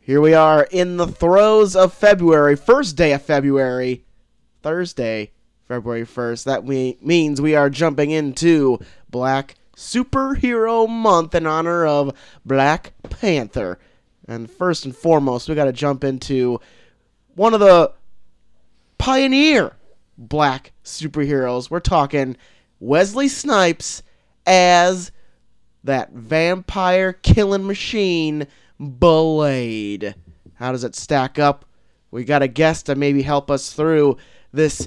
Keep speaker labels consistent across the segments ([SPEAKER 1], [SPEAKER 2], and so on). [SPEAKER 1] Here we are in the throes of February, first day of February, Thursday, February 1st. That we, means we are jumping into Black Superhero Month in honor of Black Panther. And first and foremost, we got to jump into one of the pioneer black superheroes. We're talking Wesley Snipes as that vampire killing machine, Blade. How does it stack up? We got a guest to maybe help us through this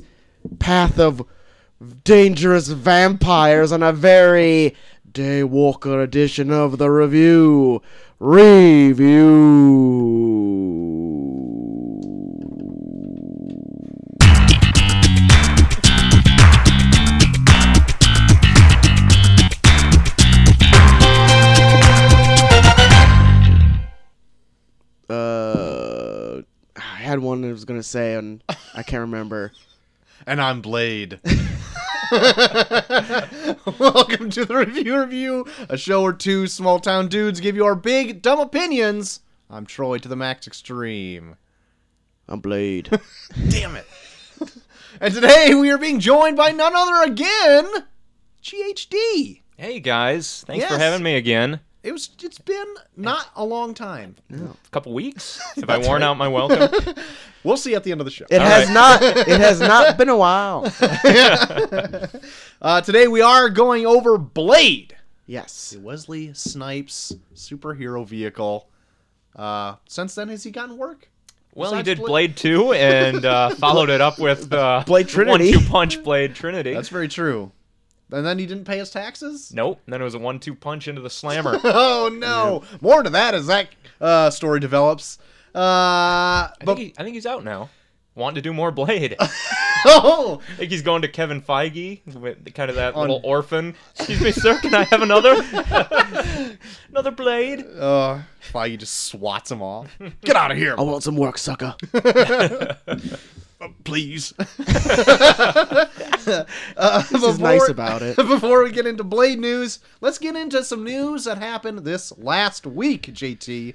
[SPEAKER 1] path of dangerous vampires on a very Daywalker edition of the review. Review. Uh, I had one I was gonna say, and I can't remember.
[SPEAKER 2] and I'm Blade. Welcome to the Review Review, a show where two small town dudes give you our big, dumb opinions. I'm Troy to the max extreme.
[SPEAKER 1] I'm Blade.
[SPEAKER 2] Damn it. and today we are being joined by none other again, GHD.
[SPEAKER 3] Hey guys, thanks for
[SPEAKER 2] Yes.
[SPEAKER 3] having me again.
[SPEAKER 2] It was, it's been not a long time.
[SPEAKER 3] A couple weeks. Have I worn out my welcome?
[SPEAKER 2] We'll see you at the end of the show.
[SPEAKER 1] It
[SPEAKER 3] All
[SPEAKER 1] has
[SPEAKER 3] right.
[SPEAKER 1] not. It has not been a while.
[SPEAKER 2] Uh, today we are going over Blade.
[SPEAKER 1] Yes.
[SPEAKER 2] Wesley Snipes superhero vehicle. Uh, since then, has he gotten work?
[SPEAKER 3] Well, he
[SPEAKER 2] Besides
[SPEAKER 3] did
[SPEAKER 2] Blade-
[SPEAKER 3] Blade Two and uh, followed it up with uh,
[SPEAKER 1] Blade Trinity.
[SPEAKER 3] One-two punch Blade Trinity.
[SPEAKER 2] That's very true. And then he didn't pay his taxes?
[SPEAKER 3] Nope. Then it was a one-two punch into the slammer.
[SPEAKER 2] Oh, no. More to that as that uh, story develops. Uh,
[SPEAKER 3] I,
[SPEAKER 2] but,
[SPEAKER 3] think he, I think he's out now. Wanting to do more Blade. I
[SPEAKER 2] oh,
[SPEAKER 3] think he's going to Kevin Feige, with the- kind of that
[SPEAKER 2] On-
[SPEAKER 3] little orphan. Excuse me, sir. Can I have another? another Blade.
[SPEAKER 2] uh, Feige just swats him off. Get out of here,
[SPEAKER 1] I want some work, sucker.
[SPEAKER 2] please. uh,
[SPEAKER 1] This is nice about it.
[SPEAKER 2] Before we get into Blade news, let's get into some news that happened this last week, JT.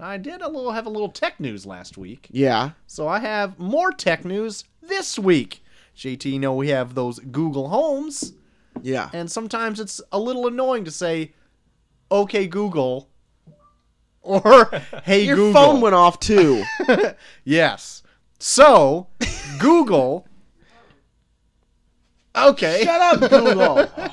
[SPEAKER 2] I did a little have a little tech news last week,
[SPEAKER 1] Yeah.
[SPEAKER 2] so I have more tech news this week. JT, you know we have those Google Homes,
[SPEAKER 1] Yeah.
[SPEAKER 2] and sometimes it's a little annoying to say, "Okay Google," or "Hey
[SPEAKER 1] Your
[SPEAKER 2] Google."
[SPEAKER 1] phone went off too.
[SPEAKER 2] Yes. So, Google. Okay.
[SPEAKER 1] Shut up, Google.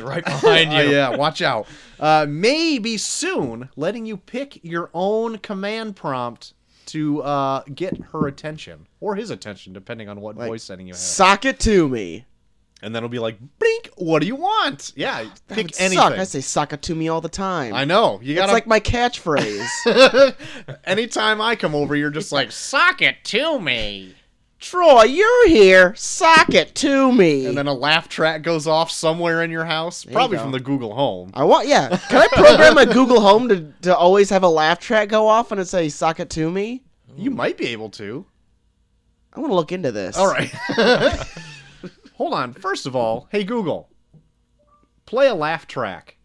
[SPEAKER 3] right behind
[SPEAKER 2] Oh,
[SPEAKER 3] you.
[SPEAKER 2] yeah, watch out. Uh, maybe soon letting you pick your own command prompt to uh, get her attention or his attention, depending on what voice setting you have.
[SPEAKER 1] Sock it to me.
[SPEAKER 2] and then it'll be like, blink, what do you want? Yeah,
[SPEAKER 1] That
[SPEAKER 2] pick
[SPEAKER 1] would
[SPEAKER 2] anything.
[SPEAKER 1] Suck. I say sock it to me all the time.
[SPEAKER 2] I know. You
[SPEAKER 1] It's
[SPEAKER 2] gotta.
[SPEAKER 1] like my catchphrase.
[SPEAKER 2] anytime I come over, you're just like, sock it to me.
[SPEAKER 1] Troy, you're here. Sock it to me.
[SPEAKER 2] And then a laugh track goes off somewhere in your house,
[SPEAKER 1] you
[SPEAKER 2] probably
[SPEAKER 1] go.
[SPEAKER 2] from the Google Home.
[SPEAKER 1] I want. Yeah. Can I program my Google Home to, to always have a laugh track go off and it say sock it to me?
[SPEAKER 2] You might be able to.
[SPEAKER 1] I want to look into this.
[SPEAKER 2] All right. Hold on. First of all, hey Google, play a laugh track.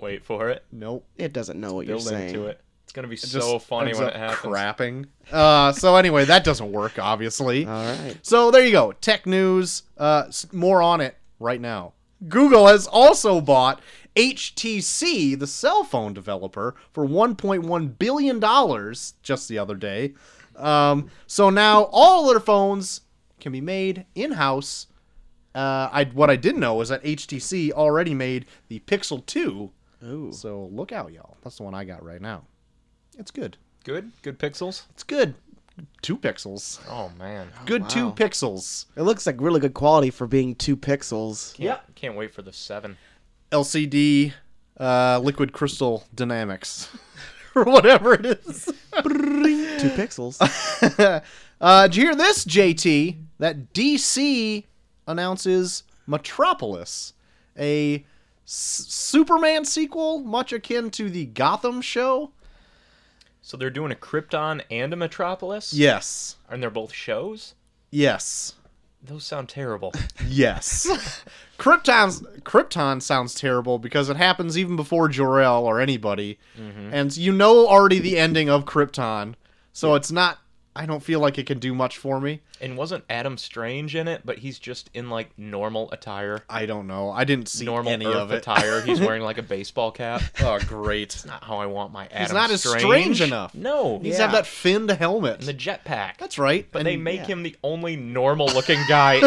[SPEAKER 3] Wait for it.
[SPEAKER 2] Nope.
[SPEAKER 1] It doesn't know what
[SPEAKER 3] Build
[SPEAKER 1] you're saying.
[SPEAKER 3] into it. It's gonna be
[SPEAKER 2] It
[SPEAKER 3] so
[SPEAKER 2] just
[SPEAKER 3] funny
[SPEAKER 2] ends
[SPEAKER 3] when
[SPEAKER 2] up
[SPEAKER 3] it happens.
[SPEAKER 2] Crapping. Uh, so anyway, that doesn't work, obviously.
[SPEAKER 1] All right.
[SPEAKER 2] so there you go. Tech news. Uh, s- more on it right now. Google has also bought HTC, the cell phone developer, for 1.1 billion dollars just the other day. Um, so now all their phones can be made in-house. Uh, I what I didn't know is that HTC already made the Pixel 2.
[SPEAKER 1] Ooh.
[SPEAKER 2] So look out, y'all. That's the one I got right now. It's good.
[SPEAKER 3] Good. Good pixels.
[SPEAKER 2] It's good. Two pixels.
[SPEAKER 3] Oh man.
[SPEAKER 2] Good two
[SPEAKER 1] wow.
[SPEAKER 2] pixels.
[SPEAKER 1] It looks like really good quality for being two pixels.
[SPEAKER 3] Yeah. Can't wait for the seven.
[SPEAKER 2] LCD, uh, liquid crystal dynamics, or whatever it is.
[SPEAKER 1] Two pixels.
[SPEAKER 2] uh, did you hear this, JT? That DC announces Metropolis, a s- Superman sequel, much akin to the Gotham show.
[SPEAKER 3] So they're doing a Krypton and a Metropolis?
[SPEAKER 2] Yes.
[SPEAKER 3] And they're both shows?
[SPEAKER 2] Yes.
[SPEAKER 3] Those sound terrible.
[SPEAKER 2] Yes. Krypton's Krypton sounds terrible because it happens even before Jor-El or anybody.
[SPEAKER 3] Mm-hmm.
[SPEAKER 2] And you know already the ending of Krypton. So it's not I don't feel like it can do much for me.
[SPEAKER 3] and wasn't Adam Strange in it? But he's just in like normal attire,
[SPEAKER 2] I don't know. I didn't see
[SPEAKER 3] normal
[SPEAKER 2] any
[SPEAKER 3] Earth
[SPEAKER 2] of it.
[SPEAKER 3] attire. He's wearing like a baseball cap. Oh, great! That's not how I want my Adam.
[SPEAKER 2] not as
[SPEAKER 3] Strange.
[SPEAKER 2] strange enough.
[SPEAKER 3] No,
[SPEAKER 2] He's
[SPEAKER 3] yeah.
[SPEAKER 2] have that finned helmet.
[SPEAKER 3] and the jetpack.
[SPEAKER 2] That's right.
[SPEAKER 3] But
[SPEAKER 2] and
[SPEAKER 3] they make
[SPEAKER 1] yeah.
[SPEAKER 3] him the only normal-looking guy in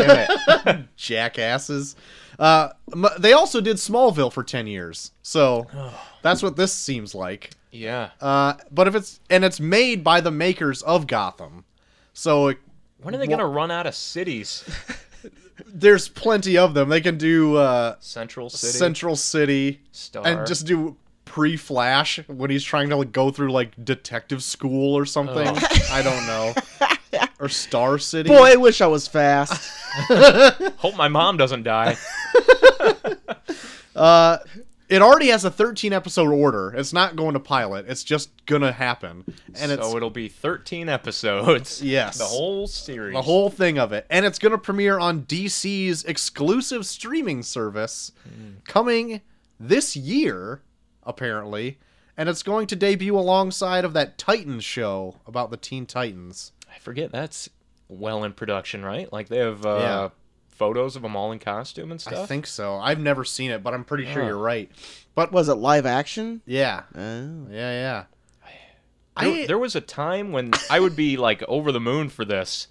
[SPEAKER 3] it.
[SPEAKER 2] jackasses. Uh, m- they also did Smallville for 10 years. So that's what this seems like.
[SPEAKER 3] Yeah.
[SPEAKER 2] Uh, but if it's and it's made by the makers of Gotham, so it,
[SPEAKER 3] When are they gonna run out of cities?
[SPEAKER 2] there's plenty of them. They can do uh,
[SPEAKER 3] Central City.
[SPEAKER 2] Central City
[SPEAKER 3] Star.
[SPEAKER 2] and just do pre-Flash when he's trying to like go through like detective school or something. I don't know. Or Star City.
[SPEAKER 1] Boy, I wish I was fast.
[SPEAKER 3] Hope my mom doesn't die.
[SPEAKER 2] it already has a 13 episode order. It's not going to pilot. It's just gonna happen, and it's
[SPEAKER 3] so it'll be 13 episodes.
[SPEAKER 2] Yes.
[SPEAKER 3] The whole series.
[SPEAKER 2] the whole thing of it, and it's gonna premiere on DC's exclusive streaming service
[SPEAKER 3] Mm.
[SPEAKER 2] coming this year, apparently, and it's going to debut alongside of that Titans show about the Teen Titans.
[SPEAKER 3] I forget that's well in production, right? Like they have uh,
[SPEAKER 2] Yeah.
[SPEAKER 3] photos of them all in costume and
[SPEAKER 2] I
[SPEAKER 3] stuff.
[SPEAKER 2] think so. I've never seen it, but I'm pretty sure
[SPEAKER 3] Yeah.
[SPEAKER 2] you're right.
[SPEAKER 1] was it live action?
[SPEAKER 2] Yeah,
[SPEAKER 1] Oh.
[SPEAKER 2] yeah, yeah.
[SPEAKER 3] there,
[SPEAKER 2] I
[SPEAKER 3] there was a time when I would be like over the moon for this,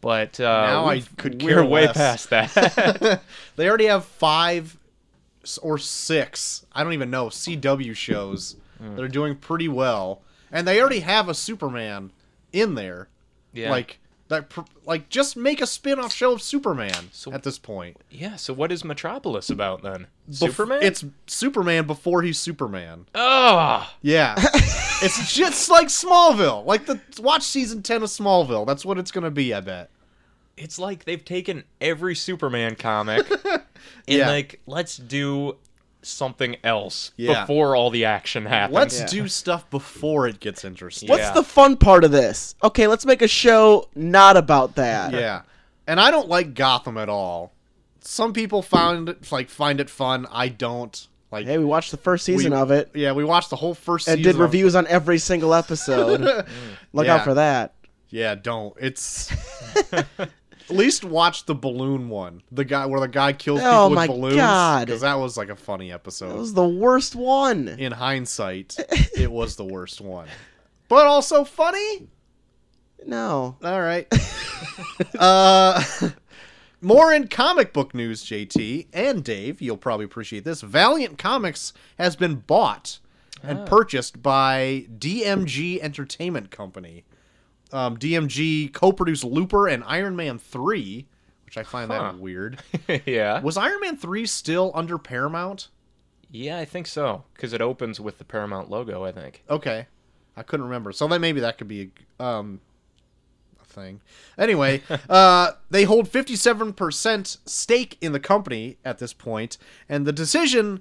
[SPEAKER 3] but uh,
[SPEAKER 2] Now I
[SPEAKER 3] we've-
[SPEAKER 2] could
[SPEAKER 3] we're
[SPEAKER 2] care
[SPEAKER 3] way
[SPEAKER 2] less.
[SPEAKER 3] past that.
[SPEAKER 2] they already have five s- or six, I don't even know, CW shows that are doing pretty well, and they already have a Superman in there.
[SPEAKER 3] yeah.
[SPEAKER 2] Like that, pr- like just make a spin-off show of Superman
[SPEAKER 3] So-
[SPEAKER 2] at this point.
[SPEAKER 3] yeah. So what is Metropolis about then?
[SPEAKER 2] Bef-
[SPEAKER 3] Superman.
[SPEAKER 2] It's Superman before he's Superman.
[SPEAKER 3] oh,
[SPEAKER 2] Yeah. it's just like Smallville. Like the watch season 10 of Smallville. That's what it's going to be, I bet.
[SPEAKER 3] it's like they've taken every Superman comic and
[SPEAKER 2] Yeah.
[SPEAKER 3] like let's do something else
[SPEAKER 2] Yeah.
[SPEAKER 3] before all the action happens.
[SPEAKER 2] Let's
[SPEAKER 1] Yeah.
[SPEAKER 2] do stuff before it gets interesting.
[SPEAKER 1] What's
[SPEAKER 3] Yeah.
[SPEAKER 1] the fun part of this? Okay, let's make a show not about that.
[SPEAKER 2] yeah and i don't like gotham at all some people found it like find it fun i don't like
[SPEAKER 1] Hey, we watched the first season of it
[SPEAKER 2] yeah we watched the whole first
[SPEAKER 1] and
[SPEAKER 2] season
[SPEAKER 1] did
[SPEAKER 2] of-
[SPEAKER 1] reviews on every single episode. Look
[SPEAKER 2] Yeah.
[SPEAKER 1] out for that.
[SPEAKER 2] yeah don't it's at least watch the balloon one the guy where the guy kills people
[SPEAKER 1] Oh
[SPEAKER 2] with
[SPEAKER 1] my
[SPEAKER 2] balloons
[SPEAKER 1] God.
[SPEAKER 2] because that was like a funny
[SPEAKER 1] That
[SPEAKER 2] episode
[SPEAKER 1] was the worst one.
[SPEAKER 2] in hindsight it was the worst one but also funny
[SPEAKER 1] No.
[SPEAKER 2] All right. uh, more in comic book news, JT and Dave. You'll probably appreciate this. Valiant Comics has been bought and purchased by DMG Entertainment Company. Um, DMG co-produced Looper and Iron Man Three, which I find
[SPEAKER 3] Huh.
[SPEAKER 2] that weird.
[SPEAKER 3] yeah.
[SPEAKER 2] Was Iron Man Three still under Paramount?
[SPEAKER 3] Yeah, I think so. Because it opens with the Paramount logo, I think.
[SPEAKER 2] Okay, I couldn't remember. So that maybe that could be a, um, a thing. Anyway, uh, they hold fifty-seven percent stake in the company at this point, and the decision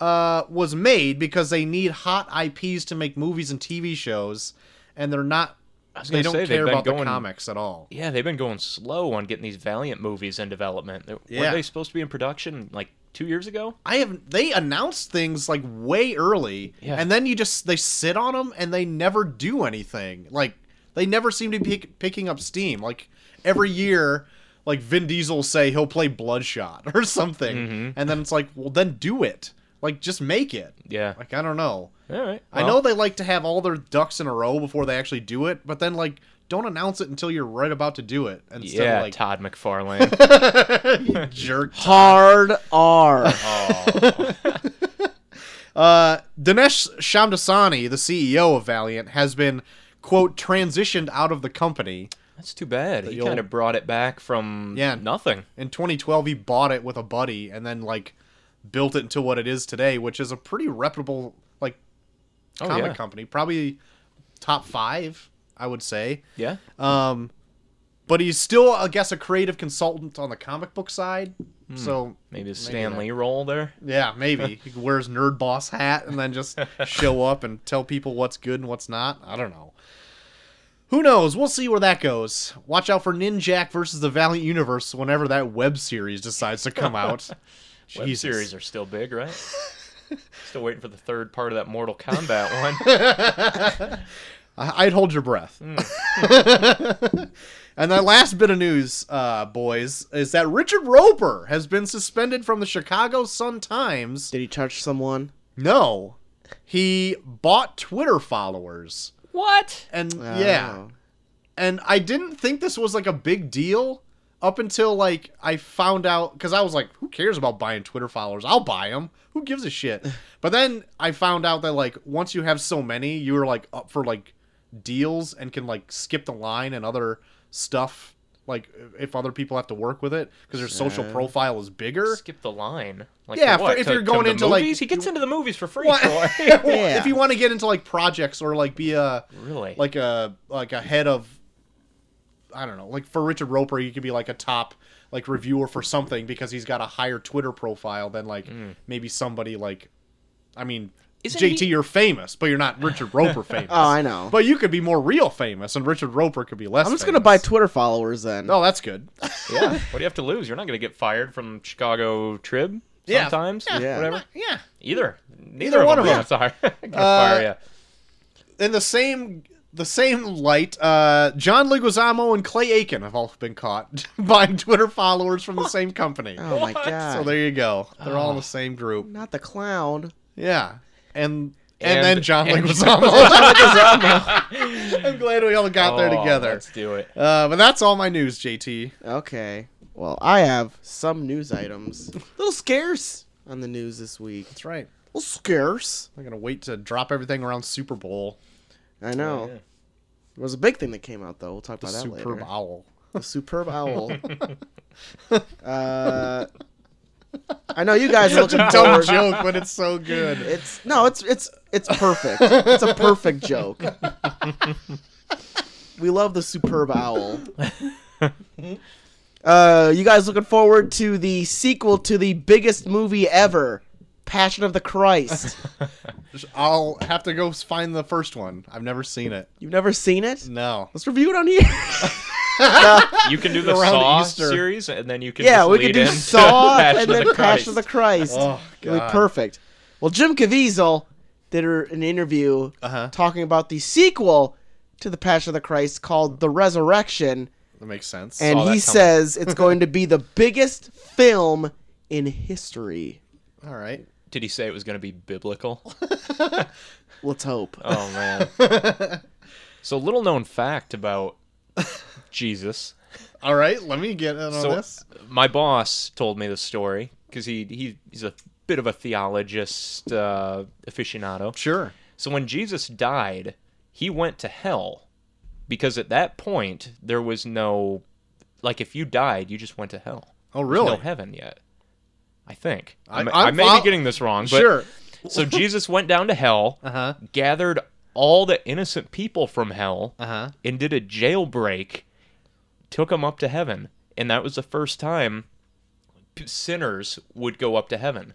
[SPEAKER 2] uh, was made because they need hot IPs to make movies and TV shows, and they're not.
[SPEAKER 3] was
[SPEAKER 2] They
[SPEAKER 3] gonna
[SPEAKER 2] don't
[SPEAKER 3] say, they've
[SPEAKER 2] care
[SPEAKER 3] been
[SPEAKER 2] about the
[SPEAKER 3] going-
[SPEAKER 2] comics at all.
[SPEAKER 3] Yeah, they've been going slow on getting these Valiant movies in development. Were
[SPEAKER 2] Yeah.
[SPEAKER 3] they supposed to be in production like two years ago?
[SPEAKER 2] I have. They announce things like way early,
[SPEAKER 3] Yeah.
[SPEAKER 2] and then you just they sit on them and they never do anything. Like they never seem to be pick, picking up steam. Like every year, like Vin Diesel will say he'll play Bloodshot or something, and then it's like, well, then do it. Like just make it.
[SPEAKER 3] Mm-hmm. Yeah.
[SPEAKER 2] Like I don't know.
[SPEAKER 3] All right.
[SPEAKER 2] I know they like to have all their ducks in a row before they actually do it, but then like don't announce it until you're right about to do it instead
[SPEAKER 3] yeah,
[SPEAKER 2] of like
[SPEAKER 3] Todd McFarlane.
[SPEAKER 2] jerk
[SPEAKER 1] Hard R.
[SPEAKER 2] Uh, Dinesh Shamdasani, the CEO of Valiant, has been quote transitioned out of the company.
[SPEAKER 3] That's too bad. He
[SPEAKER 2] old-
[SPEAKER 3] kind of brought it back from
[SPEAKER 2] Yeah.
[SPEAKER 3] nothing.
[SPEAKER 2] In 2012, he bought it with a buddy and then like built it into what it is today, which is a pretty reputable like
[SPEAKER 3] Oh,
[SPEAKER 2] comic
[SPEAKER 3] yeah.
[SPEAKER 2] company, probably top five, I would say.
[SPEAKER 3] Yeah.
[SPEAKER 2] Um, but he's still, I guess, a creative consultant on the comic book side.
[SPEAKER 3] Hmm.
[SPEAKER 2] So
[SPEAKER 3] Maybe a Stan
[SPEAKER 2] not.
[SPEAKER 3] Lee role there.
[SPEAKER 2] Yeah, maybe. he wears nerd boss hat and then just show up and tell people what's good and what's not. I don't know. Who knows? We'll see where that goes. Watch out for Ninjak versus the Valiant Universe whenever that web series decides to come out.
[SPEAKER 3] Web
[SPEAKER 2] Jesus.
[SPEAKER 3] series are still big, right? still waiting for the third part of that Mortal Kombat one.
[SPEAKER 2] I- I'd hold your breath.
[SPEAKER 3] Hmm.
[SPEAKER 2] and that last bit of news, uh, boys, is that Richard Roper has been suspended from the Chicago Sun Times.
[SPEAKER 1] Did he touch someone?
[SPEAKER 2] No, he bought Twitter followers.
[SPEAKER 3] what?
[SPEAKER 2] And yeah,
[SPEAKER 1] Oh.
[SPEAKER 2] and I didn't think this was like a big deal up until like I found out because I was like, who cares about buying Twitter followers? I'll buy them. Who gives a shit? but then I found out that like once you have so many, you are like up for like deals and can like skip the line and other stuff. Like if other people have to work with it because their social
[SPEAKER 1] Sure.
[SPEAKER 2] profile is bigger.
[SPEAKER 3] Skip the line. Like
[SPEAKER 2] Yeah,
[SPEAKER 3] to what?
[SPEAKER 2] for- if
[SPEAKER 3] To-
[SPEAKER 2] you're
[SPEAKER 3] to
[SPEAKER 2] going
[SPEAKER 3] the
[SPEAKER 2] into, like-
[SPEAKER 3] movies? he gets into the movies for free.
[SPEAKER 2] What-
[SPEAKER 3] Troy.
[SPEAKER 1] Yeah.
[SPEAKER 2] If you want to get into like projects or like be a
[SPEAKER 3] really?
[SPEAKER 2] like a like a head of I don't know, like for Richard Roper, you could be like a top like reviewer for something because he's got a higher Twitter profile than like maybe somebody like I mean
[SPEAKER 3] Mm. Isn't
[SPEAKER 2] JT,
[SPEAKER 3] he-
[SPEAKER 2] you're famous, but you're not Richard Roper famous.
[SPEAKER 1] Oh, I know.
[SPEAKER 2] But you could be more real famous, and Richard Roper could be less.
[SPEAKER 1] I'm just
[SPEAKER 2] famous.
[SPEAKER 1] gonna buy Twitter followers then.
[SPEAKER 2] No, that's good.
[SPEAKER 3] yeah. What do you have to lose? You're not going to get fired from Chicago Trib.
[SPEAKER 2] Yeah.
[SPEAKER 3] Sometimes,
[SPEAKER 1] Yeah.
[SPEAKER 3] whatever.
[SPEAKER 2] yeah.
[SPEAKER 3] Either, neither,
[SPEAKER 2] Either
[SPEAKER 3] of
[SPEAKER 2] one
[SPEAKER 3] them.
[SPEAKER 2] of
[SPEAKER 3] I'm sorry. Gonna
[SPEAKER 2] Uh,
[SPEAKER 3] fire ya.
[SPEAKER 2] in the same the same light, uh, John Leguizamo and Clay Aiken have all been caught buying Twitter followers from the same company.
[SPEAKER 1] Oh my
[SPEAKER 3] What?
[SPEAKER 1] god.
[SPEAKER 2] So there you go. They're all in the
[SPEAKER 1] Ah.
[SPEAKER 2] same group.
[SPEAKER 1] Not the clown.
[SPEAKER 2] Yeah, and and,
[SPEAKER 3] And-
[SPEAKER 2] then John
[SPEAKER 3] and
[SPEAKER 2] Leguizamo. I'm glad we all got there
[SPEAKER 3] Oh,
[SPEAKER 2] together.
[SPEAKER 3] Let's do it.
[SPEAKER 2] Uh, but that's all my news, JT.
[SPEAKER 1] Okay. Well, I have some news items. A little scarce on the news this week.
[SPEAKER 2] That's
[SPEAKER 1] A
[SPEAKER 2] right.
[SPEAKER 1] little scarce.
[SPEAKER 2] I'm gonna wait to drop everything around Super Bowl.
[SPEAKER 1] I know.
[SPEAKER 3] Yeah.
[SPEAKER 1] There was a big thing that came out though. We'll talk
[SPEAKER 2] The
[SPEAKER 1] about that
[SPEAKER 2] Superb
[SPEAKER 1] later.
[SPEAKER 2] Owl.
[SPEAKER 1] The superb owl. uh, I know you guys are
[SPEAKER 2] Such a
[SPEAKER 1] looking
[SPEAKER 2] dumb
[SPEAKER 1] forward.
[SPEAKER 2] joke, but it's so good.
[SPEAKER 1] It's no, it's it's it's perfect. it's a perfect joke. we love the superb owl. Uh, you guys looking forward to the sequel to the biggest movie ever, Passion of the Christ?
[SPEAKER 2] I'll have to go find the first one. I've never seen it.
[SPEAKER 1] You've never seen it?
[SPEAKER 2] No.
[SPEAKER 1] Let's review it on here.
[SPEAKER 3] You can do the
[SPEAKER 2] Around
[SPEAKER 3] Saw
[SPEAKER 2] Easter.
[SPEAKER 3] series, and then you can
[SPEAKER 1] yeah,
[SPEAKER 3] just
[SPEAKER 1] we
[SPEAKER 3] lead
[SPEAKER 1] could do
[SPEAKER 3] into
[SPEAKER 1] Saw
[SPEAKER 3] Passion
[SPEAKER 1] and
[SPEAKER 3] of
[SPEAKER 1] then
[SPEAKER 3] the
[SPEAKER 1] Passion of the
[SPEAKER 3] Christ.
[SPEAKER 1] Christ.
[SPEAKER 2] Oh,
[SPEAKER 1] It'll be
[SPEAKER 2] God.
[SPEAKER 1] perfect. Well, Jim Caviezel did a- an interview
[SPEAKER 2] Uh-huh.
[SPEAKER 1] talking about the sequel to the Passion of the Christ called The Resurrection.
[SPEAKER 2] That makes sense.
[SPEAKER 1] and
[SPEAKER 3] that
[SPEAKER 1] he
[SPEAKER 3] coming.
[SPEAKER 1] says it's going to be the biggest film in history.
[SPEAKER 2] All right.
[SPEAKER 3] Did he say it was going to be biblical?
[SPEAKER 1] Let's hope.
[SPEAKER 3] Oh man. so little known fact about Jesus.
[SPEAKER 2] All right. Let me get in on
[SPEAKER 3] So
[SPEAKER 2] this.
[SPEAKER 3] my boss told me the story because he, he he's a bit of a theologist uh, aficionado.
[SPEAKER 2] Sure.
[SPEAKER 3] So when Jesus died, he went to hell because at that point there was no like if you died you just went to hell.
[SPEAKER 2] Oh,
[SPEAKER 3] There's
[SPEAKER 2] really?
[SPEAKER 3] no heaven yet. I think.
[SPEAKER 2] I-
[SPEAKER 3] I, may-
[SPEAKER 2] I'm
[SPEAKER 3] I may
[SPEAKER 2] fol-
[SPEAKER 3] be getting this wrong, but
[SPEAKER 2] sure.
[SPEAKER 3] so Jesus went down to hell,
[SPEAKER 2] Uh-huh.
[SPEAKER 3] gathered all the innocent people from hell,
[SPEAKER 2] Uh-huh.
[SPEAKER 3] and did a jailbreak, took them up to heaven, and that was the first time p- sinners would go up to heaven.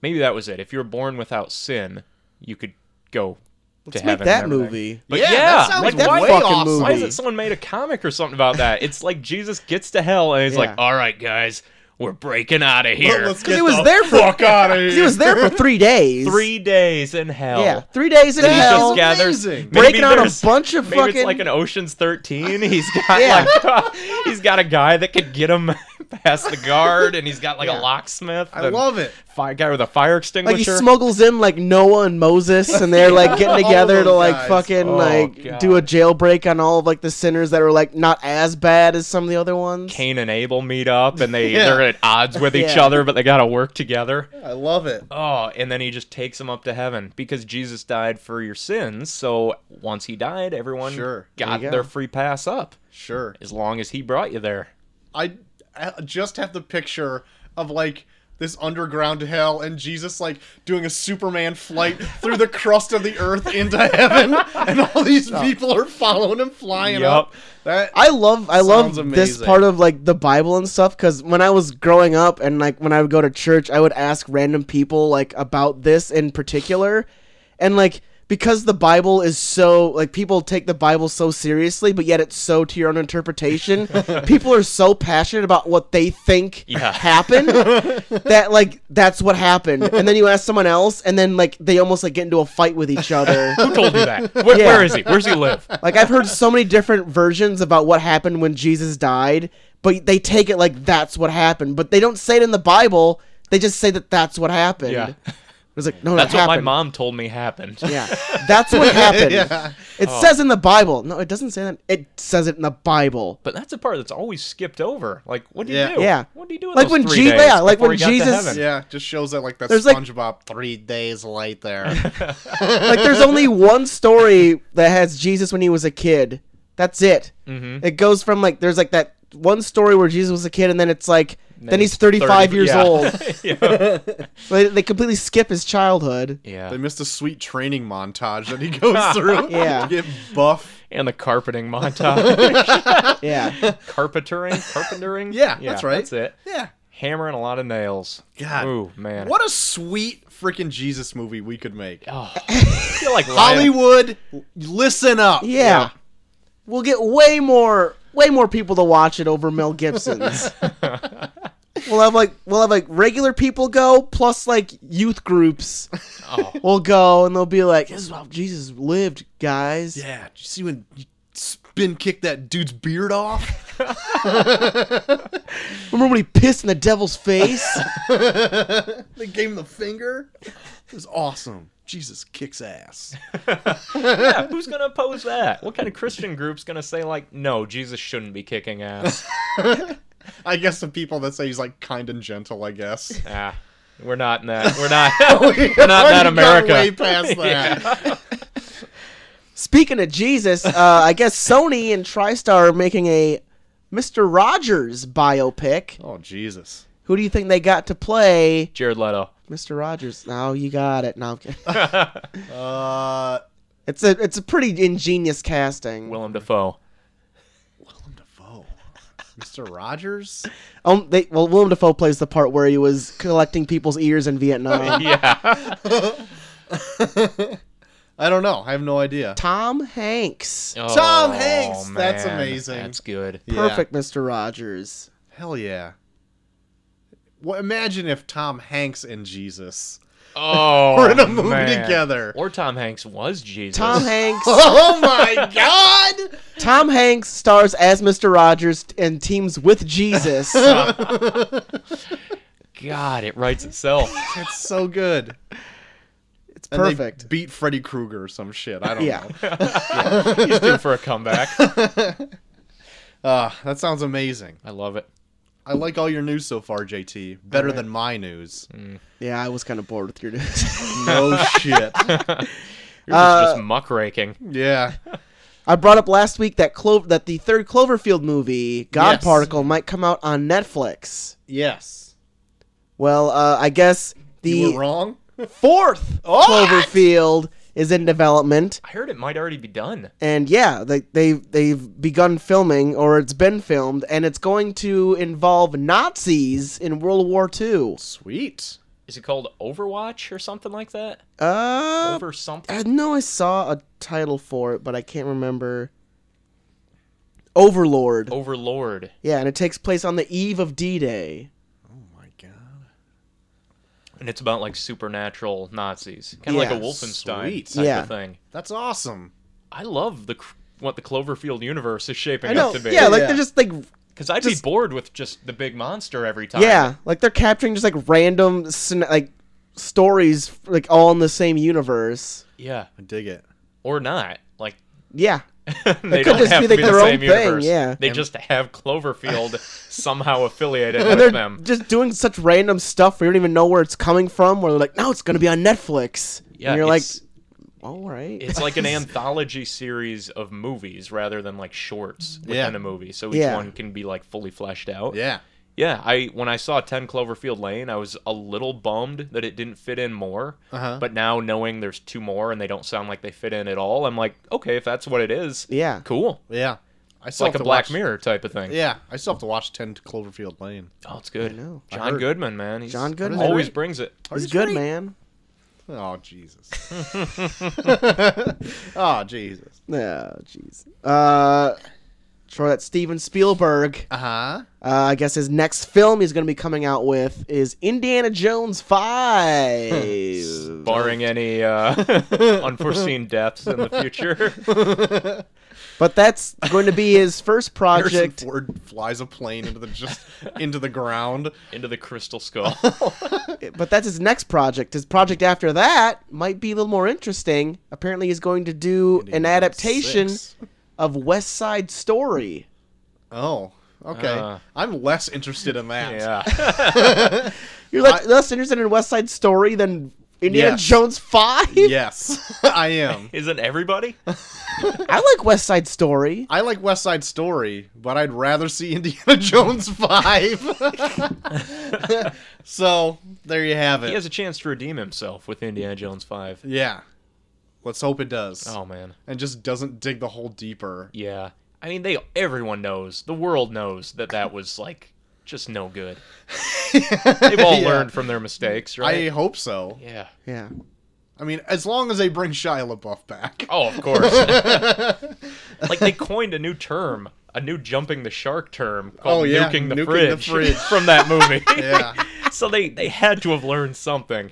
[SPEAKER 3] Maybe that was it. If you were born without sin, you could go
[SPEAKER 1] Let's
[SPEAKER 3] to
[SPEAKER 1] make
[SPEAKER 3] heaven. and
[SPEAKER 1] that
[SPEAKER 3] everything.
[SPEAKER 1] movie.
[SPEAKER 2] But
[SPEAKER 3] yeah,
[SPEAKER 2] that sounds
[SPEAKER 3] like that
[SPEAKER 2] way
[SPEAKER 1] fucking
[SPEAKER 2] awesome.
[SPEAKER 1] movie.
[SPEAKER 3] Why isn't someone made a comic or something about that? It's like Jesus gets to hell and he's
[SPEAKER 1] Yeah.
[SPEAKER 3] like, "All right, guys, we're breaking out of here."
[SPEAKER 2] let's
[SPEAKER 1] Because
[SPEAKER 2] Get
[SPEAKER 1] he was
[SPEAKER 2] the
[SPEAKER 1] there for
[SPEAKER 2] fuck outta
[SPEAKER 1] 'cause He
[SPEAKER 2] here.
[SPEAKER 1] was there for three days.
[SPEAKER 3] Three days in hell.
[SPEAKER 1] Yeah, three days in
[SPEAKER 2] That is
[SPEAKER 1] hell.
[SPEAKER 3] just gathers
[SPEAKER 2] amazing.
[SPEAKER 3] maybe
[SPEAKER 1] Breaking out a
[SPEAKER 3] there's-
[SPEAKER 1] bunch of
[SPEAKER 3] maybe
[SPEAKER 1] fucking-
[SPEAKER 3] it's like an Ocean's Thirteen. He's got
[SPEAKER 1] Yeah.
[SPEAKER 3] like he's got a guy that could get him past the guard, and he's got like
[SPEAKER 1] Yeah.
[SPEAKER 3] a locksmith.
[SPEAKER 2] I
[SPEAKER 3] and
[SPEAKER 2] love it.
[SPEAKER 3] fire guy with a fire
[SPEAKER 1] Like he
[SPEAKER 3] extinguisher.
[SPEAKER 1] smuggles in like Noah and Moses, and they're like getting
[SPEAKER 2] All
[SPEAKER 1] together to
[SPEAKER 2] those
[SPEAKER 1] like
[SPEAKER 2] guys.
[SPEAKER 1] fucking
[SPEAKER 3] Oh,
[SPEAKER 1] like
[SPEAKER 3] God.
[SPEAKER 1] do a jailbreak on all of like the sinners that are like not as bad as some of the other ones.
[SPEAKER 3] Cain and Abel meet up, and they
[SPEAKER 2] Yeah.
[SPEAKER 3] they're at odds with each
[SPEAKER 1] Yeah.
[SPEAKER 3] other, but they gotta work together.
[SPEAKER 2] I love it.
[SPEAKER 3] Oh, and then he just takes him up to heaven because Jesus died for your sins. So once he died, everyone
[SPEAKER 2] Sure.
[SPEAKER 1] There
[SPEAKER 3] got
[SPEAKER 1] you go.
[SPEAKER 3] their free pass up
[SPEAKER 2] Sure.
[SPEAKER 3] as long as he brought you there.
[SPEAKER 2] I, I just have the picture of like this underground hell and Jesus like doing a Superman flight through the crust of the earth into heaven, and all these people are following him, flying
[SPEAKER 3] Yup.
[SPEAKER 2] up. That
[SPEAKER 1] I love I love
[SPEAKER 2] Sounds
[SPEAKER 1] this
[SPEAKER 2] amazing.
[SPEAKER 1] part of like the Bible and stuff because when I was growing up and like when I would go to church, I would ask random people like about this in particular, and like because the Bible is so like people take the Bible so seriously, but yet it's so to your own interpretation. people are so passionate about what they think
[SPEAKER 3] Yeah.
[SPEAKER 1] happened that like that's what happened. And then you ask someone else, and then like they almost like get into a fight with each other.
[SPEAKER 3] Who told you that? Where,
[SPEAKER 1] Yeah.
[SPEAKER 3] where is he? Where's he live?
[SPEAKER 1] like I've heard so many different versions about what happened when Jesus died, but they take it like that's what happened, but they don't say it in the Bible. They just say that that's what happened.
[SPEAKER 3] Yeah.
[SPEAKER 1] It's like no,
[SPEAKER 3] That's
[SPEAKER 1] that
[SPEAKER 3] what my
[SPEAKER 1] happened.
[SPEAKER 3] mom told me happened.
[SPEAKER 1] Yeah, that's what happened.
[SPEAKER 2] Yeah.
[SPEAKER 1] It
[SPEAKER 3] Oh.
[SPEAKER 1] says in the Bible. No, it doesn't say that. It says it in the Bible.
[SPEAKER 3] But that's a part that's always skipped over. Like, what do you
[SPEAKER 2] Yeah.
[SPEAKER 3] do?
[SPEAKER 1] Yeah.
[SPEAKER 3] What do you do? In
[SPEAKER 1] Like
[SPEAKER 3] those
[SPEAKER 1] when
[SPEAKER 3] three
[SPEAKER 1] Je-
[SPEAKER 3] days
[SPEAKER 1] yeah, like
[SPEAKER 3] before
[SPEAKER 1] when
[SPEAKER 3] he got to
[SPEAKER 1] Jesus-
[SPEAKER 3] heaven?
[SPEAKER 2] Yeah, just shows that like that
[SPEAKER 1] There's, like-
[SPEAKER 2] SpongeBob three days late there.
[SPEAKER 1] Like there's only one story that has Jesus when he was a kid. That's it. Mm-hmm. It goes from like there's like that one story where Jesus was a kid, and then it's like then he's 35 years
[SPEAKER 3] yeah.
[SPEAKER 1] old.
[SPEAKER 3] yeah.
[SPEAKER 1] They, they completely skip his childhood.
[SPEAKER 3] Yeah.
[SPEAKER 2] they missed a sweet training montage that he goes through.
[SPEAKER 1] Yeah.
[SPEAKER 2] to get buff.
[SPEAKER 3] and the carpeting montage,
[SPEAKER 1] Yeah,
[SPEAKER 3] carpentering, carpentering.
[SPEAKER 2] Yeah, that's right.
[SPEAKER 3] That's it.
[SPEAKER 2] Yeah.
[SPEAKER 3] Hammering a lot of nails.
[SPEAKER 2] God.
[SPEAKER 3] Ooh man.
[SPEAKER 2] What a sweet freaking Jesus movie we could make.
[SPEAKER 3] Oh, I feel like Hollywood.
[SPEAKER 2] Hollywood, listen up.
[SPEAKER 1] yeah. We'll get way more way more people to watch it over Mel Gibson's. we'll have like we'll have like regular people go plus like youth groups.
[SPEAKER 3] Oh,
[SPEAKER 1] will go and they'll be like, "This is how Jesus lived, guys."
[SPEAKER 2] Yeah. Did you see when you spin kicked that dude's beard off?
[SPEAKER 1] Remember when he pissed in the devil's face?
[SPEAKER 2] they gave him the finger. It was awesome. Jesus kicks ass.
[SPEAKER 3] yeah, who's gonna oppose that? What kind of Christian group's gonna say like, no, Jesus shouldn't be kicking ass?
[SPEAKER 2] I guess the people that say he's like kind and gentle, I guess.
[SPEAKER 3] ah, we're not in that. We're not. we're not in that America.
[SPEAKER 2] Way past that.
[SPEAKER 1] Speaking of Jesus, uh, I guess Sony and TriStar are making a Mr. Rogers biopic.
[SPEAKER 2] Oh Jesus.
[SPEAKER 1] Who do you think they got to play
[SPEAKER 3] Jared Leto.
[SPEAKER 1] Mr. Rogers? Now you got it. Now
[SPEAKER 2] Uh,
[SPEAKER 1] it's a it's a pretty ingenious casting.
[SPEAKER 3] Willem Dafoe.
[SPEAKER 2] Willem Dafoe, Mr. Rogers.
[SPEAKER 1] Um, they, well, Willem Dafoe plays the part where he was collecting people's ears in Vietnam.
[SPEAKER 3] Yeah.
[SPEAKER 2] I don't know. I have no idea.
[SPEAKER 1] Tom Hanks,
[SPEAKER 2] Tom Hanks, that's amazing.
[SPEAKER 3] Oh, That's good.
[SPEAKER 1] perfect Mr. Rogers.
[SPEAKER 2] Yeah. Hell yeah. Well, imagine if Tom Hanks and Jesus
[SPEAKER 3] Oh,
[SPEAKER 2] were in a movie
[SPEAKER 3] man.
[SPEAKER 2] together.
[SPEAKER 3] Or Tom Hanks was Jesus.
[SPEAKER 1] Tom Hanks.
[SPEAKER 2] Oh my God!
[SPEAKER 1] Tom Hanks stars as Mr. Rogers and teams with Jesus.
[SPEAKER 3] God, it writes itself.
[SPEAKER 2] It's so good.
[SPEAKER 1] It's
[SPEAKER 2] And they
[SPEAKER 1] perfect.
[SPEAKER 2] beat Freddy Krueger or some shit. I don't
[SPEAKER 1] Yeah.
[SPEAKER 2] know.
[SPEAKER 3] He's due for a comeback.
[SPEAKER 2] Uh, that sounds amazing.
[SPEAKER 3] I love it.
[SPEAKER 2] I like all your news so far, JT. Better than my news.
[SPEAKER 3] Mm.
[SPEAKER 1] Yeah, I was kind of bored with your news.
[SPEAKER 2] No shit.
[SPEAKER 3] Yours is
[SPEAKER 1] Uh,
[SPEAKER 3] just muckraking.
[SPEAKER 2] Yeah.
[SPEAKER 1] I brought up last week that Clo- that the third Cloverfield movie, God
[SPEAKER 2] Yes.
[SPEAKER 1] Particle, might come out on Netflix.
[SPEAKER 2] Yes.
[SPEAKER 1] Well, uh, I guess
[SPEAKER 2] You were
[SPEAKER 1] the
[SPEAKER 2] wrong.
[SPEAKER 1] fourth Cloverfield is in development,
[SPEAKER 3] I heard it might already be done.
[SPEAKER 1] and yeah, they, they've they've begun filming, or it's been filmed, and it's going to involve Nazis in World War II.
[SPEAKER 2] Sweet. Oh
[SPEAKER 3] Is it called Overwatch or something like that?
[SPEAKER 1] Uh,
[SPEAKER 3] Over something.
[SPEAKER 1] I know I saw a title for it, but I can't remember. Overlord.
[SPEAKER 3] Oh. Overlord.
[SPEAKER 1] Yeah, and it takes place on the eve of D-Day.
[SPEAKER 2] Oh my god.
[SPEAKER 3] And it's about like supernatural Nazis, kind of like
[SPEAKER 1] Yeah,
[SPEAKER 3] a Wolfenstein
[SPEAKER 2] sweet.
[SPEAKER 3] type
[SPEAKER 1] Yeah.
[SPEAKER 3] of thing.
[SPEAKER 2] That's awesome.
[SPEAKER 3] I love the cr- what the Cloverfield universe is shaping
[SPEAKER 1] I know.
[SPEAKER 3] up to be.
[SPEAKER 1] Yeah, like
[SPEAKER 2] Yeah.
[SPEAKER 1] they're just like
[SPEAKER 3] because I'd
[SPEAKER 1] just-
[SPEAKER 3] be bored with just the big monster every time.
[SPEAKER 1] yeah, like they're capturing just like random sn- like stories like all in the same universe.
[SPEAKER 3] yeah,
[SPEAKER 2] I dig it.
[SPEAKER 3] or not. Like
[SPEAKER 1] Yeah.
[SPEAKER 3] they
[SPEAKER 1] could
[SPEAKER 3] don't
[SPEAKER 1] just
[SPEAKER 3] have
[SPEAKER 1] be,
[SPEAKER 3] to
[SPEAKER 1] like,
[SPEAKER 3] be
[SPEAKER 1] their
[SPEAKER 3] the
[SPEAKER 1] own
[SPEAKER 3] same
[SPEAKER 1] thing,
[SPEAKER 3] universe.
[SPEAKER 1] yeah.
[SPEAKER 3] they just have Cloverfield somehow affiliated
[SPEAKER 1] And
[SPEAKER 3] with
[SPEAKER 1] they're
[SPEAKER 3] them.
[SPEAKER 1] just doing such random stuff where you don't even know where it's coming from. Where they're like, "No, it's gonna be on Netflix."
[SPEAKER 3] Yeah,
[SPEAKER 1] and you're like,
[SPEAKER 3] it's-
[SPEAKER 1] "All right."
[SPEAKER 3] It's like an anthology series of movies rather than like shorts within
[SPEAKER 2] Yeah.
[SPEAKER 3] a movie, so each
[SPEAKER 1] Yeah.
[SPEAKER 3] one can be like fully fleshed out.
[SPEAKER 2] Yeah.
[SPEAKER 3] Yeah, I when I saw 10 Cloverfield Lane, I was a little bummed that it didn't fit in more.
[SPEAKER 2] Uh-huh.
[SPEAKER 3] But now knowing there's two more and they don't sound like they fit in at all, I'm like, okay, if that's what it is,
[SPEAKER 1] Yeah.
[SPEAKER 3] cool.
[SPEAKER 2] Yeah. I
[SPEAKER 3] It's
[SPEAKER 2] still
[SPEAKER 3] like
[SPEAKER 2] have
[SPEAKER 3] a
[SPEAKER 2] to
[SPEAKER 3] Black
[SPEAKER 2] watch-
[SPEAKER 3] Mirror type of thing.
[SPEAKER 2] Yeah, I still have to watch Ten Cloverfield Lane.
[SPEAKER 3] Oh, it's good.
[SPEAKER 1] know.
[SPEAKER 3] John
[SPEAKER 2] heard.
[SPEAKER 3] Goodman, man, he's
[SPEAKER 1] John Goodman.
[SPEAKER 3] always brings it.
[SPEAKER 1] He's good, man.
[SPEAKER 2] Oh Jesus. oh Jesus.
[SPEAKER 1] Oh, jeez. Uh, Troy, that's Steven Spielberg.
[SPEAKER 2] Uh huh.
[SPEAKER 1] Uh, I guess his next film he's going to be coming out with is Indiana Jones 5.
[SPEAKER 3] barring any uh, unforeseen deaths in the future.
[SPEAKER 1] but that's going to be his first
[SPEAKER 2] Harrison
[SPEAKER 1] project.
[SPEAKER 2] Ford flies a plane into the just into the ground.
[SPEAKER 3] Into the crystal skull.
[SPEAKER 1] But that's his next project. His project after that might be a little more interesting. Apparently, he's going to do an
[SPEAKER 2] Indiana
[SPEAKER 1] adaptation
[SPEAKER 2] Six.
[SPEAKER 1] of West Side Story.
[SPEAKER 2] Oh, okay.
[SPEAKER 3] Uh.
[SPEAKER 2] I'm less interested in that.
[SPEAKER 3] yeah.
[SPEAKER 1] You're less, less interested in West Side Story than Indiana
[SPEAKER 2] Yes.
[SPEAKER 1] Jones 5?
[SPEAKER 2] Yes, I am.
[SPEAKER 3] Isn't everybody?
[SPEAKER 1] I like West Side Story.
[SPEAKER 2] I like West Side Story, but I'd rather see Indiana Jones 5. so, there you have it.
[SPEAKER 3] He has a chance to redeem himself with Indiana Jones 5.
[SPEAKER 2] yeah. Let's hope it does.
[SPEAKER 3] Oh man.
[SPEAKER 2] And just doesn't dig the hole deeper.
[SPEAKER 3] Yeah. I mean, they everyone knows, the world knows that that was like just no good. They've all
[SPEAKER 2] Yeah.
[SPEAKER 3] learned from their mistakes,
[SPEAKER 2] I
[SPEAKER 3] right?
[SPEAKER 2] hope so.
[SPEAKER 3] Yeah.
[SPEAKER 1] Yeah.
[SPEAKER 2] I mean, as long as they bring Shia LaBeouf back.
[SPEAKER 3] Oh, of course. like they coined a new term, a new jumping the shark term called
[SPEAKER 2] Oh, yeah,
[SPEAKER 3] nuking, the,
[SPEAKER 2] nuking the
[SPEAKER 3] fridge
[SPEAKER 2] fridge.
[SPEAKER 3] from that movie.
[SPEAKER 2] Yeah.
[SPEAKER 3] so they they had to have learned something.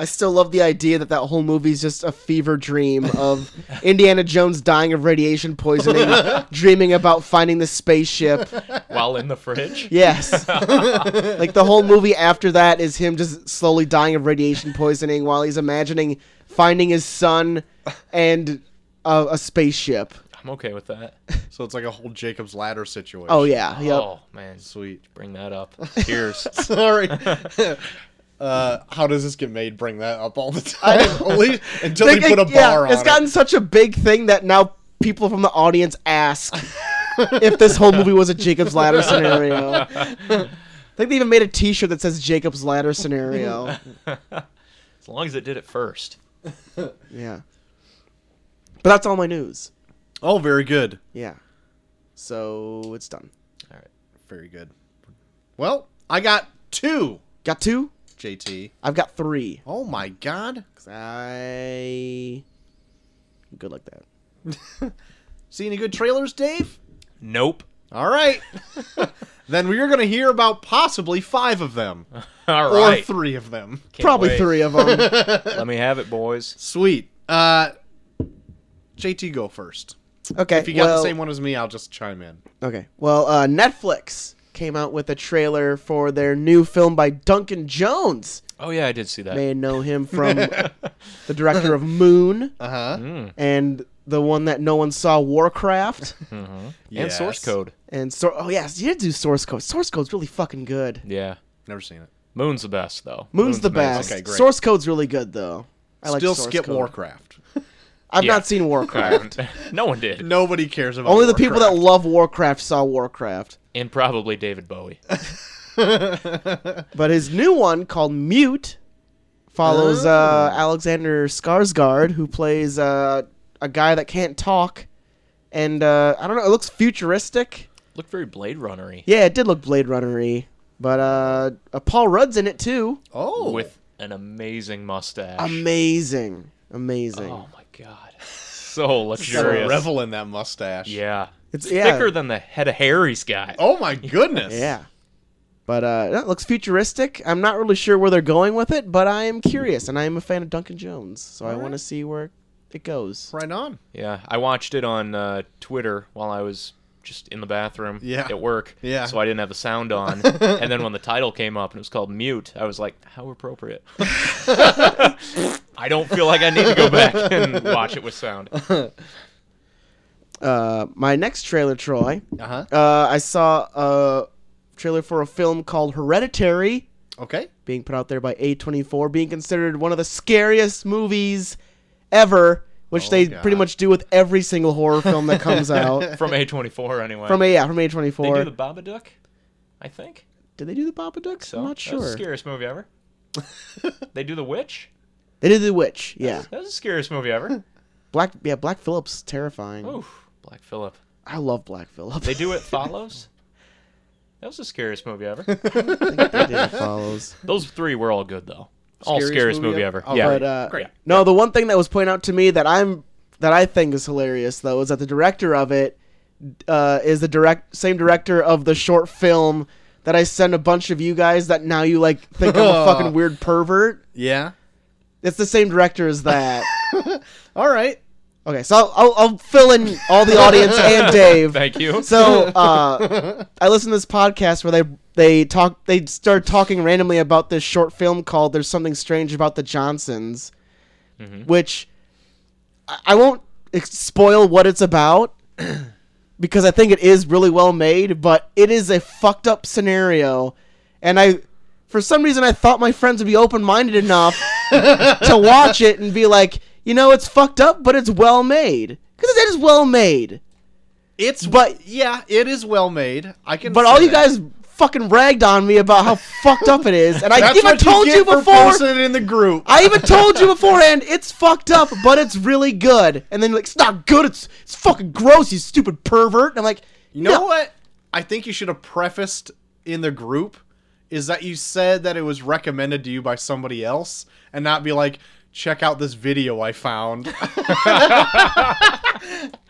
[SPEAKER 1] I still love the idea that that whole movie's just a fever dream of Indiana Jones dying of radiation poisoning, dreaming about finding the spaceship.
[SPEAKER 3] While in the fridge,
[SPEAKER 1] Yes. like the whole movie after that is him just slowly dying of radiation poisoning while he's imagining finding his son and a, a spaceship.
[SPEAKER 3] I'm okay with that.
[SPEAKER 2] So it's like a whole Jacob's Ladder situation.
[SPEAKER 1] Oh yeah, yep.
[SPEAKER 3] Oh man,
[SPEAKER 2] Sweet.
[SPEAKER 3] bring that up. Cheers.
[SPEAKER 2] Sorry. Uh, how does this get made? Bring that up all the time, At least until they,
[SPEAKER 1] Like,
[SPEAKER 2] put a bar
[SPEAKER 1] yeah,
[SPEAKER 2] on
[SPEAKER 1] It's
[SPEAKER 2] it.
[SPEAKER 1] gotten such a big thing that now people from the audience ask if this whole movie was a Jacob's Ladder scenario. I think they even made a T-shirt that says Jacob's Ladder scenario.
[SPEAKER 3] as long as it did it first.
[SPEAKER 1] Yeah, but that's all my news.
[SPEAKER 2] Oh, very good.
[SPEAKER 1] Yeah, so it's done.
[SPEAKER 3] All right.
[SPEAKER 2] Very good. Well, I got two,
[SPEAKER 1] Got two.
[SPEAKER 2] JT.
[SPEAKER 1] I've got three.
[SPEAKER 2] Oh my god.
[SPEAKER 1] 'Cause I good like that.
[SPEAKER 2] See any good trailers, Dave?
[SPEAKER 3] Nope.
[SPEAKER 2] All right. then we are going to hear about possibly five of them,
[SPEAKER 3] All
[SPEAKER 2] or
[SPEAKER 3] right.
[SPEAKER 2] three of them.
[SPEAKER 3] Can't
[SPEAKER 1] Probably
[SPEAKER 3] wait.
[SPEAKER 1] three of them.
[SPEAKER 3] Let me have it, boys.
[SPEAKER 2] Sweet. Uh, JT, go first.
[SPEAKER 1] Okay.
[SPEAKER 2] If you got
[SPEAKER 1] well,
[SPEAKER 2] the same one as me, I'll just chime in.
[SPEAKER 1] Okay. Well, uh, Netflix came out with a trailer for their new film by Duncan Jones.
[SPEAKER 3] Oh yeah, I did see that.
[SPEAKER 1] May know him from the director of Moon
[SPEAKER 2] Uh huh.
[SPEAKER 3] Mm.
[SPEAKER 1] and the one that no one saw, Warcraft.
[SPEAKER 3] And source code.
[SPEAKER 1] And so, oh yes, he did do Source Code. Source Code's really fucking good.
[SPEAKER 3] Yeah.
[SPEAKER 2] Never seen it.
[SPEAKER 3] Moon's the best though.
[SPEAKER 1] Moon's, the
[SPEAKER 3] amazing.
[SPEAKER 1] best.
[SPEAKER 2] Okay, great.
[SPEAKER 1] Source Code's really good though. I like
[SPEAKER 2] Still
[SPEAKER 1] Source
[SPEAKER 2] skip
[SPEAKER 1] Code.
[SPEAKER 2] Warcraft.
[SPEAKER 1] I've
[SPEAKER 3] Yeah.
[SPEAKER 1] not seen Warcraft.
[SPEAKER 3] no one did,
[SPEAKER 2] Nobody cares about
[SPEAKER 1] Only the people that
[SPEAKER 2] Warcraft.
[SPEAKER 1] love Warcraft saw Warcraft.
[SPEAKER 3] and probably David Bowie.
[SPEAKER 1] But his new one called Mute follows uh, Alexander Skarsgård, who plays uh, a guy that can't talk, and uh, I don't know. It looks futuristic.
[SPEAKER 3] Looked very Blade Runnery
[SPEAKER 1] Yeah, it did look Blade Runnery, but uh, uh, Paul Rudd's in it too.
[SPEAKER 2] Oh.
[SPEAKER 3] with an amazing mustache.
[SPEAKER 1] Amazing, amazing.
[SPEAKER 3] Oh my god, so
[SPEAKER 2] So
[SPEAKER 3] luxurious.
[SPEAKER 2] revel in that mustache.
[SPEAKER 3] yeah,
[SPEAKER 1] It's-
[SPEAKER 3] it's
[SPEAKER 1] yeah.
[SPEAKER 3] thicker than the head of Harry's guy.
[SPEAKER 2] Oh my goodness.
[SPEAKER 1] Yeah, but uh, that looks futuristic. I'm not really sure where they're going with it, but I am curious, and I am a fan of Duncan Jones, so I want to see where it goes.
[SPEAKER 2] Right on.
[SPEAKER 3] Yeah, I watched it on uh, Twitter while I was just in the bathroom
[SPEAKER 2] Yeah.
[SPEAKER 3] at work.
[SPEAKER 2] Yeah.
[SPEAKER 3] So I didn't have the sound on. and then when the title came up and it was called Mute, I was like, how appropriate. I don't feel like I need to go back and watch it with sound.
[SPEAKER 1] Uh, my next trailer, Troy.
[SPEAKER 2] Uh
[SPEAKER 3] Uh-huh.
[SPEAKER 2] huh.
[SPEAKER 1] Uh, I saw a trailer for a film called Hereditary
[SPEAKER 2] Okay.
[SPEAKER 1] being put out there by A24, being considered one of the scariest movies ever, which they
[SPEAKER 2] God.
[SPEAKER 1] pretty much do with every single horror film that comes out.
[SPEAKER 3] From A24, anyway.
[SPEAKER 1] From a yeah, from
[SPEAKER 3] they
[SPEAKER 1] A24.
[SPEAKER 3] do the Babadook, I think.
[SPEAKER 1] Did they do the Babadook?
[SPEAKER 3] So
[SPEAKER 1] I'm not
[SPEAKER 3] That was
[SPEAKER 1] sure.
[SPEAKER 3] the scariest movie ever. they do The Witch.
[SPEAKER 1] They did the Witch. Yeah,
[SPEAKER 3] That was the scariest movie ever.
[SPEAKER 1] Black. Yeah, Black Phillip's terrifying.
[SPEAKER 3] Oof. Black Phillip.
[SPEAKER 1] I love Black Phillip.
[SPEAKER 3] They do It Follows. That was the scariest movie ever.
[SPEAKER 1] They did It follows.
[SPEAKER 3] Those three were all good, though. All
[SPEAKER 2] Scariest
[SPEAKER 3] scariest
[SPEAKER 2] movie
[SPEAKER 3] movie
[SPEAKER 2] ever?
[SPEAKER 3] ever.
[SPEAKER 2] Oh,
[SPEAKER 3] yeah.
[SPEAKER 1] But uh,
[SPEAKER 2] Great.
[SPEAKER 1] no, the one thing that was pointed out to me that I'm that I think is hilarious though is that the director of it uh, is the direct same director of the short film that I send a bunch of you guys that now you like think I'm a fucking weird pervert.
[SPEAKER 2] Yeah.
[SPEAKER 1] It's the same director as that.
[SPEAKER 2] All right.
[SPEAKER 1] Okay, so I'll, I'll, I'll fill in all the audience and Dave.
[SPEAKER 3] Thank you.
[SPEAKER 1] So uh, I listen to this podcast where they they talk they start talking randomly about this short film called "There's Something Strange About the Johnsons," which I, I won't ex- spoil what it's about because I think it is really well made, but it is a fucked up scenario, and I. For some reason, I thought my friends would be open minded enough to watch it and be like, you know, it's fucked up, but it's well made. Because it is well made.
[SPEAKER 2] It's
[SPEAKER 1] But-
[SPEAKER 2] yeah, it is well made. I can.
[SPEAKER 1] But
[SPEAKER 2] say
[SPEAKER 1] all you
[SPEAKER 2] that.
[SPEAKER 1] guys fucking ragged on me about how fucked up it is, and I
[SPEAKER 2] That's
[SPEAKER 1] even
[SPEAKER 2] what
[SPEAKER 1] told
[SPEAKER 2] you,
[SPEAKER 1] you,
[SPEAKER 2] get for
[SPEAKER 1] before.
[SPEAKER 2] posting it in the group.
[SPEAKER 1] I even told you beforehand it's fucked up, but it's really good. And then you're like it's not good. It's it's fucking gross. You stupid pervert. And I'm like,
[SPEAKER 2] You know
[SPEAKER 1] no.
[SPEAKER 2] what? I think you should have prefaced in the group is that you said that it was recommended to you by somebody else and not be like, check out this video I found.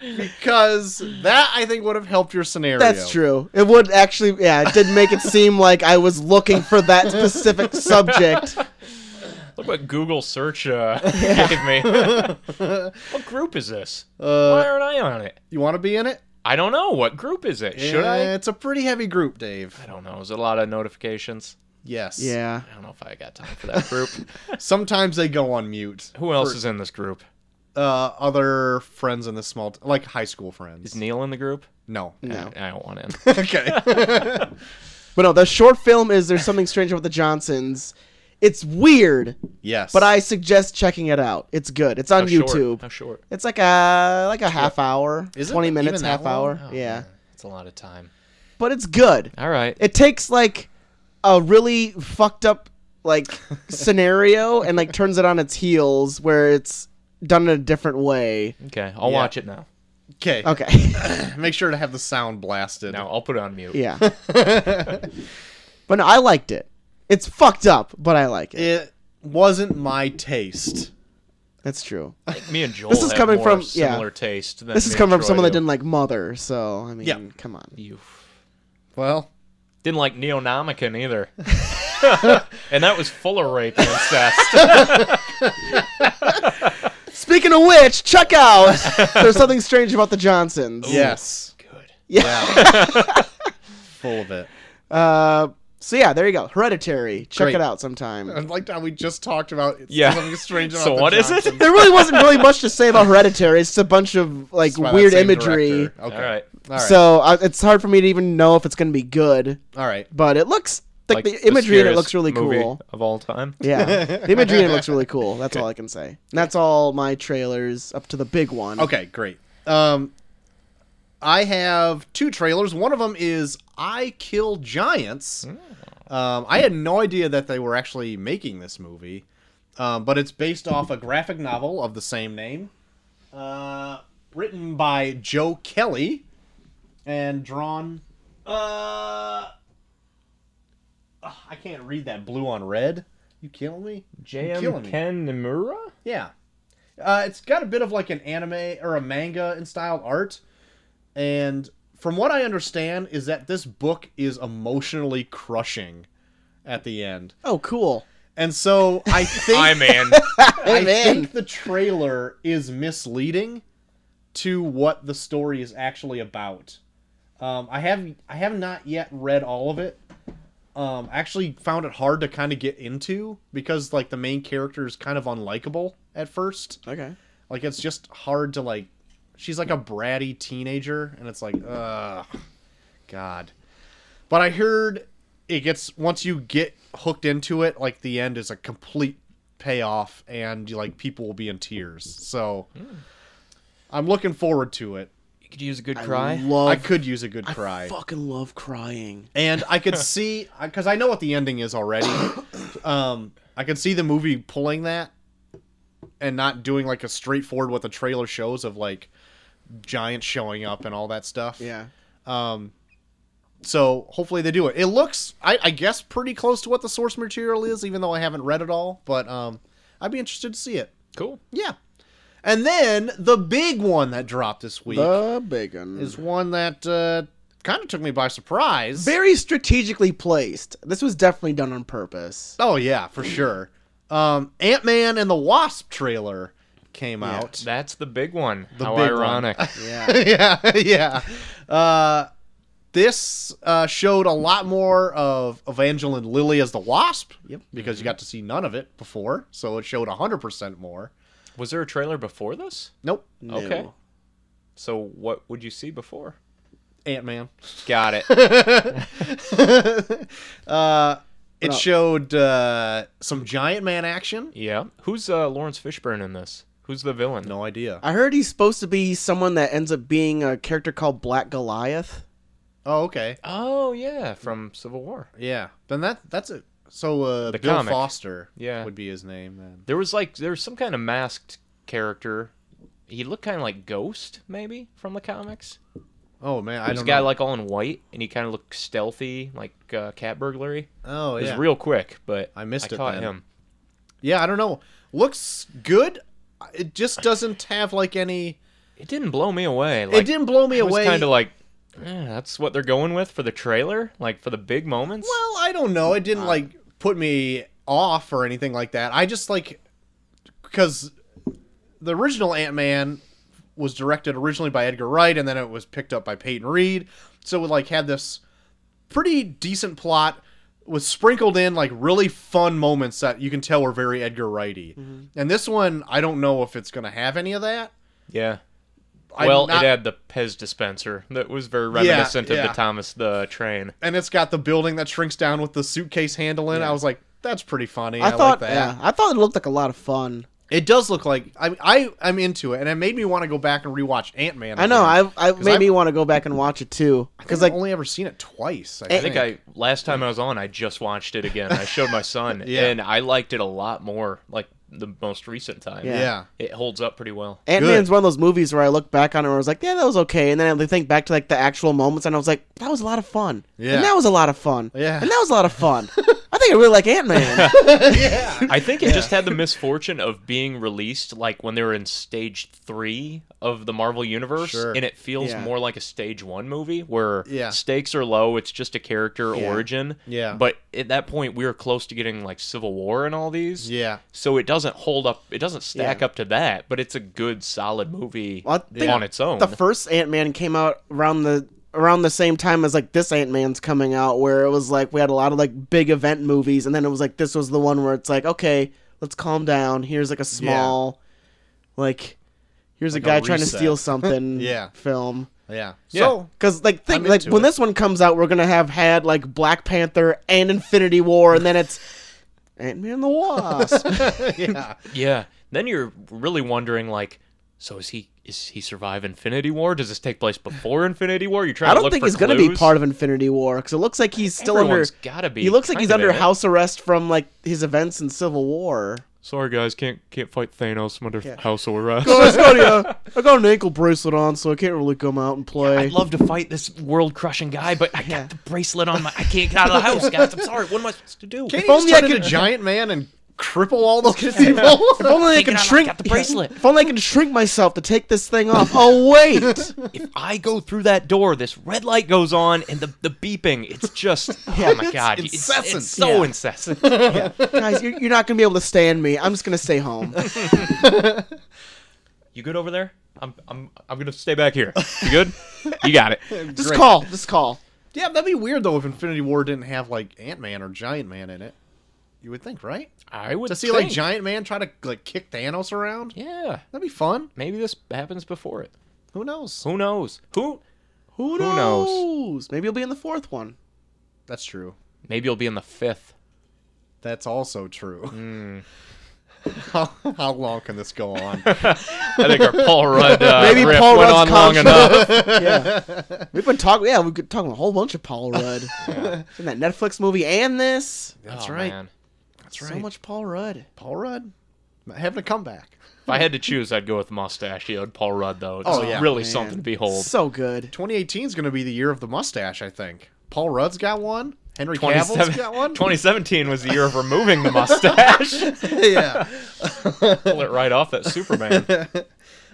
[SPEAKER 2] because that I think would have helped your scenario.
[SPEAKER 1] That's true. It would actually, yeah, it did make it seem like I was looking for that specific subject.
[SPEAKER 3] Look what Google search uh, gave me. what group is this?
[SPEAKER 1] Uh,
[SPEAKER 3] Why aren't I on it?
[SPEAKER 2] Uh, You want to be in it?
[SPEAKER 3] I don't know. What group is it? Should I?
[SPEAKER 2] Eh, It's a pretty heavy group, Dave.
[SPEAKER 3] I don't know. Is it a lot of notifications?
[SPEAKER 2] Yes.
[SPEAKER 1] Yeah.
[SPEAKER 3] I don't know if I got time for that group.
[SPEAKER 2] Sometimes they go on mute.
[SPEAKER 3] Who else is in this group?
[SPEAKER 2] Uh, other friends in the small, t- like high school friends.
[SPEAKER 3] Is Neil in the group?
[SPEAKER 2] no.
[SPEAKER 1] No.
[SPEAKER 3] I don't want in.
[SPEAKER 2] okay.
[SPEAKER 1] But no, the short film is There's Something Strange About the Johnsons. It's weird,
[SPEAKER 2] yes.
[SPEAKER 1] but I suggest checking it out. It's good. It's on
[SPEAKER 3] How
[SPEAKER 1] YouTube.
[SPEAKER 3] Short? How short?
[SPEAKER 1] It's like a like a half hour,
[SPEAKER 2] Is it
[SPEAKER 1] twenty
[SPEAKER 2] even
[SPEAKER 1] minutes,
[SPEAKER 2] that
[SPEAKER 1] half
[SPEAKER 2] long?
[SPEAKER 1] hour.
[SPEAKER 3] Oh,
[SPEAKER 1] yeah,
[SPEAKER 3] man, It's a lot of time.
[SPEAKER 1] but it's good.
[SPEAKER 3] All right.
[SPEAKER 1] It takes like a really fucked up like scenario and like turns it on its heels where it's done in a different way.
[SPEAKER 3] okay. I'll
[SPEAKER 2] Yeah.
[SPEAKER 3] watch it now.
[SPEAKER 2] Okay.
[SPEAKER 1] Okay,
[SPEAKER 2] Make sure to have the sound blasted.
[SPEAKER 3] Now I'll put it on mute.
[SPEAKER 1] yeah, but no, I liked it. It's fucked up, but I like it.
[SPEAKER 2] It wasn't my taste.
[SPEAKER 1] That's true.
[SPEAKER 3] I think me and Joel.
[SPEAKER 1] This is
[SPEAKER 3] have
[SPEAKER 1] coming
[SPEAKER 3] more
[SPEAKER 1] from- yeah.
[SPEAKER 3] similar taste. Than
[SPEAKER 1] This is
[SPEAKER 3] me and
[SPEAKER 1] coming from
[SPEAKER 3] Troy
[SPEAKER 1] someone that
[SPEAKER 3] do.
[SPEAKER 1] didn't like Mother, so I mean,
[SPEAKER 2] Yeah.
[SPEAKER 1] come on.
[SPEAKER 3] You
[SPEAKER 2] Well,
[SPEAKER 3] didn't like Neonomicon either. and that was full of rape and incest.
[SPEAKER 1] Speaking of which, check out. There's something strange about the Johnsons.
[SPEAKER 2] yes.
[SPEAKER 3] Good.
[SPEAKER 2] Yeah. Full of it.
[SPEAKER 1] Uh, so yeah, there you go. Hereditary. Check
[SPEAKER 2] Great.
[SPEAKER 1] it out sometime.
[SPEAKER 2] I liked how we just talked about it's
[SPEAKER 3] Yeah.
[SPEAKER 2] something strange about
[SPEAKER 3] So
[SPEAKER 2] the
[SPEAKER 3] what is it?
[SPEAKER 2] Johnsons.
[SPEAKER 1] there really wasn't really much to say about Hereditary. It's just a bunch of like
[SPEAKER 2] It's by that
[SPEAKER 1] weird
[SPEAKER 2] same
[SPEAKER 1] imagery.
[SPEAKER 2] director. Okay.
[SPEAKER 3] All right.
[SPEAKER 2] All right.
[SPEAKER 1] So uh, it's hard for me to even know if it's going to be good,
[SPEAKER 2] All right.
[SPEAKER 1] but it looks like, the
[SPEAKER 3] the
[SPEAKER 1] imagery in it
[SPEAKER 3] scariest
[SPEAKER 1] looks really
[SPEAKER 3] movie
[SPEAKER 1] cool.
[SPEAKER 3] of all time.
[SPEAKER 1] Yeah, the imagery in it looks really cool. That's all I can say. And that's all my trailers up to the big one.
[SPEAKER 2] Okay, great. Um I have two trailers. One of them is I Kill Giants. Um, I had no idea that they were actually making this movie, um, but it's based off a graphic novel of the same name, uh, written by Joe Kelly and drawn. Uh, ugh, I can't read that blue on red. You killing me? You're killing me.
[SPEAKER 3] Ken Nomura?
[SPEAKER 2] Yeah. Uh, it's got a bit of like an anime or a manga in style art. And from what I understand is that this book is emotionally crushing at the end.
[SPEAKER 1] Oh, cool.
[SPEAKER 2] And so I think
[SPEAKER 3] I'm in.
[SPEAKER 2] I
[SPEAKER 1] man.
[SPEAKER 2] think the trailer is misleading to what the story is actually about. Um, I have I have not yet read all of it. Um, I actually found it hard to kind of get into because like the main character is kind of unlikable at first.
[SPEAKER 1] Okay.
[SPEAKER 2] Like it's just hard to like. She's like a bratty teenager, and it's like, ugh, God. But I heard it gets once you get hooked into it, like the end is a complete payoff, and like people will be in tears. So I'm looking forward to it.
[SPEAKER 3] You could use a good cry.
[SPEAKER 1] Love.
[SPEAKER 2] I could use a good cry
[SPEAKER 1] I fucking love crying.
[SPEAKER 2] and I could see because I know what the ending is already. Um, I could see the movie pulling that and not doing like a straightforward what the trailer shows of like giants showing up and all that stuff.
[SPEAKER 1] Yeah.
[SPEAKER 2] So hopefully they do it. It looks, I, I guess, pretty close to what the source material is, even though I haven't read it all. But um, I'd be interested to see it.
[SPEAKER 3] Cool.
[SPEAKER 2] Yeah. And then the big one that dropped this week
[SPEAKER 1] The bacon
[SPEAKER 2] is one that uh, kind of took me by surprise.
[SPEAKER 1] very strategically placed. This was definitely done on purpose.
[SPEAKER 2] oh yeah, for sure. Um, Ant Man and the Wasp trailer came out.
[SPEAKER 3] That's the big one. How
[SPEAKER 2] big one.
[SPEAKER 3] ironic.
[SPEAKER 1] Yeah.
[SPEAKER 2] yeah, yeah. Uh, this uh, showed a lot more of Evangeline Lilly as the Wasp. Yep. Because you got to see none of it before, so it showed hundred percent more.
[SPEAKER 3] Was there a trailer before this?
[SPEAKER 2] Nope.
[SPEAKER 3] Okay.
[SPEAKER 1] No.
[SPEAKER 3] So what would you see before?
[SPEAKER 2] Ant Man.
[SPEAKER 3] Got it.
[SPEAKER 2] Uh, it
[SPEAKER 1] No.
[SPEAKER 2] showed uh, some giant man action.
[SPEAKER 3] yeah. Who's uh, Lawrence Fishburne in this? Who's the villain?
[SPEAKER 2] No idea.
[SPEAKER 1] I heard he's supposed to be someone that ends up being a character called Black Goliath.
[SPEAKER 2] Oh, okay.
[SPEAKER 3] Oh yeah, from Civil War.
[SPEAKER 2] Yeah. Then that that's it. So uh,
[SPEAKER 3] The
[SPEAKER 2] Bill
[SPEAKER 3] comic.
[SPEAKER 2] Foster.
[SPEAKER 3] Yeah.
[SPEAKER 2] Would be his name then.
[SPEAKER 3] There was like there was some kind of masked character. He looked kind of like Ghost, maybe from the comics.
[SPEAKER 2] Oh man, I
[SPEAKER 3] He was a
[SPEAKER 2] don't
[SPEAKER 3] guy
[SPEAKER 2] know.
[SPEAKER 3] like all in white, and he kind of looked stealthy, like uh, cat burglary.
[SPEAKER 2] oh
[SPEAKER 3] It was
[SPEAKER 2] yeah.
[SPEAKER 3] real quick, but
[SPEAKER 2] I missed
[SPEAKER 3] I
[SPEAKER 2] it
[SPEAKER 3] caught
[SPEAKER 2] then.
[SPEAKER 3] him.
[SPEAKER 2] Yeah, I don't know. Looks good. It just doesn't have like any.
[SPEAKER 3] It didn't blow me away. Like,
[SPEAKER 2] it didn't blow me
[SPEAKER 3] I was
[SPEAKER 2] away.
[SPEAKER 3] kind of like, eh, that's what they're going with for the trailer, like for the big moments.
[SPEAKER 2] Well, I don't know. It didn't like put me off or anything like that. I just like because the original Ant Man was directed originally by Edgar Wright, and then it was picked up by Peyton Reed. So it like had this pretty decent plot was sprinkled in like really fun moments that you can tell were very Edgar Wrighty.
[SPEAKER 3] Mm-hmm.
[SPEAKER 2] And this one, I don't know if it's gonna have any of that.
[SPEAKER 3] yeah.
[SPEAKER 2] I'm
[SPEAKER 3] well,
[SPEAKER 2] not-
[SPEAKER 3] it had the Pez dispenser that was very
[SPEAKER 2] Yeah,
[SPEAKER 3] reminiscent of
[SPEAKER 2] yeah.
[SPEAKER 3] the Thomas the Train.
[SPEAKER 2] and it's got the building that shrinks down with the suitcase handle in. I was like, that's pretty funny. I,
[SPEAKER 1] I thought,
[SPEAKER 2] like that.
[SPEAKER 1] yeah, I thought it looked like a lot of fun.
[SPEAKER 2] It does look like I, I I'm into it, and it made me want to go back and rewatch Ant Man.
[SPEAKER 1] I know. I, I made
[SPEAKER 2] I've-
[SPEAKER 1] me want to go back and watch it too because
[SPEAKER 2] because I've
[SPEAKER 1] like
[SPEAKER 2] only ever seen it twice. I,
[SPEAKER 3] I
[SPEAKER 2] think.
[SPEAKER 3] think I last time I was on, I just watched it again. I showed my son,
[SPEAKER 2] Yeah.
[SPEAKER 3] and I liked it a lot more. Like the most recent time,
[SPEAKER 1] Yeah.
[SPEAKER 2] yeah.
[SPEAKER 3] it holds up pretty well.
[SPEAKER 1] Ant Man's one of those movies where I look back on it and I was like, yeah, that was okay, and then I think back to like the actual moments and I was like, that was a lot of fun.
[SPEAKER 2] Yeah.
[SPEAKER 1] And that was a lot of fun.
[SPEAKER 2] Yeah.
[SPEAKER 1] And that was a lot of fun. I think I really like Ant Man.
[SPEAKER 3] I think it just had the misfortune of being released like when they were in stage three of the Marvel Universe,
[SPEAKER 2] Sure.
[SPEAKER 3] and it feels
[SPEAKER 1] Yeah.
[SPEAKER 3] more like a stage one movie where
[SPEAKER 2] Yeah.
[SPEAKER 3] stakes are low. It's just a character
[SPEAKER 1] Yeah.
[SPEAKER 3] origin.
[SPEAKER 2] Yeah.
[SPEAKER 3] But at that point, we were close to getting like Civil War and all these.
[SPEAKER 2] Yeah.
[SPEAKER 3] So it doesn't hold up. It doesn't stack
[SPEAKER 1] Yeah.
[SPEAKER 3] up to that, but it's a good, solid movie
[SPEAKER 1] Well, I think
[SPEAKER 3] on its own.
[SPEAKER 1] the first Ant Man came out around the around the same time as like this Ant Man's coming out, where it was like we had a lot of like big event movies, and then it was like this was the one where it's like okay, let's calm down. Here's like a small, like here's
[SPEAKER 2] Like
[SPEAKER 1] a
[SPEAKER 2] a
[SPEAKER 1] guy trying to
[SPEAKER 2] reset.
[SPEAKER 1] steal something.
[SPEAKER 2] Yeah.
[SPEAKER 1] film.
[SPEAKER 2] Yeah.
[SPEAKER 3] Yeah.
[SPEAKER 2] So
[SPEAKER 1] Cause like think
[SPEAKER 2] I'm
[SPEAKER 1] like
[SPEAKER 2] into
[SPEAKER 1] when
[SPEAKER 2] it.
[SPEAKER 1] this one comes out, we're gonna have had like Black Panther and Infinity War, and then it's Ant Man and the Wasp.
[SPEAKER 2] yeah,
[SPEAKER 3] Yeah. Then you're really wondering, like, so is he is he survive Infinity War? Does this take place before Infinity War? You're trying.
[SPEAKER 1] I
[SPEAKER 3] to
[SPEAKER 1] don't
[SPEAKER 3] look
[SPEAKER 1] think
[SPEAKER 3] for
[SPEAKER 1] he's
[SPEAKER 3] clues?
[SPEAKER 1] gonna be part of Infinity War because it looks like he's still
[SPEAKER 3] Everyone's
[SPEAKER 1] under.
[SPEAKER 3] gotta be.
[SPEAKER 1] He looks like
[SPEAKER 3] kind
[SPEAKER 1] he's
[SPEAKER 3] of
[SPEAKER 1] under
[SPEAKER 3] in it.
[SPEAKER 1] house arrest from like his events in Civil War.
[SPEAKER 3] Sorry guys, can't can't fight Thanos. I'm under house uh, arrest.
[SPEAKER 1] I, just got a, I got an ankle bracelet on, so I can't really come out and play.
[SPEAKER 3] I'd love to fight this world crushing guy, but I got the bracelet on my. I can't get out of the house, guys. I'm sorry. What am I supposed to do?
[SPEAKER 2] can
[SPEAKER 1] If only
[SPEAKER 2] you just
[SPEAKER 1] I
[SPEAKER 2] turn into
[SPEAKER 1] could-
[SPEAKER 2] giant man and cripple all those people?
[SPEAKER 1] if only I
[SPEAKER 3] Take it
[SPEAKER 1] can
[SPEAKER 3] out, I
[SPEAKER 1] shrink
[SPEAKER 3] got the bracelet.
[SPEAKER 1] If only I can shrink myself to take this thing off. Oh wait,
[SPEAKER 3] If I go through that door, this red light goes on, and the, the beeping. It's just oh my god, it's, it's
[SPEAKER 2] incessant.
[SPEAKER 3] so
[SPEAKER 1] Yeah.
[SPEAKER 3] incessant.
[SPEAKER 1] guys, you're, you're not gonna be able to stand me. I'm just gonna stay home.
[SPEAKER 3] You good over there? I'm I'm I'm gonna stay back here. You good? you got it.
[SPEAKER 1] Just
[SPEAKER 2] Great.
[SPEAKER 1] call. Just call.
[SPEAKER 2] yeah, that'd be weird though if Infinity War didn't have like Ant Man or Giant Man in it. You would think, right?
[SPEAKER 3] I would
[SPEAKER 2] To see
[SPEAKER 3] think.
[SPEAKER 2] like Giant Man try to like kick Thanos around,
[SPEAKER 3] Yeah,
[SPEAKER 2] that'd be fun.
[SPEAKER 3] maybe this happens before it.
[SPEAKER 2] Who knows?
[SPEAKER 3] Who knows? Who?
[SPEAKER 1] Who knows?
[SPEAKER 3] knows?
[SPEAKER 1] Maybe he'll be in the fourth one.
[SPEAKER 2] That's true.
[SPEAKER 3] Maybe he'll be in the fifth.
[SPEAKER 2] That's also true.
[SPEAKER 3] Hmm.
[SPEAKER 2] how, how long can this go on?
[SPEAKER 3] I think our Paul Rudd uh,
[SPEAKER 1] Maybe
[SPEAKER 3] riff
[SPEAKER 1] Paul
[SPEAKER 3] went
[SPEAKER 1] Rudd's
[SPEAKER 3] on long
[SPEAKER 1] contract-
[SPEAKER 3] enough.
[SPEAKER 1] Yeah, we've been talking. Yeah, we've been talking a whole bunch of Paul Rudd in that Netflix movie and this.
[SPEAKER 2] That's
[SPEAKER 3] Oh,
[SPEAKER 2] right.
[SPEAKER 3] man.
[SPEAKER 2] That's
[SPEAKER 1] So much Paul Rudd.
[SPEAKER 2] Paul Rudd having a comeback.
[SPEAKER 3] If I had to choose, I'd go with mustachioed Paul Rudd, though. It's
[SPEAKER 2] Oh, yeah.
[SPEAKER 3] really
[SPEAKER 1] Man.
[SPEAKER 3] something to behold.
[SPEAKER 1] So good.
[SPEAKER 2] 2018 is going to be the year of the mustache, I think. Paul Rudd's got one. Henry Cavill's
[SPEAKER 3] 27
[SPEAKER 2] got one.
[SPEAKER 3] 2017 was the year of removing the mustache.
[SPEAKER 2] yeah.
[SPEAKER 3] Pull it right off that Superman.
[SPEAKER 2] Uh,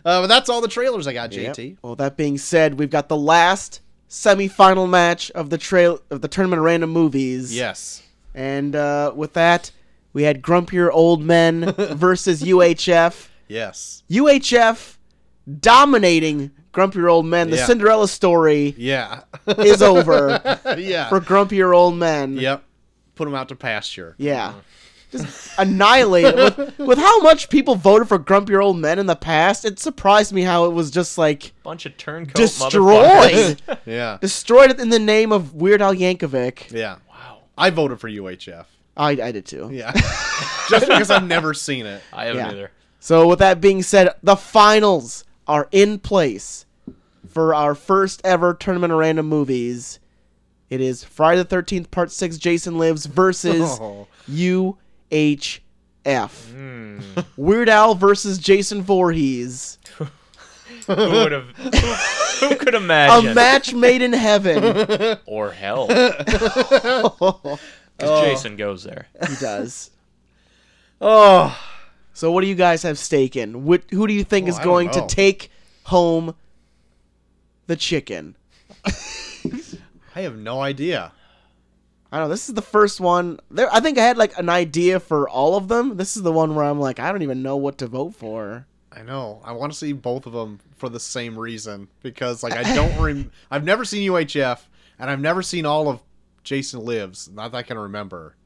[SPEAKER 2] but that's all the trailers I got,
[SPEAKER 1] Yep.
[SPEAKER 2] JT.
[SPEAKER 1] Well, that being said, we've got the last semifinal match of the trail of the tournament of random movies.
[SPEAKER 2] Yes.
[SPEAKER 1] And uh, with that, we had grumpier old men versus UHF.
[SPEAKER 2] Yes.
[SPEAKER 1] UHF dominating grumpier old men. The
[SPEAKER 2] Yeah.
[SPEAKER 1] Cinderella story
[SPEAKER 2] Yeah.
[SPEAKER 1] is over
[SPEAKER 2] yeah.
[SPEAKER 1] for grumpier old men.
[SPEAKER 2] Yep. Put them out to pasture.
[SPEAKER 1] Yeah. Just annihilate it. With, with how much people voted for grumpier old men in the past, it surprised me how it was just like
[SPEAKER 3] Bunch of turncoat motherfuckers.
[SPEAKER 1] destroyed.
[SPEAKER 2] Yeah.
[SPEAKER 1] destroyed in the name of Weird Al Yankovic.
[SPEAKER 2] Yeah.
[SPEAKER 3] Wow.
[SPEAKER 2] I voted for UHF.
[SPEAKER 1] I, I did too.
[SPEAKER 2] Yeah. Just because I've never seen it.
[SPEAKER 3] I haven't
[SPEAKER 1] Yeah.
[SPEAKER 3] either.
[SPEAKER 1] So with that being said, the finals are in place for our first ever tournament of random movies. It is Friday the Thirteenth Part Six: Jason Lives versus
[SPEAKER 2] Oh. Hmm.
[SPEAKER 1] UHF. Weird Al versus Jason Voorhees.
[SPEAKER 3] Who would have? Who, who could
[SPEAKER 1] A
[SPEAKER 3] imagine?
[SPEAKER 1] match made in heaven.
[SPEAKER 3] or hell? Because Jason goes there.
[SPEAKER 1] he does.
[SPEAKER 2] Oh.
[SPEAKER 1] So what do you guys have stake in? What, who do you think
[SPEAKER 2] Oh,
[SPEAKER 1] is
[SPEAKER 2] I don't
[SPEAKER 1] going to
[SPEAKER 2] know.
[SPEAKER 1] take home the chicken?
[SPEAKER 2] I have no idea.
[SPEAKER 1] I don't know. This is the first one. There, I think I had like an idea for all of them. This is the one where I'm like, I don't even know what to vote for.
[SPEAKER 2] I know. I want to see both of them for the same reason because, like, I don't. Rem- I've never seen UHF, and I've never seen all of Jason Lives. Not that I can remember.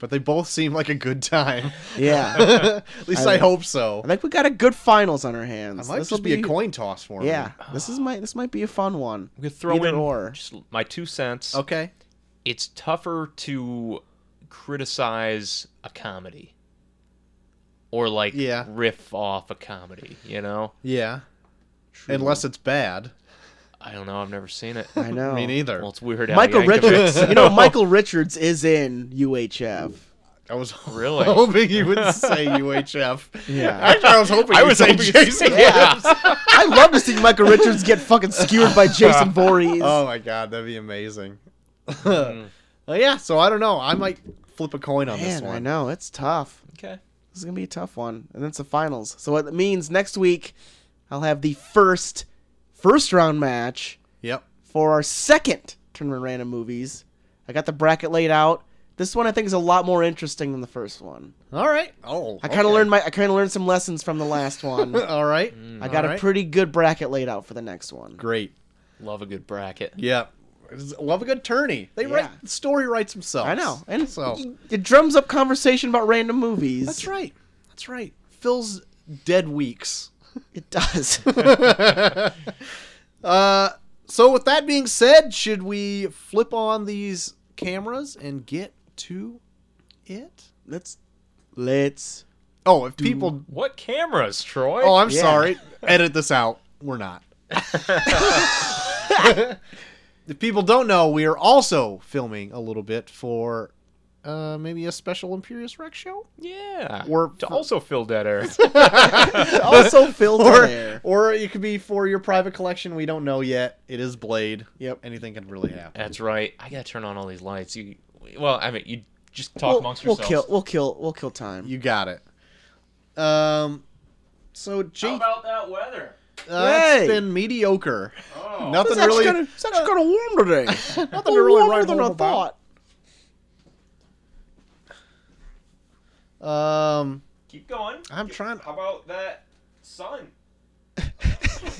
[SPEAKER 2] But they both seem like a good time.
[SPEAKER 1] Yeah,
[SPEAKER 2] At least I,
[SPEAKER 1] I-
[SPEAKER 2] hope so.
[SPEAKER 1] I think we got a good finals on our
[SPEAKER 2] I
[SPEAKER 1] hands.
[SPEAKER 2] might
[SPEAKER 1] This
[SPEAKER 2] just
[SPEAKER 1] will
[SPEAKER 2] be, a coin toss for me.
[SPEAKER 1] Yeah, this is my this might be a fun one.
[SPEAKER 3] We could throw
[SPEAKER 1] Either
[SPEAKER 3] in
[SPEAKER 1] or.
[SPEAKER 3] just my two cents.
[SPEAKER 2] Okay.
[SPEAKER 3] It's tougher to criticize a comedy or like
[SPEAKER 2] Yeah.
[SPEAKER 3] riff off a comedy. You know,
[SPEAKER 2] Yeah. Unless it's bad.
[SPEAKER 3] I don't know. I've never seen it.
[SPEAKER 1] I know.
[SPEAKER 2] Me neither.
[SPEAKER 3] Well, it's weird. Al
[SPEAKER 1] Michael
[SPEAKER 3] Yankovic.
[SPEAKER 1] Richards. you know, Michael Richards is in UHF.
[SPEAKER 2] I was
[SPEAKER 3] Really?
[SPEAKER 2] hoping you would say UHF.
[SPEAKER 1] Yeah.
[SPEAKER 2] Actually, I was hoping.
[SPEAKER 3] I
[SPEAKER 2] you'd
[SPEAKER 3] was
[SPEAKER 2] say
[SPEAKER 3] hoping you'd say-
[SPEAKER 2] Jason.
[SPEAKER 3] Yeah.
[SPEAKER 1] I love to see Michael Richards get fucking skewered by Jason Voorhees.
[SPEAKER 2] Oh my god, that'd be amazing.
[SPEAKER 1] Mm.
[SPEAKER 2] Well, yeah, so I don't know. I might flip a coin on this
[SPEAKER 1] Man,
[SPEAKER 2] one.
[SPEAKER 1] I know it's tough.
[SPEAKER 3] Okay.
[SPEAKER 1] This is gonna be a tough one, and it's the finals. So what it means next week, I'll have the first first round match
[SPEAKER 2] Yep.
[SPEAKER 1] for our second tournament of random movies. I got the bracket laid out. This one I think is a lot more interesting than the first one.
[SPEAKER 2] All right. Oh,
[SPEAKER 1] I kind of learned my I kind of learned some lessons from the last one.
[SPEAKER 2] All right.
[SPEAKER 1] I got
[SPEAKER 2] All
[SPEAKER 1] a
[SPEAKER 2] right.
[SPEAKER 1] pretty good bracket laid out for the next one.
[SPEAKER 2] great.
[SPEAKER 3] Love a good bracket.
[SPEAKER 2] Yeah. It's- Love a good tourney. They
[SPEAKER 1] Yeah.
[SPEAKER 2] write the story writes himself.
[SPEAKER 1] I know, and
[SPEAKER 2] so
[SPEAKER 1] it, it drums up conversation about random movies.
[SPEAKER 2] that's right. That's right. Phil's dead weeks.
[SPEAKER 1] It does.
[SPEAKER 2] Uh, so with that being said, should we flip on these cameras and get to it?
[SPEAKER 1] let's let's.
[SPEAKER 2] Oh, if people
[SPEAKER 3] What cameras, Troy?
[SPEAKER 2] Oh, I'm
[SPEAKER 1] Yeah.
[SPEAKER 2] sorry. Edit this out. We're not. if people don't know, we are also filming a little bit for uh, maybe a special Imperious Rex show,
[SPEAKER 3] yeah.
[SPEAKER 2] Or-
[SPEAKER 3] to also fill dead air.
[SPEAKER 1] Also, Phil
[SPEAKER 2] or
[SPEAKER 1] there.
[SPEAKER 2] or it could be for your private collection. We don't know yet. It is Blade.
[SPEAKER 1] Yep.
[SPEAKER 2] Anything can really happen.
[SPEAKER 3] That's right. I gotta turn on all these lights. You, well, I mean, you just talk
[SPEAKER 1] We'll,
[SPEAKER 3] amongst
[SPEAKER 1] we'll kill.
[SPEAKER 3] yourselves.
[SPEAKER 1] We'll kill. We'll kill time.
[SPEAKER 2] You got it. Um. So Jake,
[SPEAKER 1] Oh,
[SPEAKER 3] about that weather?
[SPEAKER 2] uh, it's
[SPEAKER 1] Hey!
[SPEAKER 2] been mediocre.
[SPEAKER 3] Oh,
[SPEAKER 2] Nothing really. Uh,
[SPEAKER 1] it's actually kind of warm today. Oh,
[SPEAKER 2] nothing to really write home about. Um.
[SPEAKER 3] keep going.
[SPEAKER 2] I'm trying-
[SPEAKER 3] How about that sun?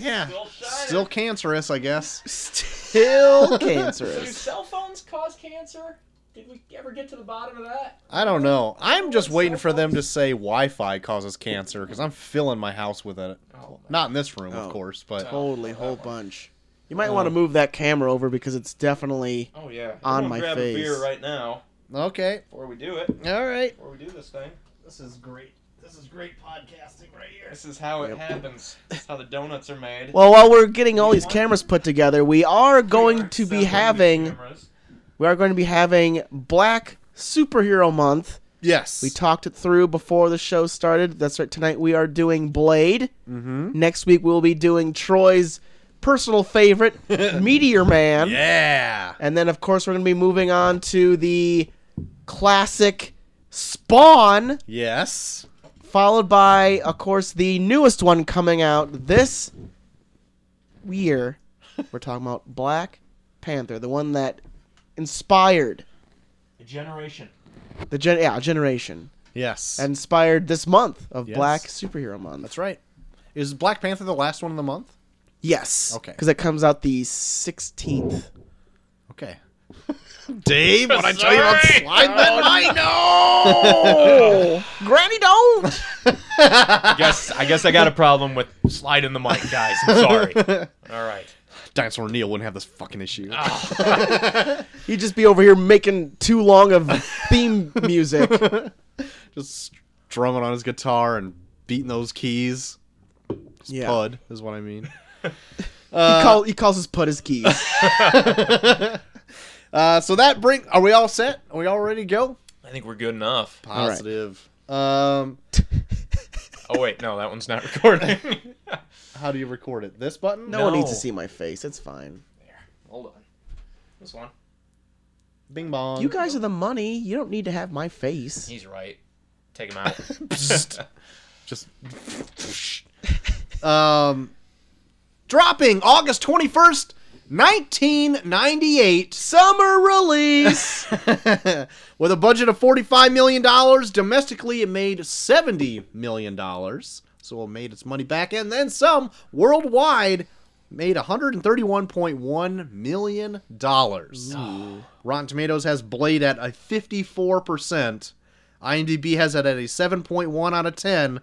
[SPEAKER 2] Yeah.
[SPEAKER 3] Still shining.
[SPEAKER 2] Still cancerous, I guess.
[SPEAKER 1] Still cancerous.
[SPEAKER 3] cell phones cause cancer? Did we ever get to the bottom of that?
[SPEAKER 2] I don't know. I'm
[SPEAKER 3] Oh,
[SPEAKER 2] just waiting for them to say Wi-Fi causes cancer because I'm filling my house with it.
[SPEAKER 3] Oh, my-
[SPEAKER 2] Not in this room, of
[SPEAKER 1] Oh.
[SPEAKER 2] course, but
[SPEAKER 1] Totally, whole bunch. You might want to move that camera over because it's definitely.
[SPEAKER 3] oh yeah.
[SPEAKER 1] On
[SPEAKER 3] Everyone
[SPEAKER 1] my
[SPEAKER 3] grab
[SPEAKER 1] face.
[SPEAKER 3] a beer right now
[SPEAKER 2] okay.
[SPEAKER 3] before we do it.
[SPEAKER 2] All right.
[SPEAKER 3] Before we do this thing.
[SPEAKER 4] This is great. This is great podcasting right here.
[SPEAKER 3] This is how it
[SPEAKER 1] Yep.
[SPEAKER 3] happens. This is how the donuts are made.
[SPEAKER 1] Well, while we're getting all these cameras put together, we are going to be
[SPEAKER 3] Separate
[SPEAKER 1] having
[SPEAKER 3] cameras.
[SPEAKER 1] we are going to be having Black Superhero Month.
[SPEAKER 2] Yes.
[SPEAKER 1] We talked it through before the show started. That's right. Tonight we are doing Blade.
[SPEAKER 2] mm-hmm.
[SPEAKER 1] Next week we'll be doing Troy's personal favorite, Meteor Man.
[SPEAKER 2] Yeah.
[SPEAKER 1] And then, of course, we're going to be moving on to the classic Spawn,
[SPEAKER 2] Yes.
[SPEAKER 1] followed by, of course, the newest one coming out this year. We're talking about Black Panther, the one that inspired
[SPEAKER 3] Generation.
[SPEAKER 1] the gen- yeah, generation,
[SPEAKER 2] Yes.
[SPEAKER 1] inspired this month of
[SPEAKER 2] Yes.
[SPEAKER 1] Black Superhero Month.
[SPEAKER 2] that's right. Is Black Panther the last one of the month?
[SPEAKER 1] Yes.
[SPEAKER 2] Okay.
[SPEAKER 1] Because it comes out the 16th.
[SPEAKER 2] Okay. Dave, what I tell you about
[SPEAKER 3] Sorry.
[SPEAKER 2] slide that mic?
[SPEAKER 1] Oh, Granny don't.
[SPEAKER 3] I guess I guess I got a problem with sliding the mic, guys. I'm sorry. All right.
[SPEAKER 2] Dinosaur Neil wouldn't have this fucking issue.
[SPEAKER 1] He'd just be over here making too long of theme music.
[SPEAKER 2] Just drumming on his guitar and beating those keys.
[SPEAKER 1] yeah.
[SPEAKER 2] Pud is what I mean.
[SPEAKER 1] he, call, he calls his put his keys.
[SPEAKER 2] Uh, so that bring. Are we all set? Are we all ready to go?
[SPEAKER 3] I think we're good enough.
[SPEAKER 1] All right.
[SPEAKER 2] Positive. Um,
[SPEAKER 3] Oh wait, no, that one's not recording.
[SPEAKER 2] how do you record it? This button?
[SPEAKER 1] No, one needs to
[SPEAKER 3] No.
[SPEAKER 1] see my face. It's fine.
[SPEAKER 3] Hold on. This one.
[SPEAKER 2] Bing bong.
[SPEAKER 1] You guys are the money. You don't need to have my face.
[SPEAKER 3] He's right. Take him out.
[SPEAKER 2] just um dropping August 21st 1998
[SPEAKER 1] Summer release.
[SPEAKER 2] with a budget of 45 million dollars domestically it made 70 million dollars so it made its money back and then some worldwide made 131.1 million dollars Rotten Tomatoes has Blade at a 54%. IMDb has it at a 7.1 out of 10.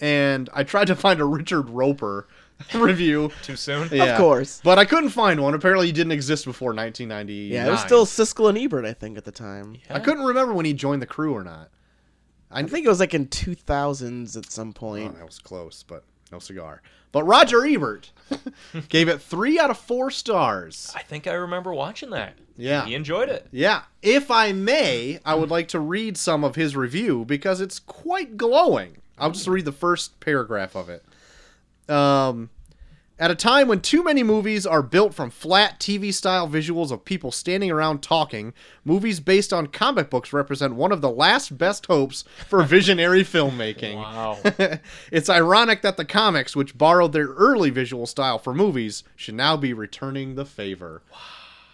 [SPEAKER 2] And I tried to find a Richard Roper review.
[SPEAKER 3] Too soon.
[SPEAKER 2] Yeah.
[SPEAKER 1] course.
[SPEAKER 2] But I couldn't find one. Apparently, he didn't exist before 1990.
[SPEAKER 1] Yeah, it was still Siskel and Ebert, I think, at the time.
[SPEAKER 2] I couldn't remember when he joined the crew or not.
[SPEAKER 1] I think it was like in 2000s at some
[SPEAKER 2] Oh,
[SPEAKER 1] point.
[SPEAKER 2] that was close, but no cigar. But Roger Ebert gave it three out of four stars.
[SPEAKER 3] I think I remember watching that.
[SPEAKER 2] Yeah.
[SPEAKER 3] He enjoyed it.
[SPEAKER 2] Yeah. If I may, I would like to read some of his review because it's quite glowing. I'll just read the first paragraph of it. Um, at a time when too many movies are built from flat TV style visuals of people standing around talking, movies based on comic books represent one of the last best hopes for visionary filmmaking.
[SPEAKER 3] Wow.
[SPEAKER 2] it's ironic that the comics, which borrowed their early visual style for movies, should now be returning the favor.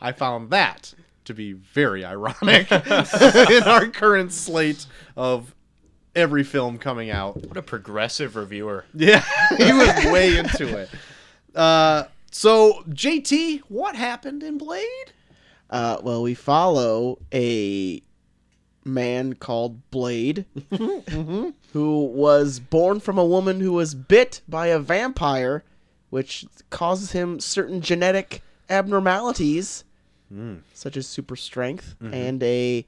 [SPEAKER 2] I found that to be very ironic in our current slate of every film coming out.
[SPEAKER 3] What a progressive reviewer.
[SPEAKER 2] Yeah, he was way into it. Uh, so, JT, what happened in Blade?
[SPEAKER 1] Uh, well, we follow a man called Blade, who was born from a woman who was bit by a vampire, which causes him certain genetic abnormalities, such as super strength and a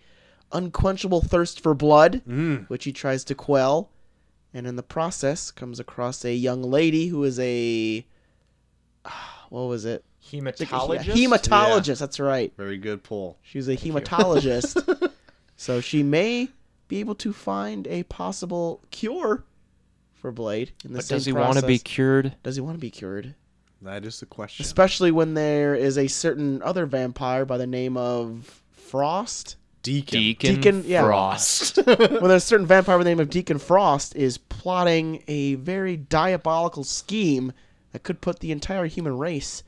[SPEAKER 1] unquenchable thirst for blood, which he tries to quell. And in the process, comes across a young lady who is a what was it?
[SPEAKER 3] Hematologist.
[SPEAKER 1] Hematologist. That's right.
[SPEAKER 2] Very good pull.
[SPEAKER 1] She's a hematologist. so she may be able to find a possible cure for Blade in the
[SPEAKER 3] But
[SPEAKER 1] same
[SPEAKER 3] does he
[SPEAKER 1] want to
[SPEAKER 3] be cured?
[SPEAKER 1] Does he want to be cured?
[SPEAKER 2] That is the question.
[SPEAKER 1] Especially when there is a certain other vampire by the name of Frost.
[SPEAKER 2] Deacon.
[SPEAKER 3] Deacon,
[SPEAKER 1] Deacon- yeah.
[SPEAKER 3] Frost.
[SPEAKER 1] when there's a certain vampire by the name of Deacon Frost is plotting a very diabolical scheme that could put the entire human race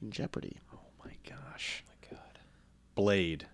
[SPEAKER 1] in jeopardy.
[SPEAKER 2] my gosh.
[SPEAKER 3] God.
[SPEAKER 2] Blade.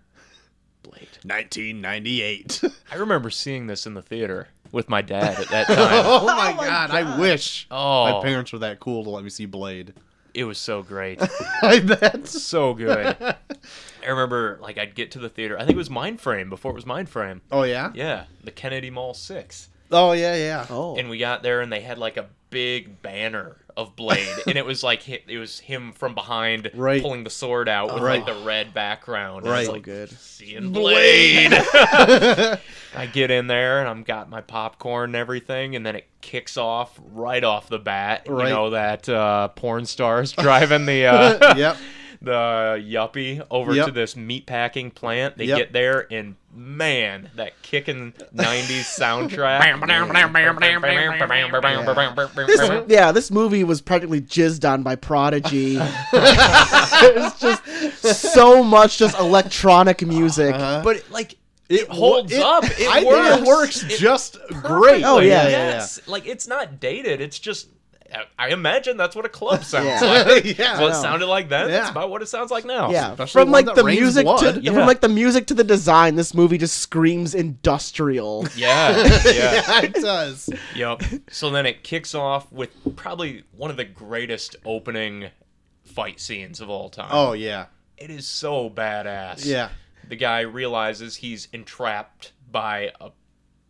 [SPEAKER 1] Blade.
[SPEAKER 2] 1998.
[SPEAKER 3] I remember seeing this in the theater with my dad at that time.
[SPEAKER 2] Oh my, god, I wish my
[SPEAKER 3] Oh.
[SPEAKER 2] parents were that cool to let me see Blade.
[SPEAKER 3] it was so great.
[SPEAKER 2] I bet.
[SPEAKER 3] So good. I remember like I'd get to the theater. I think it was Mindframe before it was Mindframe.
[SPEAKER 2] Oh yeah?
[SPEAKER 3] Yeah, the Kennedy Mall 6.
[SPEAKER 2] Oh yeah, yeah.
[SPEAKER 1] Oh.
[SPEAKER 3] And we got there and they had like a big banner of Blade and it was like hi- it was him from behind
[SPEAKER 2] Right.
[SPEAKER 3] pulling the sword out with like the red background. And
[SPEAKER 2] Right.
[SPEAKER 3] it's
[SPEAKER 1] so
[SPEAKER 3] like
[SPEAKER 1] good.
[SPEAKER 3] seeing Blade. I get in there and I'm got my popcorn and everything, and then it kicks off right off the bat.
[SPEAKER 2] Right.
[SPEAKER 3] You know that uh, porn stars driving the uh,
[SPEAKER 2] yep.
[SPEAKER 3] the yuppie over
[SPEAKER 2] Yep.
[SPEAKER 3] to this meatpacking plant. They
[SPEAKER 2] Yep.
[SPEAKER 3] get there, and man, that kicking '90s
[SPEAKER 1] This,
[SPEAKER 3] soundtrack.
[SPEAKER 1] yeah, this movie was practically jizzed on by Prodigy. it's just so much just electronic music.
[SPEAKER 2] Uh-huh.
[SPEAKER 3] but like, it holds up. It
[SPEAKER 2] I
[SPEAKER 3] works.
[SPEAKER 2] Think it works
[SPEAKER 3] It
[SPEAKER 2] just great.
[SPEAKER 1] Oh, yeah, yeah,
[SPEAKER 3] yes. Like it's not dated. It's just. I imagine that's what a club sounds
[SPEAKER 1] Yeah.
[SPEAKER 3] like.
[SPEAKER 2] Yeah,
[SPEAKER 3] That's what it
[SPEAKER 1] know.
[SPEAKER 3] sounded like then. That's
[SPEAKER 2] Yeah.
[SPEAKER 3] about what it sounds like now.
[SPEAKER 1] Yeah,
[SPEAKER 2] Especially
[SPEAKER 1] from
[SPEAKER 2] one
[SPEAKER 1] like
[SPEAKER 2] that
[SPEAKER 1] the
[SPEAKER 2] rains
[SPEAKER 1] music to
[SPEAKER 2] blood.
[SPEAKER 3] Yeah.
[SPEAKER 1] from like the music to the design, this movie just screams industrial.
[SPEAKER 3] Yeah. Yeah.
[SPEAKER 2] yeah, it does.
[SPEAKER 3] Yep. So then it kicks off with probably one of the greatest opening fight scenes of all time.
[SPEAKER 2] Oh yeah,
[SPEAKER 3] It is so badass.
[SPEAKER 2] yeah.
[SPEAKER 3] The guy realizes he's entrapped by a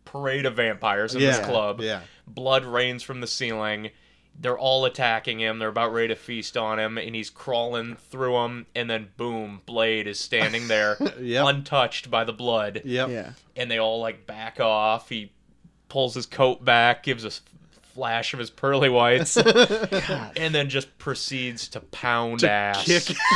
[SPEAKER 3] parade of vampires in
[SPEAKER 2] Yeah,
[SPEAKER 3] this club.
[SPEAKER 2] yeah.
[SPEAKER 3] Blood rains from the ceiling. They're all attacking him. They're about ready to feast on him, and he's crawling through them. And then, boom! Blade is standing there,
[SPEAKER 2] Yep.
[SPEAKER 3] untouched by the blood
[SPEAKER 2] Yep.
[SPEAKER 1] Yeah,
[SPEAKER 3] and they all like back off. He pulls his coat back, gives a s- flash of his pearly whites, and then just proceeds to pound ass,
[SPEAKER 2] Kick.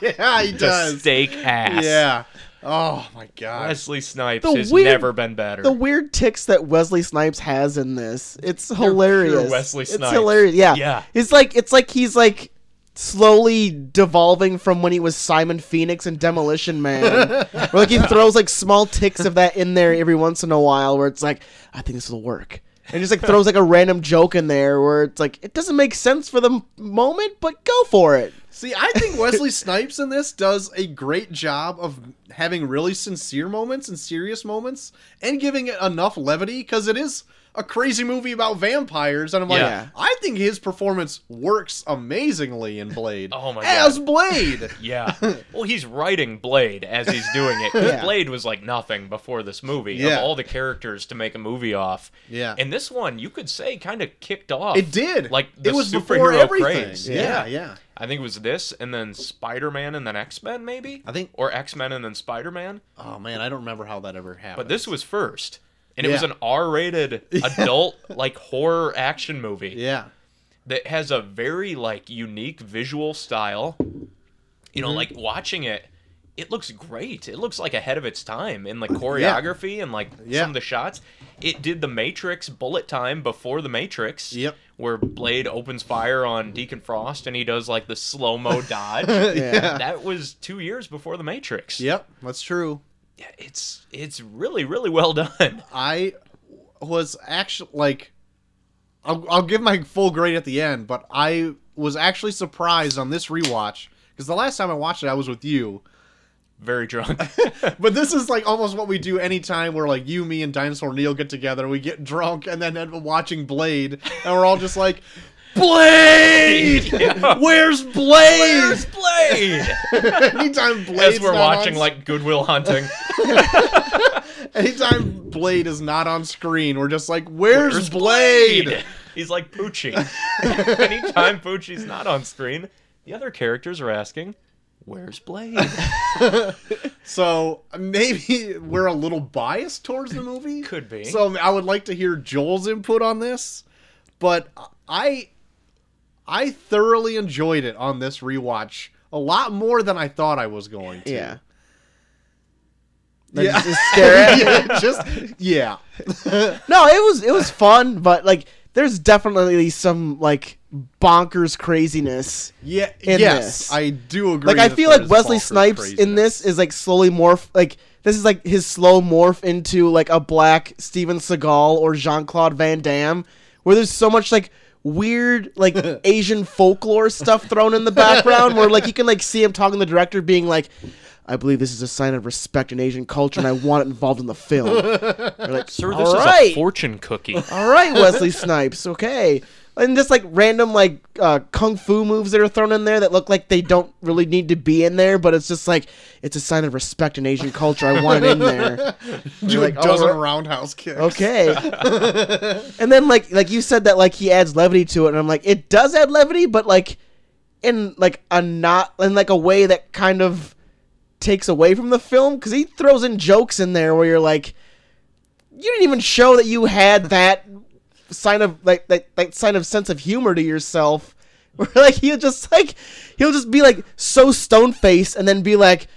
[SPEAKER 2] yeah, he
[SPEAKER 3] to
[SPEAKER 2] does.
[SPEAKER 3] steak ass.
[SPEAKER 2] Yeah. Oh my god.
[SPEAKER 3] Wesley Snipes
[SPEAKER 1] The
[SPEAKER 3] has
[SPEAKER 1] weird-
[SPEAKER 3] never been better.
[SPEAKER 1] the weird ticks that Wesley Snipes has in this, it's hilarious.
[SPEAKER 3] Wesley
[SPEAKER 1] It's
[SPEAKER 3] Snipes.
[SPEAKER 1] hilarious. Yeah,
[SPEAKER 3] Yeah.
[SPEAKER 1] It's like it's like he's like slowly devolving from when he was Simon Phoenix and Demolition Man. where like he throws like small ticks of that in there every once in a while, where it's like, I think this will work. And just like throws like a random joke in there where it's like it doesn't make sense for the m- moment, but go for it.
[SPEAKER 2] See, I think Wesley Snipes in this does a great job of having really sincere moments and serious moments and giving it enough levity because it is a crazy movie about vampires. And I'm like,
[SPEAKER 3] Yeah.
[SPEAKER 2] I think his performance works amazingly in Blade.
[SPEAKER 3] Oh my
[SPEAKER 2] As Blade!
[SPEAKER 3] Yeah. Well, he's writing Blade as he's doing it. 'cause
[SPEAKER 1] Yeah.
[SPEAKER 3] Blade was like nothing before this movie.
[SPEAKER 2] Yeah.
[SPEAKER 3] Of all the characters to make a movie off.
[SPEAKER 2] Yeah.
[SPEAKER 3] And this one, you could say, kind of kicked off.
[SPEAKER 2] It did.
[SPEAKER 3] Like the
[SPEAKER 2] it was before
[SPEAKER 3] superhero
[SPEAKER 2] everything.
[SPEAKER 3] craze.
[SPEAKER 2] Yeah, yeah.
[SPEAKER 3] I think it was this, and then Spider Man, and then X Men, maybe.
[SPEAKER 2] I think-
[SPEAKER 3] or X Men and then Spider Man.
[SPEAKER 2] Oh man, I don't remember how that ever happened.
[SPEAKER 3] But this was first, and it was
[SPEAKER 2] Yeah.
[SPEAKER 3] an R-rated adult like horror action movie
[SPEAKER 2] Yeah.
[SPEAKER 3] that has a very like unique visual style. You
[SPEAKER 2] Mm-hmm.
[SPEAKER 3] know, like watching it, it looks great. It looks like ahead of its time in like choreography and like
[SPEAKER 2] Yeah.
[SPEAKER 3] some of the shots. It did the Matrix bullet time before the Matrix.
[SPEAKER 2] Yep.
[SPEAKER 3] Where Blade opens fire on Deacon Frost and he does like the slow mo dodge.
[SPEAKER 1] Yeah.
[SPEAKER 3] that was two years before the Matrix.
[SPEAKER 2] Yep, that's true.
[SPEAKER 3] Yeah, It's it's really really well done.
[SPEAKER 2] I was actually like, I'll, I'll give my full grade at the end, but I was actually surprised on this rewatch because the last time I watched it, I was with you.
[SPEAKER 3] Very drunk.
[SPEAKER 2] But this is like almost what we do anytime where like you, me, and Dinosaur Neil get together. We get drunk and then end up watching Blade, and we're all just like, Blade!
[SPEAKER 3] Yeah.
[SPEAKER 2] Where's Blade?
[SPEAKER 3] Where's Blade?
[SPEAKER 2] anytime Blade's
[SPEAKER 3] As we're
[SPEAKER 2] not
[SPEAKER 3] watching
[SPEAKER 2] on,
[SPEAKER 3] like Goodwill Hunting.
[SPEAKER 2] anytime Blade is not on screen, we're just like, Where's, Blade?
[SPEAKER 3] He's like Poochie. Anytime Poochie's not on screen, the other characters are asking, "Where's Blade?"
[SPEAKER 2] So maybe we're a little biased towards the movie.
[SPEAKER 3] Could be.
[SPEAKER 2] So I would like to hear Joel's input on this, but I I thoroughly enjoyed it on this rewatch a lot more than I thought I was going to.
[SPEAKER 1] Yeah.
[SPEAKER 2] Yeah.
[SPEAKER 1] Just, just stare at
[SPEAKER 2] yeah, just yeah.
[SPEAKER 1] No, it was it was fun, but like there's definitely some like bonkers craziness.
[SPEAKER 2] Yeah,
[SPEAKER 1] In
[SPEAKER 2] yes,
[SPEAKER 1] this.
[SPEAKER 2] I do agree.
[SPEAKER 1] Like I
[SPEAKER 2] that
[SPEAKER 1] feel
[SPEAKER 2] there
[SPEAKER 1] like
[SPEAKER 2] is
[SPEAKER 1] Wesley
[SPEAKER 2] bonkers
[SPEAKER 1] Snipes in
[SPEAKER 2] craziness.
[SPEAKER 1] this is like slowly morph like this is like his slow morph into like a black Steven Seagal or Jean-Claude Van Damme where there's so much like weird like Asian folklore stuff thrown in the background where like you can like see him talking to the director being like I believe this is a sign of respect in Asian culture and I want it involved in the film. You're like,
[SPEAKER 3] Sir,
[SPEAKER 1] "All right."
[SPEAKER 3] fortune cookie.
[SPEAKER 1] All right, Wesley Snipes. Okay. And just like random like uh, kung fu moves that are thrown in there that look like they don't really need to be in there, but it's just like it's a sign of respect in Asian culture. I want it in there.
[SPEAKER 2] do
[SPEAKER 1] like,
[SPEAKER 2] a dozen
[SPEAKER 1] "All right."
[SPEAKER 2] roundhouse kicks.
[SPEAKER 1] Okay. and then like like you said that like he adds levity to it, and I'm like it does add levity, but like in like a not in like a way that kind of takes away from the film because he throws in jokes in there where you're like you didn't even show that you had that sign of like that, that sign of sense of humor to yourself Where like he'll just like he'll just be like so stone faced and then be like,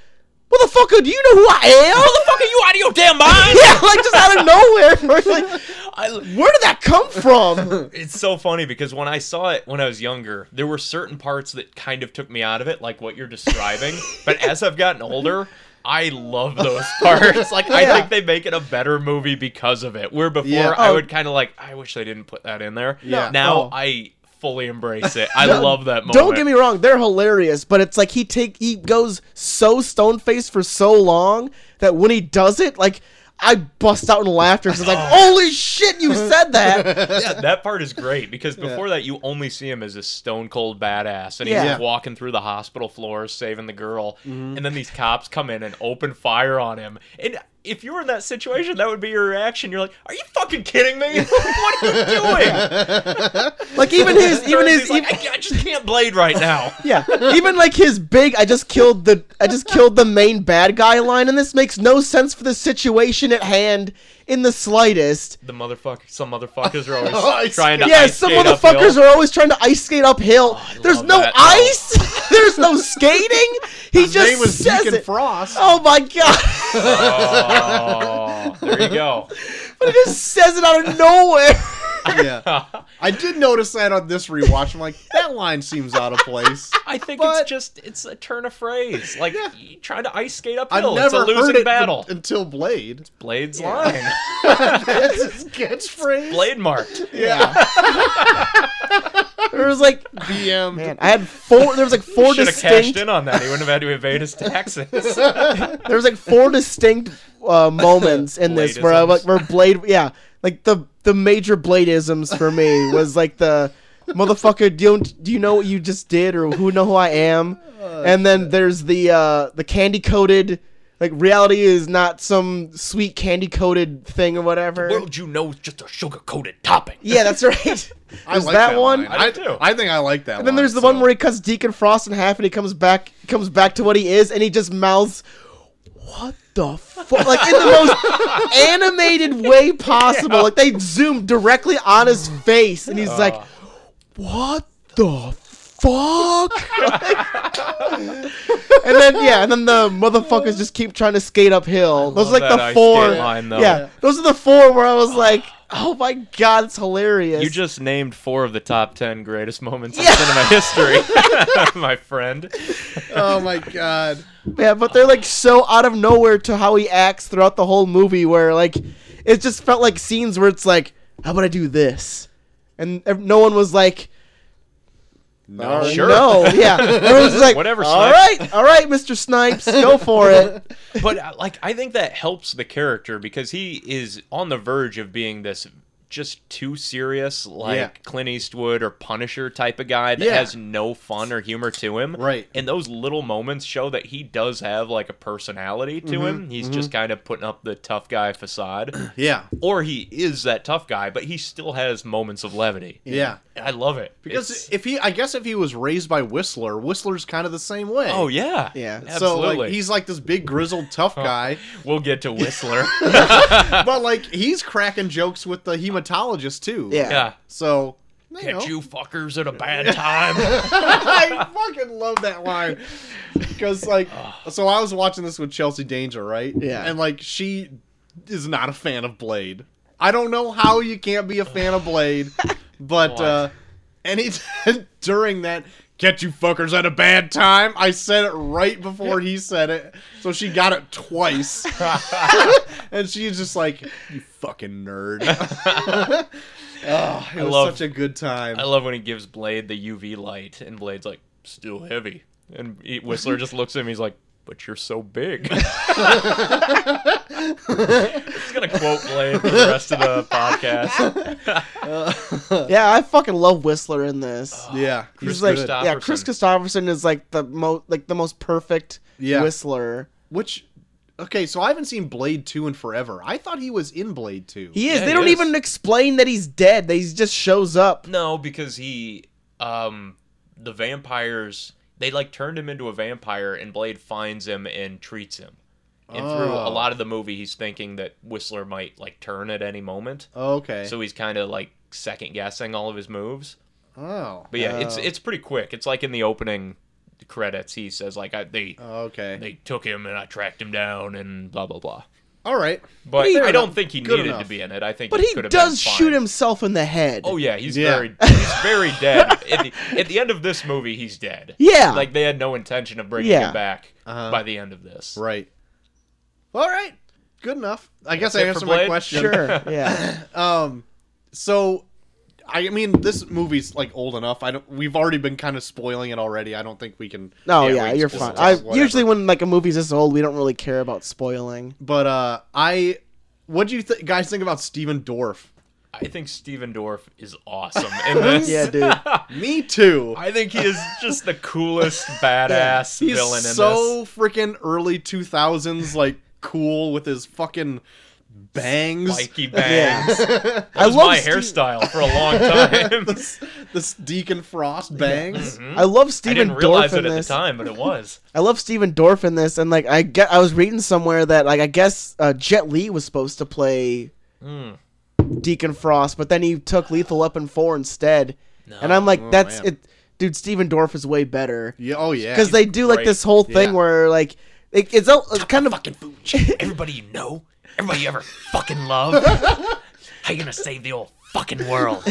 [SPEAKER 1] Motherfucker, do you know who I am?
[SPEAKER 3] the fuck are you out of your damn mind?
[SPEAKER 1] yeah, like just out of nowhere. We're like,
[SPEAKER 3] I-
[SPEAKER 1] where did that come from?
[SPEAKER 3] it's so funny because when I saw it when I was younger, there were certain parts that kind of took me out of it, like what you're describing. but as I've gotten older, I love those parts. Like I
[SPEAKER 1] Yeah.
[SPEAKER 3] think they make it a better movie because of it. Where before
[SPEAKER 2] Yeah.
[SPEAKER 3] I
[SPEAKER 1] Oh.
[SPEAKER 3] would kind of like, I wish they didn't put that in there.
[SPEAKER 2] Yeah.
[SPEAKER 3] Now
[SPEAKER 1] Oh.
[SPEAKER 3] I fully embrace it. I
[SPEAKER 1] No,
[SPEAKER 3] love that moment.
[SPEAKER 1] Don't get me wrong, they're hilarious, but it's like he take he goes so stone faced for so long that when he does it, like I bust out in laughter because like, holy shit, you said that.
[SPEAKER 3] yeah, that part is great because before that, you only see him as this stone cold badass, and
[SPEAKER 1] Yeah. Mm-hmm.
[SPEAKER 3] he's like walking through the hospital floors saving the girl, and then these cops come in and open fire on him. And if you were in that situation, that would be your reaction. You're like, "Are you fucking kidding me? Like, what are you doing?"
[SPEAKER 1] Like even his even
[SPEAKER 3] He's
[SPEAKER 1] his
[SPEAKER 3] like,
[SPEAKER 1] even,
[SPEAKER 3] I, can't- I just can't blade right now.
[SPEAKER 1] Yeah, even like his big "I just killed the I just killed the main bad guy" line in this makes no sense for the situation at hand in the slightest.
[SPEAKER 3] The motherfucker, some motherfuckers are
[SPEAKER 1] Oh,
[SPEAKER 2] I
[SPEAKER 3] always trying to
[SPEAKER 1] Yeah,
[SPEAKER 3] ice
[SPEAKER 1] some
[SPEAKER 3] skate
[SPEAKER 1] motherfuckers
[SPEAKER 3] uphill. Oh,
[SPEAKER 1] are always trying to ice skate uphill. There's
[SPEAKER 3] love
[SPEAKER 1] no
[SPEAKER 3] that. Oh.
[SPEAKER 1] ice. There's no skating. He
[SPEAKER 2] His
[SPEAKER 1] just
[SPEAKER 2] name was
[SPEAKER 1] says
[SPEAKER 2] Deacon
[SPEAKER 1] it.
[SPEAKER 2] Frost.
[SPEAKER 1] Oh my god!
[SPEAKER 3] Oh, there you go.
[SPEAKER 1] but he just says it out of nowhere.
[SPEAKER 2] Yeah. I did notice that on this rewatch. I'm like, that line seems out of place.
[SPEAKER 3] I think
[SPEAKER 2] But-
[SPEAKER 3] it's just it's a turn of phrase. Like you trying to ice skate
[SPEAKER 2] I've
[SPEAKER 3] uphill.
[SPEAKER 2] never
[SPEAKER 3] it's a
[SPEAKER 2] heard
[SPEAKER 3] losing
[SPEAKER 2] it
[SPEAKER 3] battle.
[SPEAKER 2] b- until Blade.
[SPEAKER 3] Blade's line.
[SPEAKER 2] That's his catchphrase.
[SPEAKER 3] Blade marked.
[SPEAKER 2] Yeah.
[SPEAKER 1] There was like,
[SPEAKER 2] DM.
[SPEAKER 1] man, I had four. There was like four
[SPEAKER 3] Should have cashed
[SPEAKER 1] distinct.
[SPEAKER 3] in on that. He wouldn't have had to evade his taxes.
[SPEAKER 1] There was like four distinct uh, moments in this where I like
[SPEAKER 3] Bladeisms.
[SPEAKER 1] where Blade, yeah, like the the major Bladeisms for me was like the motherfucker. Do you, do you know what you just did, or who know who I am?
[SPEAKER 2] Oh,
[SPEAKER 1] And then there's the uh, the candy coated. Like reality is not some sweet candy coated thing or whatever.
[SPEAKER 3] you know is just a sugar coated topping.
[SPEAKER 1] yeah, that's right. There's
[SPEAKER 2] I like
[SPEAKER 1] that, one.
[SPEAKER 2] line. I,
[SPEAKER 3] I do too.
[SPEAKER 2] I think I like that.
[SPEAKER 1] And then there's the one where he cuts Deacon Frost in half, and he comes back comes back to what he is, and he just mouths, "What the fuck?" Like in the most animated way possible. Like they zoom directly on his face, and he's
[SPEAKER 3] Uh.
[SPEAKER 1] like, "What the fuck?" and then yeah, and then the motherfuckers just keep trying to skate uphill. Those are like
[SPEAKER 3] that
[SPEAKER 1] the
[SPEAKER 3] ice
[SPEAKER 1] four.
[SPEAKER 3] skate line, though.
[SPEAKER 1] yeah, those are the four where I was like, "Oh my god, it's hilarious."
[SPEAKER 3] You just named four of the top ten greatest moments
[SPEAKER 1] Yeah.
[SPEAKER 3] in cinema history, my friend.
[SPEAKER 2] Oh my god.
[SPEAKER 1] Yeah, but they're like so out of nowhere to how he acts throughout the whole movie, where like it just felt like scenes where it's like, how about I do this, and ev- no one was like,
[SPEAKER 2] No.
[SPEAKER 3] Sure.
[SPEAKER 1] no, yeah, everyone was just like,
[SPEAKER 3] Whatever,
[SPEAKER 1] all
[SPEAKER 3] Snipes."
[SPEAKER 1] right, all right, Mister Snipes, go for it.
[SPEAKER 3] But uh, like, I think that helps the character because he is on the verge of being this just too serious, like
[SPEAKER 2] Yeah.
[SPEAKER 3] Clint Eastwood or Punisher type of guy that
[SPEAKER 2] Yeah.
[SPEAKER 3] has no fun or humor to him.
[SPEAKER 2] Right.
[SPEAKER 3] And those little moments show that he does have like a personality
[SPEAKER 2] Mm-hmm.
[SPEAKER 3] to him. He's just kind of putting up the tough guy facade.
[SPEAKER 2] Yeah.
[SPEAKER 3] or he is that tough guy, but he still has moments of levity.
[SPEAKER 2] Yeah.
[SPEAKER 3] I love it
[SPEAKER 2] Because
[SPEAKER 3] It's-
[SPEAKER 2] if he, I guess if he was raised by Whistler, Whistler's kind of the same way.
[SPEAKER 3] oh yeah,
[SPEAKER 1] Yeah. So,
[SPEAKER 3] absolutely.
[SPEAKER 2] So like he's like this big grizzled tough guy,
[SPEAKER 3] we'll get to Whistler. Oh.
[SPEAKER 2] but like he's cracking jokes with the hematologist too.
[SPEAKER 1] Yeah.
[SPEAKER 3] yeah,
[SPEAKER 2] So you know.
[SPEAKER 3] catch you fuckers at a bad time.
[SPEAKER 2] I fucking love that line. Because like so I was watching this with Chelsea Danger, right?
[SPEAKER 1] Yeah.
[SPEAKER 2] And like she is not a fan of Blade. I don't know how you can't be a fan of Blade, but
[SPEAKER 3] Why?
[SPEAKER 2] uh any during that get you fuckers at a bad time, I said it right before he said it. So she got it twice. and she's just like, You fucking nerd. oh, it was
[SPEAKER 3] love-
[SPEAKER 2] such a good time.
[SPEAKER 3] I love when he gives Blade the UV light, and Blade's like, "Still heavy," and he- Whistler just looks at him. He's like, "But you're so big." he's gonna quote Blade for the rest of the podcast.
[SPEAKER 1] Yeah, I fucking love Whistler in this.
[SPEAKER 2] yeah.
[SPEAKER 1] He's
[SPEAKER 3] Chris
[SPEAKER 1] like,
[SPEAKER 3] Christopherson.
[SPEAKER 1] yeah, Chris Christopherson is like the most like the most perfect
[SPEAKER 2] Yeah.
[SPEAKER 1] Whistler.
[SPEAKER 2] Which, okay, so I haven't seen Blade 2 in forever. I thought he was in Blade 2.
[SPEAKER 1] He is.
[SPEAKER 3] Yeah,
[SPEAKER 1] they
[SPEAKER 3] he
[SPEAKER 1] don't
[SPEAKER 3] is.
[SPEAKER 1] even explain that he's dead. They he just shows up.
[SPEAKER 3] No, because he, um, the vampires, they like turned him into a vampire, and Blade finds him and treats him. And through a
[SPEAKER 2] Oh.
[SPEAKER 3] lot of the movie, he's thinking that Whistler might like turn at any moment,
[SPEAKER 2] okay.
[SPEAKER 3] so he's kind of like second guessing all of his moves.
[SPEAKER 2] Oh.
[SPEAKER 3] But yeah, it's it's pretty quick. It's like in the opening credits, he says like I, they
[SPEAKER 2] Oh. Okay.
[SPEAKER 3] they took him and I tracked him down and blah blah blah.
[SPEAKER 2] All right.
[SPEAKER 3] But
[SPEAKER 1] he-
[SPEAKER 3] I
[SPEAKER 1] Fair
[SPEAKER 3] don't
[SPEAKER 2] enough.
[SPEAKER 3] think he
[SPEAKER 2] Good
[SPEAKER 3] needed
[SPEAKER 2] enough.
[SPEAKER 3] to be in it. I think
[SPEAKER 1] But
[SPEAKER 3] it
[SPEAKER 1] he
[SPEAKER 3] could have
[SPEAKER 1] does
[SPEAKER 3] been
[SPEAKER 1] shoot
[SPEAKER 3] fine.
[SPEAKER 1] himself in the head.
[SPEAKER 3] Oh yeah, he's
[SPEAKER 2] Yeah.
[SPEAKER 3] very he's very dead. at, the, at the end of this movie, he's dead.
[SPEAKER 1] Yeah.
[SPEAKER 3] like they had no intention of bringing
[SPEAKER 1] Yeah.
[SPEAKER 3] him back
[SPEAKER 2] Uh-huh.
[SPEAKER 3] by the end of this.
[SPEAKER 2] Right. All right. Good enough. I guess I
[SPEAKER 3] it for
[SPEAKER 2] answered my
[SPEAKER 3] Blade?
[SPEAKER 2] question.
[SPEAKER 1] Sure. Yeah.
[SPEAKER 2] Um. So, I mean, this movie's like old enough. I don't. We've already been kind of spoiling it already. I don't think we can.
[SPEAKER 1] No,
[SPEAKER 3] Yeah,
[SPEAKER 1] yeah,
[SPEAKER 3] we
[SPEAKER 1] you're
[SPEAKER 3] just-
[SPEAKER 1] fine.
[SPEAKER 3] just
[SPEAKER 1] I
[SPEAKER 2] whatever.
[SPEAKER 1] usually when like a movie's this old, we don't really care about spoiling.
[SPEAKER 2] But uh, I. What do you th- guys think about Steven Dorff?
[SPEAKER 3] I think Steven Dorff is awesome in this.
[SPEAKER 1] Yeah, dude.
[SPEAKER 2] Me too.
[SPEAKER 3] I think he is just the coolest badass
[SPEAKER 2] He's
[SPEAKER 3] villain in this.
[SPEAKER 2] so freaking early two thousands, like cool with his fucking bangs.
[SPEAKER 3] Spiky bangs. That
[SPEAKER 1] I
[SPEAKER 3] was
[SPEAKER 1] love
[SPEAKER 3] my
[SPEAKER 1] Steve-
[SPEAKER 3] hairstyle for a long time.
[SPEAKER 2] this Deacon Frost bangs.
[SPEAKER 3] Mm-hmm.
[SPEAKER 1] I love
[SPEAKER 3] Hmm? I
[SPEAKER 1] Steven
[SPEAKER 3] didn't
[SPEAKER 1] Dorff
[SPEAKER 3] realize
[SPEAKER 1] in
[SPEAKER 3] it at
[SPEAKER 1] this.
[SPEAKER 3] the time, but it was.
[SPEAKER 1] I love Steven Dorff in this, and like I get, I was reading somewhere that like I guess uh, Jet Li was supposed to play
[SPEAKER 3] Hmm.
[SPEAKER 1] Deacon Frost, but then he took Lethal Weapon four instead, and I'm like,
[SPEAKER 2] Oh,
[SPEAKER 1] that's
[SPEAKER 2] man.
[SPEAKER 1] it, dude. Steven Dorff is way better
[SPEAKER 2] Yeah. Oh yeah.
[SPEAKER 1] because they do like
[SPEAKER 3] great.
[SPEAKER 1] this whole thing
[SPEAKER 2] Yeah.
[SPEAKER 1] where like it, it's, all- it's kind of
[SPEAKER 5] Everybody you know, everybody you ever fucking love. How you gonna save the old fucking world?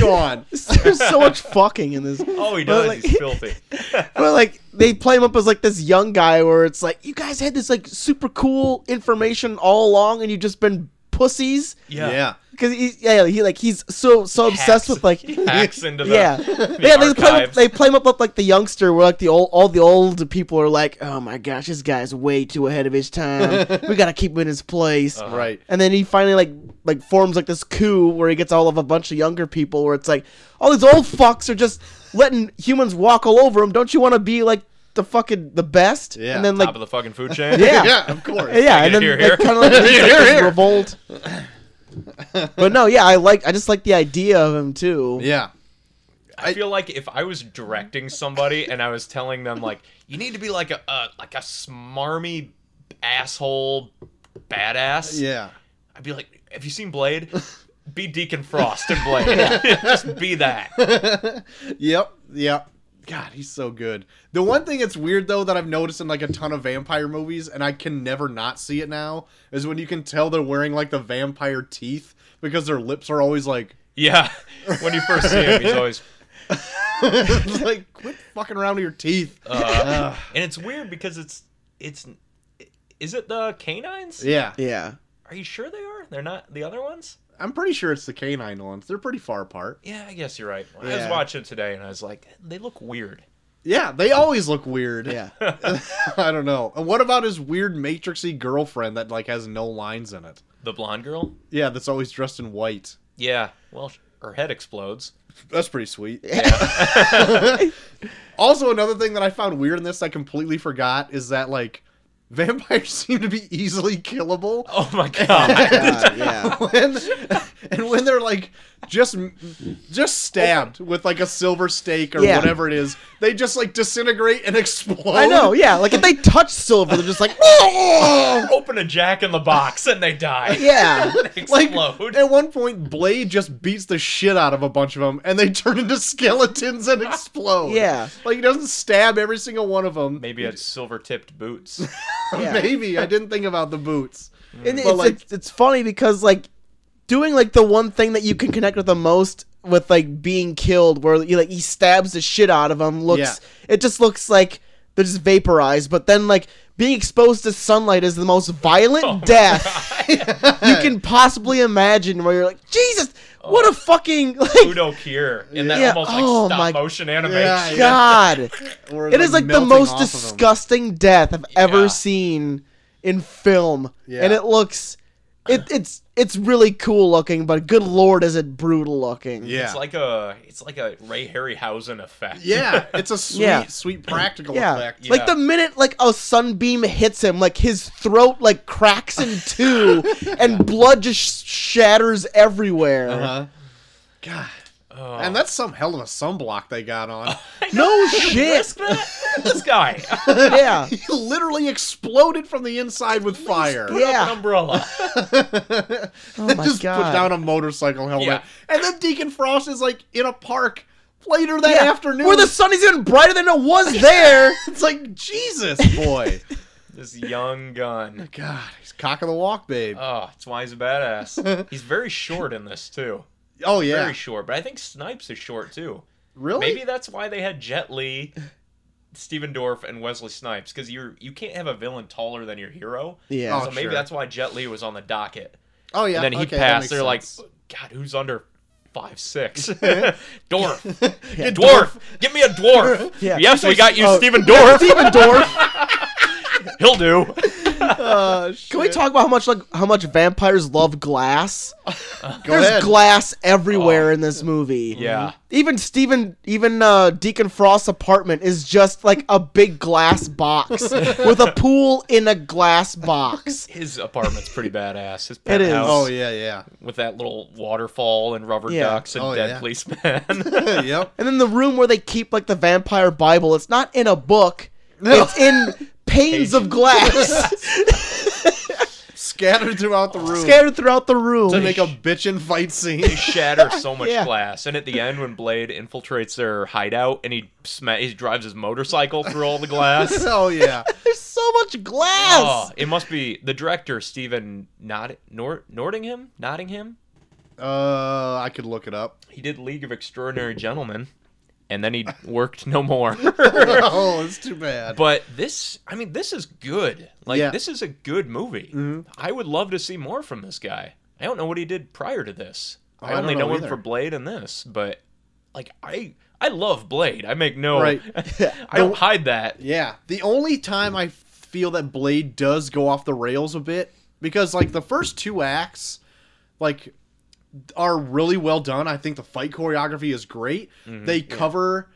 [SPEAKER 2] go on.
[SPEAKER 1] there's so much fucking in this.
[SPEAKER 3] Oh, he
[SPEAKER 1] But,
[SPEAKER 3] does.
[SPEAKER 1] like-
[SPEAKER 3] He's filthy.
[SPEAKER 1] But like they play him up as like this young guy where it's like you guys had this like super cool information all along and you've just been pussies
[SPEAKER 3] Yeah.
[SPEAKER 2] yeah.
[SPEAKER 1] because he yeah he like he's so so obsessed
[SPEAKER 3] Hacks-
[SPEAKER 1] with like
[SPEAKER 3] he hacks into the
[SPEAKER 1] yeah
[SPEAKER 3] the
[SPEAKER 1] yeah they play, him,
[SPEAKER 3] archives.
[SPEAKER 1] they play him up with, like the youngster where like the old all the old people are like oh my gosh this guy's way too ahead of his time we gotta keep him in his
[SPEAKER 3] Uh-huh.
[SPEAKER 1] place
[SPEAKER 2] Right.
[SPEAKER 1] and then he finally like like forms like this coup where he gets all of a bunch of younger people where it's like all these old fucks are just letting humans walk all over them. Don't you want to be like the fucking the best?
[SPEAKER 2] Yeah,
[SPEAKER 1] And then
[SPEAKER 3] top
[SPEAKER 1] like
[SPEAKER 3] of the fucking food chain.
[SPEAKER 1] yeah.
[SPEAKER 2] Yeah. Of course.
[SPEAKER 1] yeah, and
[SPEAKER 3] Here,
[SPEAKER 1] then
[SPEAKER 3] here,
[SPEAKER 1] like,
[SPEAKER 3] here.
[SPEAKER 1] kind of like leads,
[SPEAKER 2] Here,
[SPEAKER 1] like, this
[SPEAKER 2] here.
[SPEAKER 1] revolt. but no, yeah, I like I just like the idea of him too.
[SPEAKER 2] Yeah.
[SPEAKER 3] I feel like if I was directing somebody and I was telling them like, you need to be like a, a like a smarmy asshole badass.
[SPEAKER 2] Yeah.
[SPEAKER 3] I'd be like, have you seen Blade? Be Deacon Frost in Blade. Just be that.
[SPEAKER 2] Yep. Yep. God, he's so good. The one thing that's weird though that I've noticed in like a ton of vampire movies, and I can never not see it now, is when you can tell they're wearing like the vampire teeth because their lips are always like,
[SPEAKER 3] Yeah. When you first see him, he's always.
[SPEAKER 2] like quit fucking around with your teeth.
[SPEAKER 3] Uh, and it's weird because it's it's. Is it the canines?
[SPEAKER 2] yeah,
[SPEAKER 1] Yeah.
[SPEAKER 3] Are you sure they are? They're not the other ones?
[SPEAKER 2] I'm pretty sure it's the canine ones. They're pretty far apart.
[SPEAKER 3] Yeah, I guess you're right. I was
[SPEAKER 1] Yeah.
[SPEAKER 3] watching today and I was like, they look weird.
[SPEAKER 2] Yeah, they always look weird.
[SPEAKER 1] Yeah.
[SPEAKER 2] I don't know. And what about his weird matrixy girlfriend that like has no lines in it?
[SPEAKER 3] The blonde girl?
[SPEAKER 2] Yeah, that's always dressed in white.
[SPEAKER 3] Yeah. Well, sh- her head explodes.
[SPEAKER 2] That's pretty sweet. also, another thing that I found weird in this I completely forgot is that like vampires seem to be easily killable.
[SPEAKER 3] Oh my god.
[SPEAKER 1] God, yeah.
[SPEAKER 2] When, and when they're like just just stabbed with like a silver stake or
[SPEAKER 1] Yeah.
[SPEAKER 2] whatever it is, they just like disintegrate and explode.
[SPEAKER 1] I know, yeah. Like if they touch silver, they're just like, "Oh!"
[SPEAKER 3] Open a jack in the box and they die.
[SPEAKER 1] yeah.
[SPEAKER 3] They
[SPEAKER 2] Like
[SPEAKER 3] explode.
[SPEAKER 2] at one point, Blade just beats the shit out of a bunch of them, and they turn into skeletons and explode.
[SPEAKER 1] Yeah.
[SPEAKER 2] like he doesn't stab every single one of them.
[SPEAKER 3] Maybe it's silver tipped boots.
[SPEAKER 1] Yeah.
[SPEAKER 2] Maybe I didn't think about the boots.
[SPEAKER 1] And
[SPEAKER 2] But,
[SPEAKER 1] it's,
[SPEAKER 2] like-
[SPEAKER 1] it's, it's funny because like doing like the one thing that you can connect with the most with like being killed, where you like he stabs the shit out of him, looks it just looks like they're just vaporized. But then like being exposed to sunlight is the most violent
[SPEAKER 2] Oh
[SPEAKER 1] death you can possibly imagine. Where you're like, Jesus, what a fucking like
[SPEAKER 3] Udo Kier in that
[SPEAKER 1] Yeah,
[SPEAKER 3] almost like
[SPEAKER 1] oh
[SPEAKER 3] stop
[SPEAKER 1] my-
[SPEAKER 3] motion animation.
[SPEAKER 2] Yeah, yeah.
[SPEAKER 1] God.
[SPEAKER 2] Or,
[SPEAKER 1] It is like the
[SPEAKER 2] melting
[SPEAKER 1] most
[SPEAKER 2] off of 'em.
[SPEAKER 1] disgusting death I've ever
[SPEAKER 3] Yeah.
[SPEAKER 1] seen in film,
[SPEAKER 2] Yeah.
[SPEAKER 1] and it looks, it, it's it's really cool looking, but good lord, is it brutal looking?
[SPEAKER 2] Yeah,
[SPEAKER 3] It's like a it's like a Ray Harryhausen effect.
[SPEAKER 2] yeah, it's a sweet,
[SPEAKER 1] Yeah.
[SPEAKER 2] sweet practical
[SPEAKER 1] Yeah.
[SPEAKER 2] effect.
[SPEAKER 1] like the minute like a sunbeam hits him, like his throat like cracks in two, and blood just sh- shatters everywhere.
[SPEAKER 2] Uh-huh. God,
[SPEAKER 3] Oh.
[SPEAKER 2] and that's some hell of a sunblock they got on.
[SPEAKER 1] No shit.
[SPEAKER 3] this guy
[SPEAKER 1] yeah.
[SPEAKER 2] he literally exploded from the inside with fire.
[SPEAKER 1] Yeah.
[SPEAKER 3] umbrella.
[SPEAKER 1] Oh my
[SPEAKER 2] just
[SPEAKER 1] god.
[SPEAKER 2] put down a motorcycle helmet.
[SPEAKER 3] Yeah.
[SPEAKER 2] And then Deacon Frost is like in a park later that
[SPEAKER 1] Yeah,
[SPEAKER 2] afternoon.
[SPEAKER 1] where the sun is even brighter than it was there.
[SPEAKER 2] it's like Jesus, boy.
[SPEAKER 3] This young gun.
[SPEAKER 2] God, he's cock of the walk, babe.
[SPEAKER 3] Oh, that's why he's a badass. He's very short in this too.
[SPEAKER 2] oh yeah, Oh,
[SPEAKER 3] Very short, but I think Snipes is short too.
[SPEAKER 2] really?
[SPEAKER 3] Maybe that's why they had Jet Li, Steven Dorff, and Wesley Snipes because you're you can't have a villain taller than your hero.
[SPEAKER 1] Yeah.
[SPEAKER 2] Oh,
[SPEAKER 3] so maybe
[SPEAKER 2] sure.
[SPEAKER 3] that's why Jet Li was on the docket.
[SPEAKER 2] Oh yeah.
[SPEAKER 3] and then he
[SPEAKER 2] okay, that
[SPEAKER 3] passed.
[SPEAKER 2] makes
[SPEAKER 3] They're
[SPEAKER 2] sense.
[SPEAKER 3] like, God, who's under five six? Dorff,
[SPEAKER 1] Yeah.
[SPEAKER 3] dwarf, give me a dwarf.
[SPEAKER 1] Yeah.
[SPEAKER 3] Yes, we got you,
[SPEAKER 1] Oh.
[SPEAKER 3] Steven Dorff.
[SPEAKER 1] Steven Dorff.
[SPEAKER 3] He'll do.
[SPEAKER 2] Uh,
[SPEAKER 1] Can we talk about how much like how much vampires love glass?
[SPEAKER 2] Go
[SPEAKER 1] There's
[SPEAKER 2] ahead. Oh.
[SPEAKER 1] glass everywhere in this movie.
[SPEAKER 3] Yeah.
[SPEAKER 1] Even Steven even uh, Deacon Frost's apartment is just like a big glass box with a pool in a glass box.
[SPEAKER 3] His apartment's pretty badass. His
[SPEAKER 1] It is.
[SPEAKER 3] penthouse
[SPEAKER 2] oh yeah, yeah.
[SPEAKER 3] with that little waterfall and rubber
[SPEAKER 1] Yeah.
[SPEAKER 3] ducks and
[SPEAKER 2] Oh,
[SPEAKER 3] dead
[SPEAKER 2] yeah.
[SPEAKER 3] policeman.
[SPEAKER 2] yep.
[SPEAKER 1] And then the room where they keep like the vampire Bible, it's not in a book. It's in panes of glass
[SPEAKER 2] Scattered throughout the room
[SPEAKER 1] scattered throughout the room.
[SPEAKER 2] to make a bitchin' fight scene.
[SPEAKER 3] they shatter so much
[SPEAKER 1] Yeah.
[SPEAKER 3] glass. And at the end, when Blade infiltrates their hideout and he sma- he drives his motorcycle through all the glass.
[SPEAKER 2] oh yeah.
[SPEAKER 1] There's so much glass.
[SPEAKER 3] Oh, it must be the director Stephen Nod- Nor- Nordingham. Nottingham.
[SPEAKER 2] Uh, I could look it up.
[SPEAKER 3] He did League of Extraordinary Gentlemen, and then he worked no more.
[SPEAKER 2] Oh, it's too bad.
[SPEAKER 3] but this, I mean, this is good. Like
[SPEAKER 2] Yeah.
[SPEAKER 3] this is a good movie. I would love to see more from this guy. I don't know what he did prior to this.
[SPEAKER 2] I
[SPEAKER 3] I
[SPEAKER 2] don't
[SPEAKER 3] only
[SPEAKER 2] know
[SPEAKER 3] know, him
[SPEAKER 2] either.
[SPEAKER 3] for Blade and this, but like I. I love Blade. I make no.
[SPEAKER 2] Right.
[SPEAKER 3] I don't hide that.
[SPEAKER 2] Yeah. The only time I feel that Blade does go off the rails a bit because like the first two acts like are really well done. I think the fight choreography is great. they cover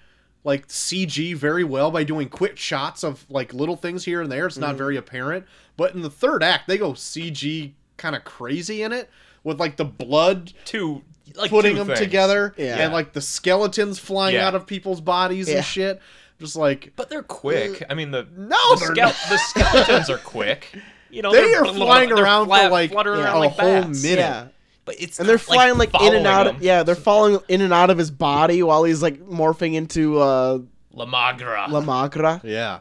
[SPEAKER 2] like CG very well by doing quick shots of like little things here and there. It's not very apparent, but in the third act they go CG kind of crazy in it with like the blood
[SPEAKER 3] Two like
[SPEAKER 2] putting
[SPEAKER 3] two
[SPEAKER 2] them
[SPEAKER 3] things.
[SPEAKER 2] together
[SPEAKER 1] Yeah.
[SPEAKER 2] and like the skeletons flying
[SPEAKER 3] Yeah.
[SPEAKER 2] out of people's bodies
[SPEAKER 1] Yeah.
[SPEAKER 2] and shit. Just like
[SPEAKER 3] But they're quick. I mean, the
[SPEAKER 2] no,
[SPEAKER 3] the,
[SPEAKER 2] they're
[SPEAKER 3] skele-
[SPEAKER 2] not.
[SPEAKER 3] the skeletons are quick. You know,
[SPEAKER 2] They
[SPEAKER 3] Oh, they're
[SPEAKER 2] are
[SPEAKER 3] bl-
[SPEAKER 2] flying
[SPEAKER 3] they're
[SPEAKER 2] around for,
[SPEAKER 3] flat-
[SPEAKER 2] like,
[SPEAKER 3] fluttering
[SPEAKER 2] yeah,
[SPEAKER 3] around
[SPEAKER 2] a
[SPEAKER 3] like
[SPEAKER 2] whole
[SPEAKER 3] bats.
[SPEAKER 2] minute.
[SPEAKER 1] Yeah.
[SPEAKER 3] But it's
[SPEAKER 1] and they're
[SPEAKER 3] not,
[SPEAKER 1] flying like, in and
[SPEAKER 3] following
[SPEAKER 1] out. Of,
[SPEAKER 3] them.
[SPEAKER 1] yeah, they're falling in and out of his body while he's like morphing into uh,
[SPEAKER 5] La Magra.
[SPEAKER 1] La Magra.
[SPEAKER 2] Yeah.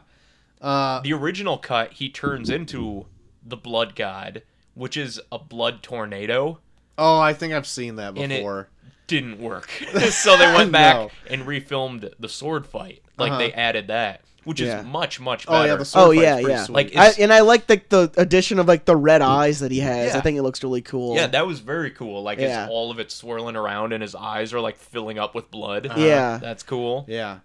[SPEAKER 2] Uh,
[SPEAKER 3] The original cut, he turns into the blood god, which is a blood tornado.
[SPEAKER 2] oh, I think I've seen that
[SPEAKER 3] And it-
[SPEAKER 2] before.
[SPEAKER 3] Didn't work, so they went back
[SPEAKER 2] No.
[SPEAKER 3] and refilmed the sword fight. Like
[SPEAKER 2] Uh-huh.
[SPEAKER 3] they added that, which
[SPEAKER 1] Yeah.
[SPEAKER 3] is much much better.
[SPEAKER 2] Oh yeah, the sword
[SPEAKER 1] Oh
[SPEAKER 2] fight's
[SPEAKER 1] yeah,
[SPEAKER 2] pretty
[SPEAKER 1] yeah.
[SPEAKER 2] sweet.
[SPEAKER 3] Like,
[SPEAKER 1] I,
[SPEAKER 3] it's-
[SPEAKER 1] and I like the the addition of like the red eyes that he has. I
[SPEAKER 3] Yeah.
[SPEAKER 1] think it looks really cool.
[SPEAKER 3] Yeah, that was very cool. Like
[SPEAKER 1] Yeah.
[SPEAKER 3] it's all of it swirling around, and his eyes are like filling up with blood.
[SPEAKER 1] Yeah.
[SPEAKER 3] that's cool.
[SPEAKER 2] yeah,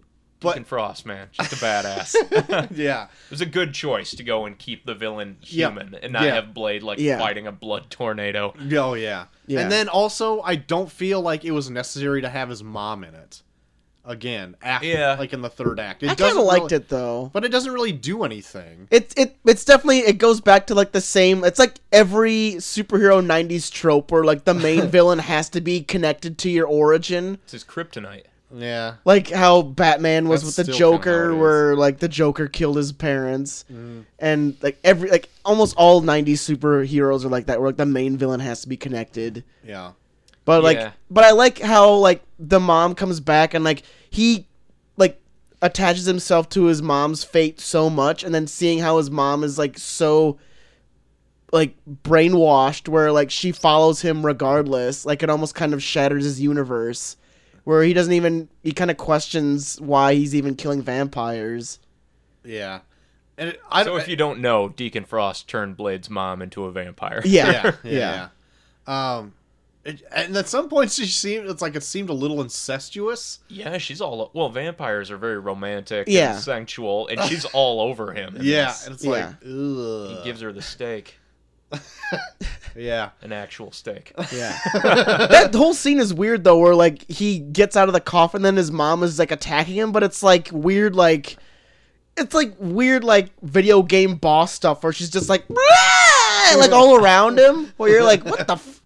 [SPEAKER 2] Uh-huh. But-
[SPEAKER 3] Deacon Frost, man, just a badass. it
[SPEAKER 2] yeah.
[SPEAKER 3] was a good choice to go and keep the villain
[SPEAKER 2] Yeah.
[SPEAKER 3] human and not
[SPEAKER 2] Yeah.
[SPEAKER 3] have Blade like
[SPEAKER 1] Yeah.
[SPEAKER 3] fighting a blood tornado.
[SPEAKER 2] Oh yeah.
[SPEAKER 1] Yeah.
[SPEAKER 2] And then also, I don't feel like it was necessary to have his mom in it. Again, after
[SPEAKER 3] Yeah.
[SPEAKER 2] like in the third act, it
[SPEAKER 1] I kind of liked
[SPEAKER 2] really,
[SPEAKER 1] it though.
[SPEAKER 2] but it doesn't really do anything.
[SPEAKER 1] It's it it's definitely it goes back to like the same. It's like every superhero '90s trope where like the main villain has to be connected to your origin.
[SPEAKER 3] It's his kryptonite.
[SPEAKER 2] Yeah.
[SPEAKER 1] like how Batman was
[SPEAKER 2] That's
[SPEAKER 1] with the
[SPEAKER 2] still kinda how
[SPEAKER 1] Joker,
[SPEAKER 2] it is. Mm-hmm.
[SPEAKER 1] where like the Joker killed his parents, and like every like almost all '90s superheroes are like that, where like the main villain has to be connected.
[SPEAKER 2] Yeah.
[SPEAKER 1] But like,
[SPEAKER 3] Yeah.
[SPEAKER 1] but I like how like the mom comes back and like he like attaches himself to his mom's fate so much, and then seeing how his mom is like so like brainwashed, where like she follows him regardless, like it almost kind of shatters his universe, where he doesn't even he kind of questions why he's even killing vampires.
[SPEAKER 2] Yeah. And it, I
[SPEAKER 3] So if you don't know, Deacon Frost turned Blade's mom into a vampire.
[SPEAKER 1] Yeah,
[SPEAKER 2] yeah, yeah, yeah. Um, it, and at some points, she seemed it's like it seemed a little incestuous.
[SPEAKER 3] Yeah, she's all well. Vampires are very romantic,
[SPEAKER 1] Yeah.
[SPEAKER 3] and sensual, and she's all over him. in
[SPEAKER 2] Yeah,
[SPEAKER 3] this.
[SPEAKER 2] and it's
[SPEAKER 1] Yeah.
[SPEAKER 2] like, ugh.
[SPEAKER 1] Uh,
[SPEAKER 3] he gives her the steak,
[SPEAKER 2] yeah,
[SPEAKER 3] an actual steak.
[SPEAKER 1] Yeah. that whole scene is weird though, where like he gets out of the coffin, then his mom is like attacking him, but it's like weird, like it's like weird, like video game boss stuff, where she's just like "Rah!" like all around him, where you're like, what the. F-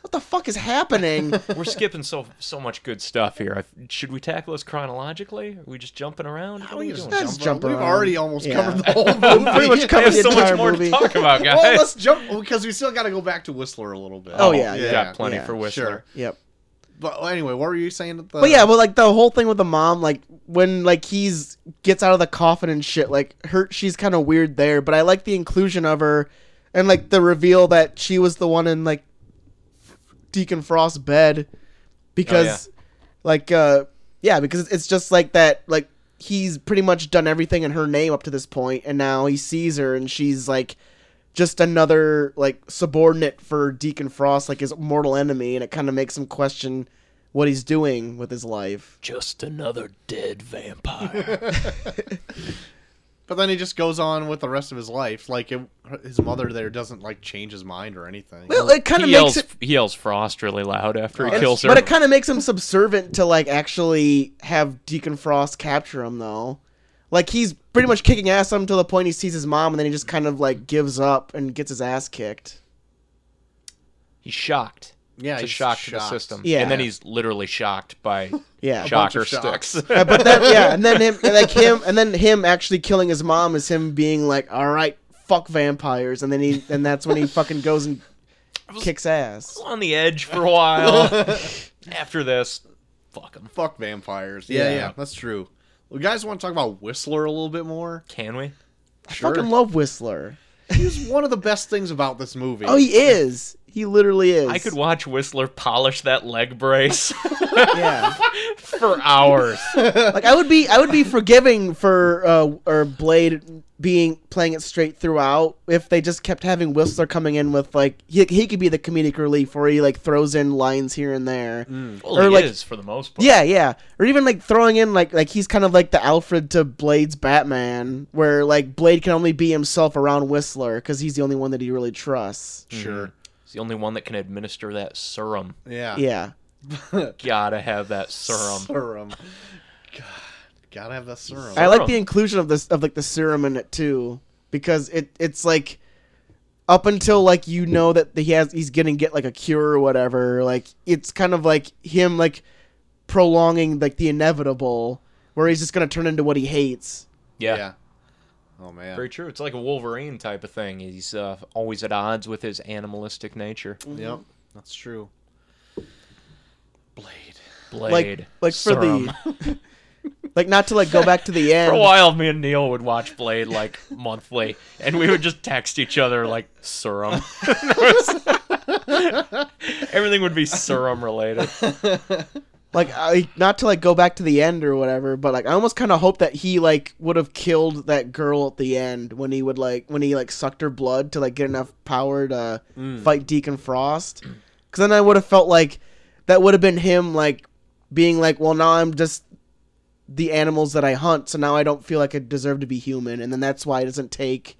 [SPEAKER 1] what the fuck is happening?
[SPEAKER 3] We're skipping so so much good stuff here. I, should we tackle this chronologically? Are we just jumping around? What are we doing?
[SPEAKER 1] let's jump
[SPEAKER 2] We've
[SPEAKER 1] around.
[SPEAKER 2] already almost
[SPEAKER 1] Yeah.
[SPEAKER 2] covered the whole movie.
[SPEAKER 1] Pretty much
[SPEAKER 3] I
[SPEAKER 1] covered
[SPEAKER 3] have
[SPEAKER 1] the
[SPEAKER 3] so
[SPEAKER 1] entire
[SPEAKER 3] much more
[SPEAKER 1] movie.
[SPEAKER 3] to talk about, guys.
[SPEAKER 2] well, let's jump because we still got to go back to Whistler a little bit.
[SPEAKER 1] Oh, yeah,
[SPEAKER 3] You
[SPEAKER 1] yeah,
[SPEAKER 3] got plenty
[SPEAKER 1] yeah,
[SPEAKER 3] for Whistler.
[SPEAKER 2] Sure.
[SPEAKER 1] yep.
[SPEAKER 2] But anyway, what were you saying? At the,
[SPEAKER 1] But yeah, but like the whole thing with the mom, like when like he's gets out of the coffin and shit, like her she's kind of weird there. But I like the inclusion of her, and like the reveal that she was the one in like Deacon Frost's bed,
[SPEAKER 3] Oh,
[SPEAKER 1] because like uh yeah, because it's just like that like he's pretty much done everything in her name up to this point, and now he sees her and she's like just another like subordinate for Deacon Frost, like his mortal enemy, and it kind of makes him question what he's doing with his life.
[SPEAKER 5] Just another dead vampire.
[SPEAKER 2] but then he just goes on with the rest of his life. Like it, his mother there doesn't like change his mind or anything.
[SPEAKER 1] Well, it kind of
[SPEAKER 3] He
[SPEAKER 1] makes
[SPEAKER 3] yells,
[SPEAKER 1] it,
[SPEAKER 3] he yells Frost really loud after he
[SPEAKER 2] Oh,
[SPEAKER 3] kills her.
[SPEAKER 1] but it kind of makes him subservient to like actually have Deacon Frost capture him though. Like he's pretty much kicking ass up until the point he sees his mom, and then he just kind of like gives up and gets his ass kicked.
[SPEAKER 3] he's shocked.
[SPEAKER 2] yeah,
[SPEAKER 3] It's a
[SPEAKER 2] he's
[SPEAKER 3] shock to the
[SPEAKER 2] shocked.
[SPEAKER 3] system.
[SPEAKER 1] Yeah.
[SPEAKER 3] And then he's literally shocked by
[SPEAKER 1] Yeah,
[SPEAKER 2] bunch
[SPEAKER 3] shocker
[SPEAKER 2] of shocks.
[SPEAKER 3] sticks.
[SPEAKER 1] Uh, but that, yeah, and then him, and like him, and then him actually killing his mom is him being like, "All right, fuck vampires," and then he, and that's when he fucking goes and kicks ass.
[SPEAKER 3] on the edge for a while. After this, fuck him.
[SPEAKER 2] Fuck vampires. Yeah,
[SPEAKER 1] Yeah.
[SPEAKER 2] yeah, that's true. Well, you guys want to talk about Whistler a little bit more?
[SPEAKER 3] Can we?
[SPEAKER 1] I fucking love Whistler.
[SPEAKER 2] He's one of the best things about this movie.
[SPEAKER 1] Oh, he is. He literally is.
[SPEAKER 3] I could watch Whistler polish that leg brace
[SPEAKER 1] Yeah.
[SPEAKER 3] for hours.
[SPEAKER 1] like I would be, I would be forgiving for uh, or Blade being playing it straight throughout if they just kept having Whistler coming in with like he, he could be the comedic relief where he like throws in lines here and there.
[SPEAKER 3] Well,
[SPEAKER 1] Or
[SPEAKER 3] he
[SPEAKER 1] like-
[SPEAKER 3] is for the most part.
[SPEAKER 1] Yeah, yeah. Or even like throwing in like like he's kind of like the Alfred to Blade's Batman, where like Blade can only be himself around Whistler because he's the only one that he really trusts.
[SPEAKER 2] sure.
[SPEAKER 3] He's the only one that can administer that serum.
[SPEAKER 2] Mm-hmm. Yeah.
[SPEAKER 1] Yeah.
[SPEAKER 3] Gotta have that serum.
[SPEAKER 2] Serum. God, gotta have that serum.
[SPEAKER 1] I like the
[SPEAKER 3] Serum.
[SPEAKER 1] inclusion of this of like the serum in it too, because it it's like up until like you know that he has he's gonna get like a cure or whatever. Like it's kind of like him like prolonging like the inevitable, where he's just gonna turn into what he hates.
[SPEAKER 3] Yeah.
[SPEAKER 2] Oh man.
[SPEAKER 3] Very true. It's like a Wolverine type of thing. He's uh, always at odds with his animalistic nature.
[SPEAKER 1] Mm-hmm.
[SPEAKER 2] Yep. That's true. Blade.
[SPEAKER 3] Blade.
[SPEAKER 1] Like like for
[SPEAKER 3] serum.
[SPEAKER 1] the like not to like go back to the end.
[SPEAKER 3] For a while, me and Neil would watch Blade like monthly, and we would just text each other like serum. Everything would be serum related.
[SPEAKER 1] like I not to like go back to the end or whatever, but like I almost kind of hope that he like would have killed that girl at the end when he would like when he like sucked her blood to like get enough power to fight Deacon Frost. Cuz then I would have felt like that would have been him like being like, "Well, now I'm just the animals that I hunt, so now I don't feel like I deserve to be human." And then that's why it doesn't take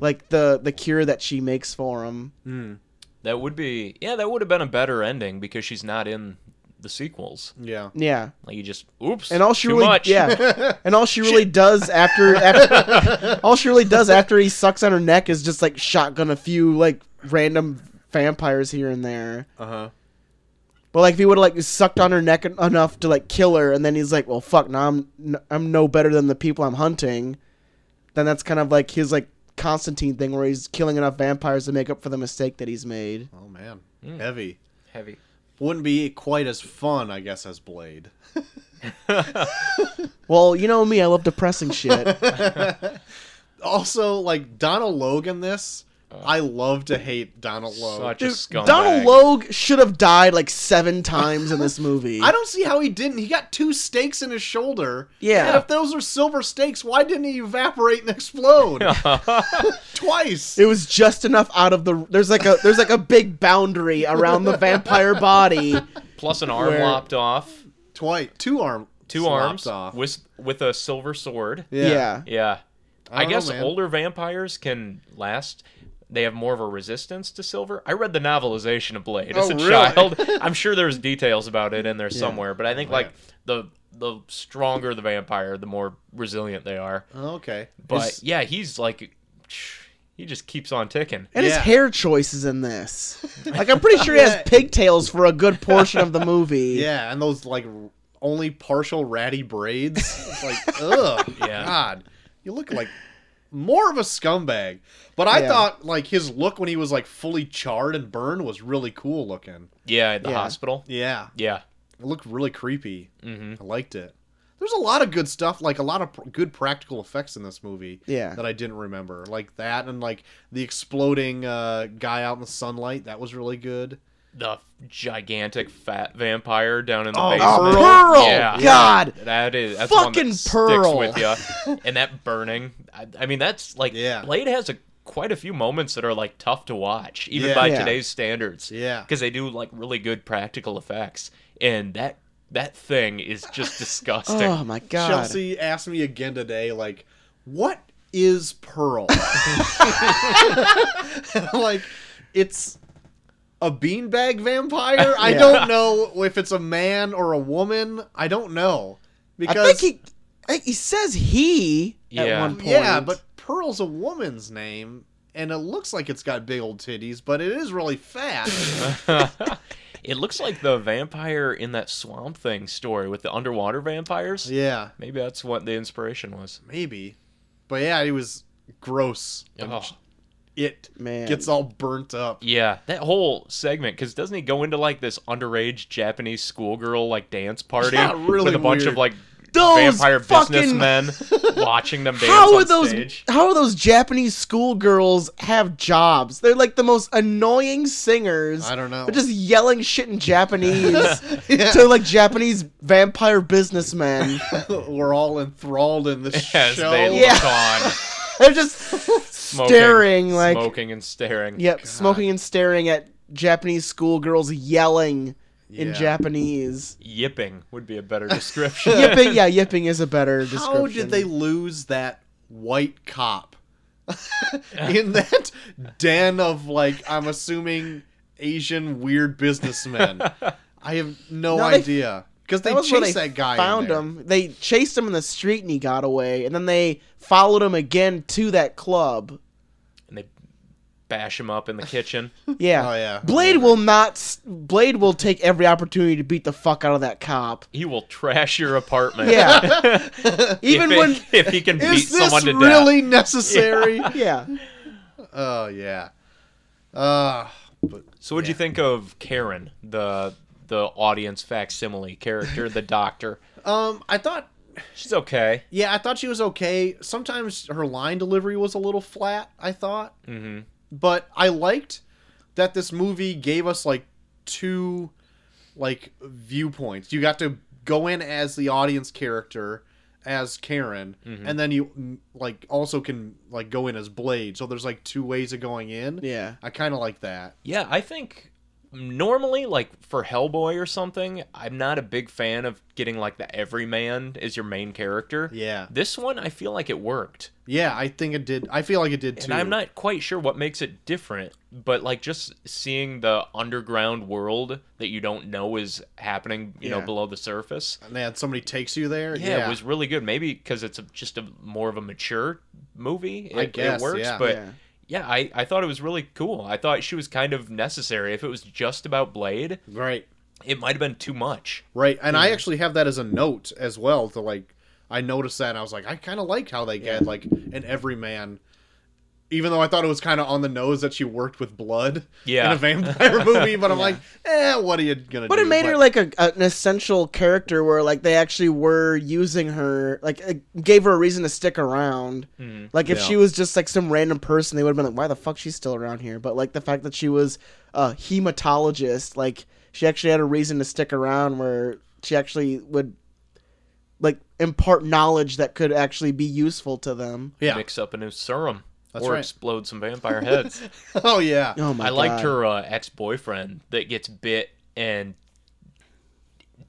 [SPEAKER 1] like the the cure that she makes for him.
[SPEAKER 3] That would be yeah. That would have been a better ending because she's not in the sequels.
[SPEAKER 2] Yeah.
[SPEAKER 1] Yeah.
[SPEAKER 3] Like you just oops.
[SPEAKER 1] And all she
[SPEAKER 3] too
[SPEAKER 1] really,
[SPEAKER 3] much.
[SPEAKER 1] yeah, and all she really does after, after all she really does after he sucks on her neck is just like shotgun a few like random vampires here and there.
[SPEAKER 2] Uh
[SPEAKER 3] Uh-huh.
[SPEAKER 2] huh.
[SPEAKER 1] But like if he would have like sucked on her neck en- enough to like kill her, and then he's like, well, fuck, now I'm n- I'm no better than the people I'm hunting. Then that's kind of like his like Constantine thing where he's killing enough vampires to make up for the mistake that he's made.
[SPEAKER 2] Oh man.
[SPEAKER 3] Mm.
[SPEAKER 2] Heavy.
[SPEAKER 3] Heavy.
[SPEAKER 2] Wouldn't be quite as fun, I guess, as Blade.
[SPEAKER 1] Well, you know me, I love depressing shit.
[SPEAKER 2] Also, like Donald Logue in this, I love to hate Donald Logue.
[SPEAKER 3] Uh, Such a
[SPEAKER 1] Dude,
[SPEAKER 3] scumbag.
[SPEAKER 1] Donald Logue should have died like seven times in this movie.
[SPEAKER 2] I don't see how he didn't. He got two stakes in his shoulder.
[SPEAKER 1] Yeah.
[SPEAKER 2] And if those are silver stakes, why didn't he evaporate and explode twice?
[SPEAKER 1] It was just enough out of the. There's like a there's like a big boundary around the vampire body.
[SPEAKER 3] Plus an arm
[SPEAKER 1] Where-
[SPEAKER 3] lopped off.
[SPEAKER 2] Twice. Two arm.
[SPEAKER 3] Two
[SPEAKER 2] lopped
[SPEAKER 3] arms
[SPEAKER 2] off.
[SPEAKER 3] with with a silver sword.
[SPEAKER 1] Yeah.
[SPEAKER 3] Yeah.
[SPEAKER 2] I
[SPEAKER 3] I,
[SPEAKER 2] don't know,
[SPEAKER 3] guess
[SPEAKER 2] man.
[SPEAKER 3] older vampires can last. They have more of a resistance to silver. I read the novelization of Blade as
[SPEAKER 2] Oh,
[SPEAKER 3] a
[SPEAKER 2] really?
[SPEAKER 3] child. I'm sure there's details about it in there somewhere, but I think like the the stronger the vampire, the more resilient they are.
[SPEAKER 2] Oh, Okay.
[SPEAKER 3] But
[SPEAKER 2] Is-
[SPEAKER 3] yeah, he's like He just keeps on ticking.
[SPEAKER 1] And
[SPEAKER 2] Yeah.
[SPEAKER 1] his hair choices in this. Like, I'm pretty sure he has
[SPEAKER 2] Yeah.
[SPEAKER 1] pigtails for a good portion of the movie.
[SPEAKER 2] Yeah, and those like r- only partial ratty braids. It's like, ugh,
[SPEAKER 3] Yeah.
[SPEAKER 2] God, you look like more of a scumbag. But I
[SPEAKER 1] Yeah.
[SPEAKER 2] thought like his look when he was like fully charred and burned was really cool looking.
[SPEAKER 3] Yeah, at the
[SPEAKER 1] Yeah.
[SPEAKER 3] hospital.
[SPEAKER 2] Yeah,
[SPEAKER 3] Yeah.
[SPEAKER 2] it looked really creepy.
[SPEAKER 3] Mhm.
[SPEAKER 2] I liked it. There's a lot of good stuff, like a lot of pr- good practical effects in this movie.
[SPEAKER 1] Yeah.
[SPEAKER 2] that I didn't remember, like that and like the exploding uh, guy out in the sunlight. That was really good.
[SPEAKER 3] The gigantic fat vampire down in the
[SPEAKER 2] Oh,
[SPEAKER 3] basement.
[SPEAKER 1] Oh,
[SPEAKER 2] Pearl.
[SPEAKER 1] Pearl!
[SPEAKER 3] Yeah.
[SPEAKER 1] God!
[SPEAKER 3] That is that's
[SPEAKER 1] Fucking
[SPEAKER 3] fucking
[SPEAKER 1] Pearl.
[SPEAKER 3] one that sticks with you, and that burning. I, I mean, that's like
[SPEAKER 2] Yeah.
[SPEAKER 3] Blade has a quite a few moments that are like tough to watch, even
[SPEAKER 2] Yeah.
[SPEAKER 3] by
[SPEAKER 1] Yeah.
[SPEAKER 3] today's standards.
[SPEAKER 2] Yeah.
[SPEAKER 3] because they do like really good practical effects, and that that thing is just disgusting.
[SPEAKER 1] Oh, my God.
[SPEAKER 2] Chelsea asked me again today, like, what is Pearl? And I'm like, it's a beanbag vampire? I
[SPEAKER 1] Yeah.
[SPEAKER 2] don't know if it's a man or a woman. I don't know.
[SPEAKER 1] I think
[SPEAKER 2] Because,
[SPEAKER 1] he, I think he says he at
[SPEAKER 3] Yeah.
[SPEAKER 1] one point.
[SPEAKER 2] yeah, but Pearl's a woman's name, and it looks like it's got big old titties, but it is really fat.
[SPEAKER 3] it looks like the vampire in that Swamp Thing story with the underwater vampires.
[SPEAKER 2] yeah,
[SPEAKER 3] Maybe that's what the inspiration was.
[SPEAKER 2] maybe. But yeah, it was gross. And
[SPEAKER 3] Oh.
[SPEAKER 2] It
[SPEAKER 1] Man.
[SPEAKER 2] gets all burnt up.
[SPEAKER 3] Yeah, that whole segment because doesn't he go into like this underage Japanese schoolgirl like dance party
[SPEAKER 2] Yeah, really
[SPEAKER 3] with a bunch
[SPEAKER 2] weird.
[SPEAKER 3] of like
[SPEAKER 1] Those
[SPEAKER 3] vampire
[SPEAKER 1] fucking-
[SPEAKER 3] businessmen watching them dance
[SPEAKER 1] how are
[SPEAKER 3] on
[SPEAKER 1] those
[SPEAKER 3] stage?
[SPEAKER 1] how are those Japanese schoolgirls have jobs? They're like the most annoying singers.
[SPEAKER 2] I don't know.
[SPEAKER 1] They're just yelling shit in Japanese
[SPEAKER 2] Yeah.
[SPEAKER 1] to like Japanese vampire businessmen.
[SPEAKER 2] we're all enthralled in this
[SPEAKER 3] As
[SPEAKER 2] show.
[SPEAKER 3] they
[SPEAKER 1] Yeah.
[SPEAKER 3] look on,
[SPEAKER 1] They're just
[SPEAKER 3] smoking,
[SPEAKER 1] staring like
[SPEAKER 3] smoking and staring.
[SPEAKER 1] yep, smoking and staring at Japanese schoolgirls yelling in
[SPEAKER 2] Yeah.
[SPEAKER 1] Japanese.
[SPEAKER 3] Yipping would be a better description.
[SPEAKER 1] Yipping, yeah, yipping is a better description.
[SPEAKER 2] How did they lose that white cop in that den of like I'm assuming Asian weird businessmen? I have no,
[SPEAKER 1] No, they-
[SPEAKER 2] idea because they
[SPEAKER 1] That was where
[SPEAKER 2] chased that guy. in
[SPEAKER 1] Found
[SPEAKER 2] there.
[SPEAKER 1] him. They chased him in the street and he got away. And then they followed him again to that club.
[SPEAKER 3] and they bash him up in the kitchen.
[SPEAKER 1] Yeah.
[SPEAKER 2] Oh, yeah.
[SPEAKER 1] Blade will not. s- Blade will take every opportunity to beat the fuck out of that cop.
[SPEAKER 3] He will trash your apartment.
[SPEAKER 1] Yeah. Even
[SPEAKER 3] if it-
[SPEAKER 1] when.
[SPEAKER 3] if he can beat
[SPEAKER 2] Is this
[SPEAKER 3] someone to
[SPEAKER 2] really necessary?
[SPEAKER 1] Yeah.
[SPEAKER 2] Oh yeah. Uh, but
[SPEAKER 3] death. So, what'd you think of Karen, the the audience facsimile character, the doctor?
[SPEAKER 2] um, I thought
[SPEAKER 3] She's okay.
[SPEAKER 2] yeah, I thought she was okay. Sometimes her line delivery was a little flat. I thought.
[SPEAKER 3] Mm-hmm.
[SPEAKER 2] but I liked that this movie gave us like two like viewpoints. You got to go in as the audience character as Karen
[SPEAKER 3] Mm-hmm.
[SPEAKER 2] and then you mm, like also can like go in as Blade. So there's like two ways of going in.
[SPEAKER 1] Yeah.
[SPEAKER 2] I kind of like that.
[SPEAKER 3] Yeah, I think normally, like for Hellboy or something, I'm not a big fan of getting like the everyman as your main character.
[SPEAKER 2] Yeah.
[SPEAKER 3] This one, I feel like it worked.
[SPEAKER 2] Yeah, I think it did. I feel like it did too.
[SPEAKER 3] And I'm not quite sure what makes it different, but like just seeing the underground world that you don't know is happening, you
[SPEAKER 1] Yeah.
[SPEAKER 3] know, below the surface.
[SPEAKER 2] Man, somebody takes you there.
[SPEAKER 3] Yeah,
[SPEAKER 2] Yeah,
[SPEAKER 3] it was really good. Maybe because it's a, just a more of a mature movie, it,
[SPEAKER 2] I guess,
[SPEAKER 3] it works.
[SPEAKER 2] yeah.
[SPEAKER 3] But
[SPEAKER 1] Yeah.
[SPEAKER 3] yeah, I, I thought it was really cool. I thought she was kind of necessary. If it was just about Blade,
[SPEAKER 2] right.
[SPEAKER 3] it might have been too much.
[SPEAKER 2] Right, and I actually have that as a note as well. To like, I noticed that, and I was like, I kind of liked how they get like an everyman, even though I thought it was kind of on the nose that she worked with blood
[SPEAKER 3] Yeah.
[SPEAKER 2] in a vampire movie. But I'm like, eh, what are you gonna?
[SPEAKER 1] But
[SPEAKER 2] do?
[SPEAKER 1] it made her like a, a- an essential character where like they actually were using her like it gave her a reason to stick around.
[SPEAKER 3] Mm,
[SPEAKER 1] Like if
[SPEAKER 2] Yeah.
[SPEAKER 1] she was just like some random person, they would have been like, "Why the fuck she's still around here?" But like the fact that she was a hematologist, like she actually had a reason to stick around, where she actually would like impart knowledge that could actually be useful to them.
[SPEAKER 2] yeah.
[SPEAKER 3] Mix up a new serum
[SPEAKER 2] That's
[SPEAKER 3] or
[SPEAKER 2] right.
[SPEAKER 3] explode some vampire heads.
[SPEAKER 2] Oh yeah,
[SPEAKER 1] Oh my!
[SPEAKER 3] I liked
[SPEAKER 1] God.
[SPEAKER 3] her uh, ex boyfriend that gets bit and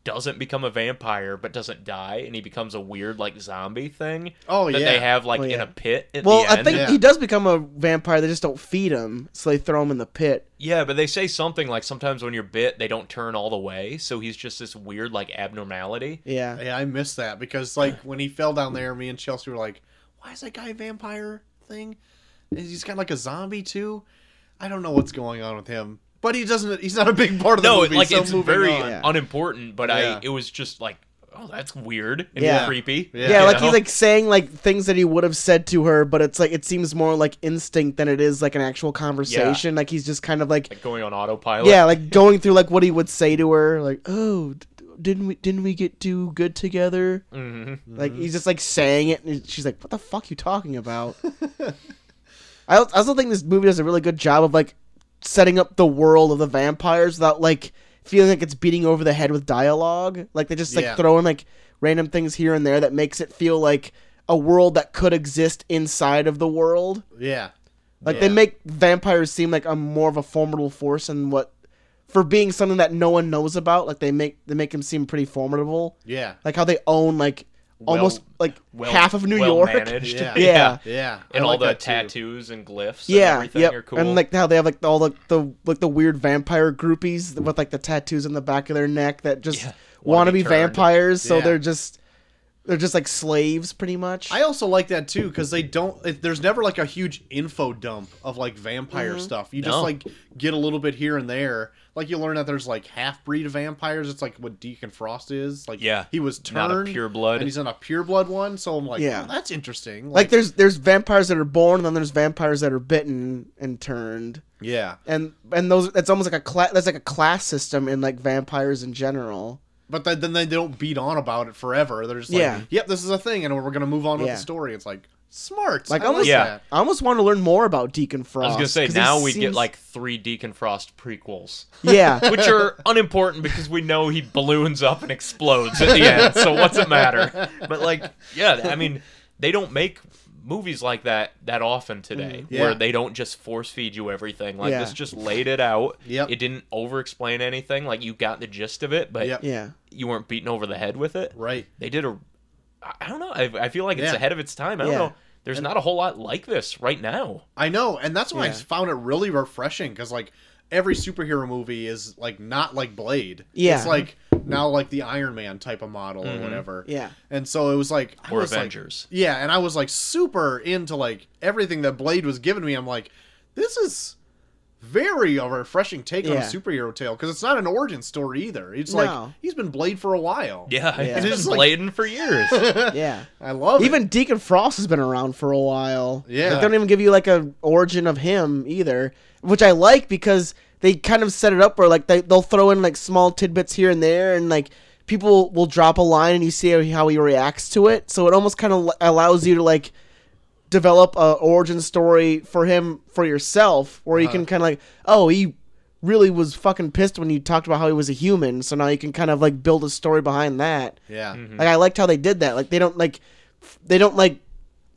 [SPEAKER 3] doesn't become a vampire but doesn't die and he becomes a weird like zombie thing
[SPEAKER 2] Oh,
[SPEAKER 3] that
[SPEAKER 2] yeah.
[SPEAKER 3] they have like
[SPEAKER 1] Oh,
[SPEAKER 3] in
[SPEAKER 1] yeah.
[SPEAKER 3] a pit at
[SPEAKER 1] Well,
[SPEAKER 3] the end.
[SPEAKER 1] I think
[SPEAKER 2] Yeah.
[SPEAKER 1] he does become a vampire. They just don't feed him, so they throw him in the pit.
[SPEAKER 3] Yeah, but they say something like sometimes when you're bit, they don't turn all the way, so he's just this weird like abnormality.
[SPEAKER 1] Yeah.
[SPEAKER 2] yeah. I missed that because like when he fell down there, me and Chelsea were like, why is that guy a vampire thing? He's got like a zombie too. I don't know what's going on with him, but he doesn't. He's not a big part of the
[SPEAKER 3] no,
[SPEAKER 2] movie.
[SPEAKER 3] like
[SPEAKER 2] so
[SPEAKER 3] it's
[SPEAKER 2] moving
[SPEAKER 3] very
[SPEAKER 2] on.
[SPEAKER 1] Yeah.
[SPEAKER 3] unimportant, but
[SPEAKER 2] Yeah.
[SPEAKER 3] I it was just like, oh, that's weird and
[SPEAKER 1] Yeah.
[SPEAKER 3] creepy.
[SPEAKER 2] Yeah.
[SPEAKER 1] Yeah,
[SPEAKER 3] you
[SPEAKER 1] like
[SPEAKER 3] know?
[SPEAKER 1] he's like saying like things that he would have said to her, but it's like it seems more like instinct than it is like an actual conversation. Like he's just kind of like,
[SPEAKER 3] Like going on autopilot.
[SPEAKER 1] yeah, like going through like what he would say to her, like, "Oh, d- didn't we didn't we get too good together?"
[SPEAKER 3] hmm
[SPEAKER 1] Like he's just like saying it, and she's like, "What the fuck you talking about?" I al- I also think this movie does a really good job of like setting up the world of the vampires without like feeling like it's beating over the head with dialogue. Like they just like
[SPEAKER 2] Yeah.
[SPEAKER 1] throw in like random things here and there that makes it feel like a world that could exist inside of the world.
[SPEAKER 2] Yeah.
[SPEAKER 1] Like
[SPEAKER 2] Yeah.
[SPEAKER 1] they make vampires seem like a more of a formidable force than what for being something that no one knows about. Like they make they make them seem pretty formidable.
[SPEAKER 2] Yeah.
[SPEAKER 1] Like how they own like almost like
[SPEAKER 3] Well-
[SPEAKER 1] half of New
[SPEAKER 3] well
[SPEAKER 1] York.
[SPEAKER 3] managed.
[SPEAKER 2] Yeah.
[SPEAKER 1] Yeah.
[SPEAKER 2] Yeah. I
[SPEAKER 3] And all
[SPEAKER 2] like
[SPEAKER 3] the
[SPEAKER 2] that, too.
[SPEAKER 3] tattoos and glyphs. and
[SPEAKER 1] Yeah,
[SPEAKER 3] everything
[SPEAKER 1] yep.
[SPEAKER 3] are cool.
[SPEAKER 1] And like how they have like all the, the like the weird vampire groupies with like the tattoos on the back of their neck that just
[SPEAKER 3] Yeah.
[SPEAKER 1] want to
[SPEAKER 3] Wanna be
[SPEAKER 1] be
[SPEAKER 3] turned.
[SPEAKER 1] vampires, so
[SPEAKER 2] Yeah.
[SPEAKER 1] they're just they're just like slaves pretty much.
[SPEAKER 2] I also like that too because they don't. It, there's never like a huge info dump of like vampire stuff. You just
[SPEAKER 3] No.
[SPEAKER 2] like get a little bit here and there. Like you learn that there's like half breed vampires. It's like what Deacon Frost is. Like
[SPEAKER 3] Yeah.
[SPEAKER 2] he was
[SPEAKER 3] Not
[SPEAKER 2] turned
[SPEAKER 3] a pure blood.
[SPEAKER 2] and he's in a pure blood one. So I'm like, yeah,
[SPEAKER 1] Yeah.
[SPEAKER 2] that's interesting.
[SPEAKER 1] like there's there's vampires that are born and then there's vampires that are bitten and turned.
[SPEAKER 2] yeah,
[SPEAKER 1] And and those that's almost like a cla- that's like a class system in like vampires in general.
[SPEAKER 2] but then then they don't beat on about it forever. They're just like,
[SPEAKER 1] Yeah.
[SPEAKER 2] yep, this is a thing, and we're gonna move on with
[SPEAKER 1] Yeah.
[SPEAKER 2] the story. It's like smart.
[SPEAKER 1] Like,
[SPEAKER 2] I
[SPEAKER 1] almost-
[SPEAKER 3] Yeah.
[SPEAKER 2] that.
[SPEAKER 1] I almost want to learn more about Deacon
[SPEAKER 3] I
[SPEAKER 1] Frost.
[SPEAKER 3] was gonna say
[SPEAKER 1] oh, 'cause he
[SPEAKER 3] now we'd get
[SPEAKER 1] seems-
[SPEAKER 3] like three Deacon Frost prequels,
[SPEAKER 1] yeah.
[SPEAKER 3] which are unimportant because we know he balloons up and explodes at the end. So what's it matter? But like, yeah, I mean, they don't make movies like that that often today,
[SPEAKER 2] Mhm. Yeah.
[SPEAKER 3] where they don't just force feed you everything. Like
[SPEAKER 1] Yeah.
[SPEAKER 3] this just laid it out.
[SPEAKER 2] Yep.
[SPEAKER 3] It didn't over explain anything. Like you got the gist of it, but
[SPEAKER 2] Yep.
[SPEAKER 1] yeah.
[SPEAKER 3] you weren't beaten over the head with it.
[SPEAKER 2] Right.
[SPEAKER 3] They did a. I I don't know. I, I feel like it's
[SPEAKER 2] Yeah.
[SPEAKER 3] ahead of its time. I don't
[SPEAKER 1] Yeah.
[SPEAKER 3] know. There's not a whole lot like this right now.
[SPEAKER 2] I know, and that's why I
[SPEAKER 1] Yeah.
[SPEAKER 2] found it really refreshing because like every superhero movie is like not like Blade.
[SPEAKER 1] Yeah. Mm-hmm.
[SPEAKER 2] it's like now like the Iron Man type of model or whatever.
[SPEAKER 1] Yeah.
[SPEAKER 2] and so it was like I
[SPEAKER 3] Or
[SPEAKER 2] was, like-
[SPEAKER 3] Avengers.
[SPEAKER 2] yeah, and I was like super into like everything that Blade was giving me. I'm like, this is very a refreshing take on a
[SPEAKER 1] Yeah.
[SPEAKER 2] superhero tale because it's not an origin story either. It's like
[SPEAKER 1] No.
[SPEAKER 2] he's been Blade for a while.
[SPEAKER 3] Yeah,
[SPEAKER 1] Yeah.
[SPEAKER 3] it's
[SPEAKER 2] It's
[SPEAKER 3] been
[SPEAKER 2] like-
[SPEAKER 3] blading for years.
[SPEAKER 1] Yeah.
[SPEAKER 2] I love it.
[SPEAKER 1] Even Deacon Frost has been around for a while.
[SPEAKER 2] Yeah.
[SPEAKER 1] Like, they don't even give you like a origin of him either, which I like because they kind of set it up where like they they'll throw in like small tidbits here and there, and like people will drop a line and you see how he, how he reacts to it. So it almost kind of allows you to like develop a origin story for him for yourself, where
[SPEAKER 2] Uh-huh.
[SPEAKER 1] you can kind of like, oh, he really was fucking pissed when you talked about how he was a human. So now you can kind of like build a story behind that.
[SPEAKER 2] yeah,
[SPEAKER 3] Mm-hmm.
[SPEAKER 1] Like I liked how they did that. Like they don't like f- they don't like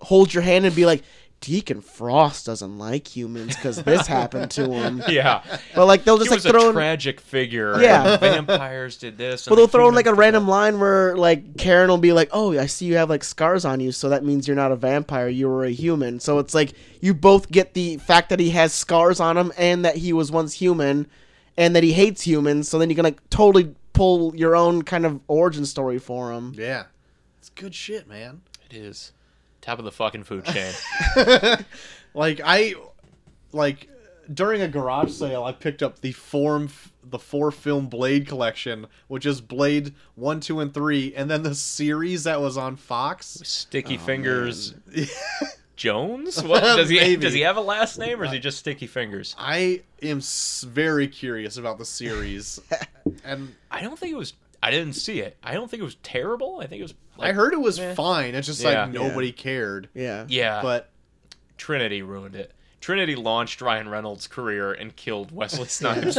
[SPEAKER 1] hold your hand and be like Deacon Frost doesn't like humans because this happened to him.
[SPEAKER 3] yeah,
[SPEAKER 1] But like they'll
[SPEAKER 3] he
[SPEAKER 1] just like
[SPEAKER 3] was
[SPEAKER 1] throw
[SPEAKER 3] a
[SPEAKER 1] in,
[SPEAKER 3] tragic figure.
[SPEAKER 1] Yeah.
[SPEAKER 3] and vampires did this.
[SPEAKER 1] but
[SPEAKER 3] and
[SPEAKER 1] they'll
[SPEAKER 3] the
[SPEAKER 1] throw in
[SPEAKER 3] human
[SPEAKER 1] like a
[SPEAKER 3] did
[SPEAKER 1] random line where like Karen will be like, "Oh, I see you have like scars on you, so that means you're not a vampire. You were a human." So it's like you both get the fact that he has scars on him and that he was once human, and that he hates humans. So then you can like totally pull your own kind of origin story for him.
[SPEAKER 2] yeah, it's good shit, man.
[SPEAKER 3] that. It is top of the fucking food chain.
[SPEAKER 2] like I like during a garage sale I picked up the form the four film Blade collection, which is Blade 1, 2 and 3 and then the series that was on Fox.
[SPEAKER 3] Sticky fingers. Jones? What does he
[SPEAKER 2] Maybe.
[SPEAKER 3] does he have a last name or is he just Sticky Fingers?
[SPEAKER 2] I am s- very curious about the series. and
[SPEAKER 3] I don't think it was. I didn't see it. I don't think it was terrible. I think it was. Like,
[SPEAKER 2] I heard it was
[SPEAKER 3] meh.
[SPEAKER 2] fine. It's just
[SPEAKER 3] Yeah.
[SPEAKER 2] like nobody cared.
[SPEAKER 1] Yeah.
[SPEAKER 3] Yeah,
[SPEAKER 2] But
[SPEAKER 3] Trinity ruined it. Trinity launched Ryan Reynolds' career and killed Wesley Snipes.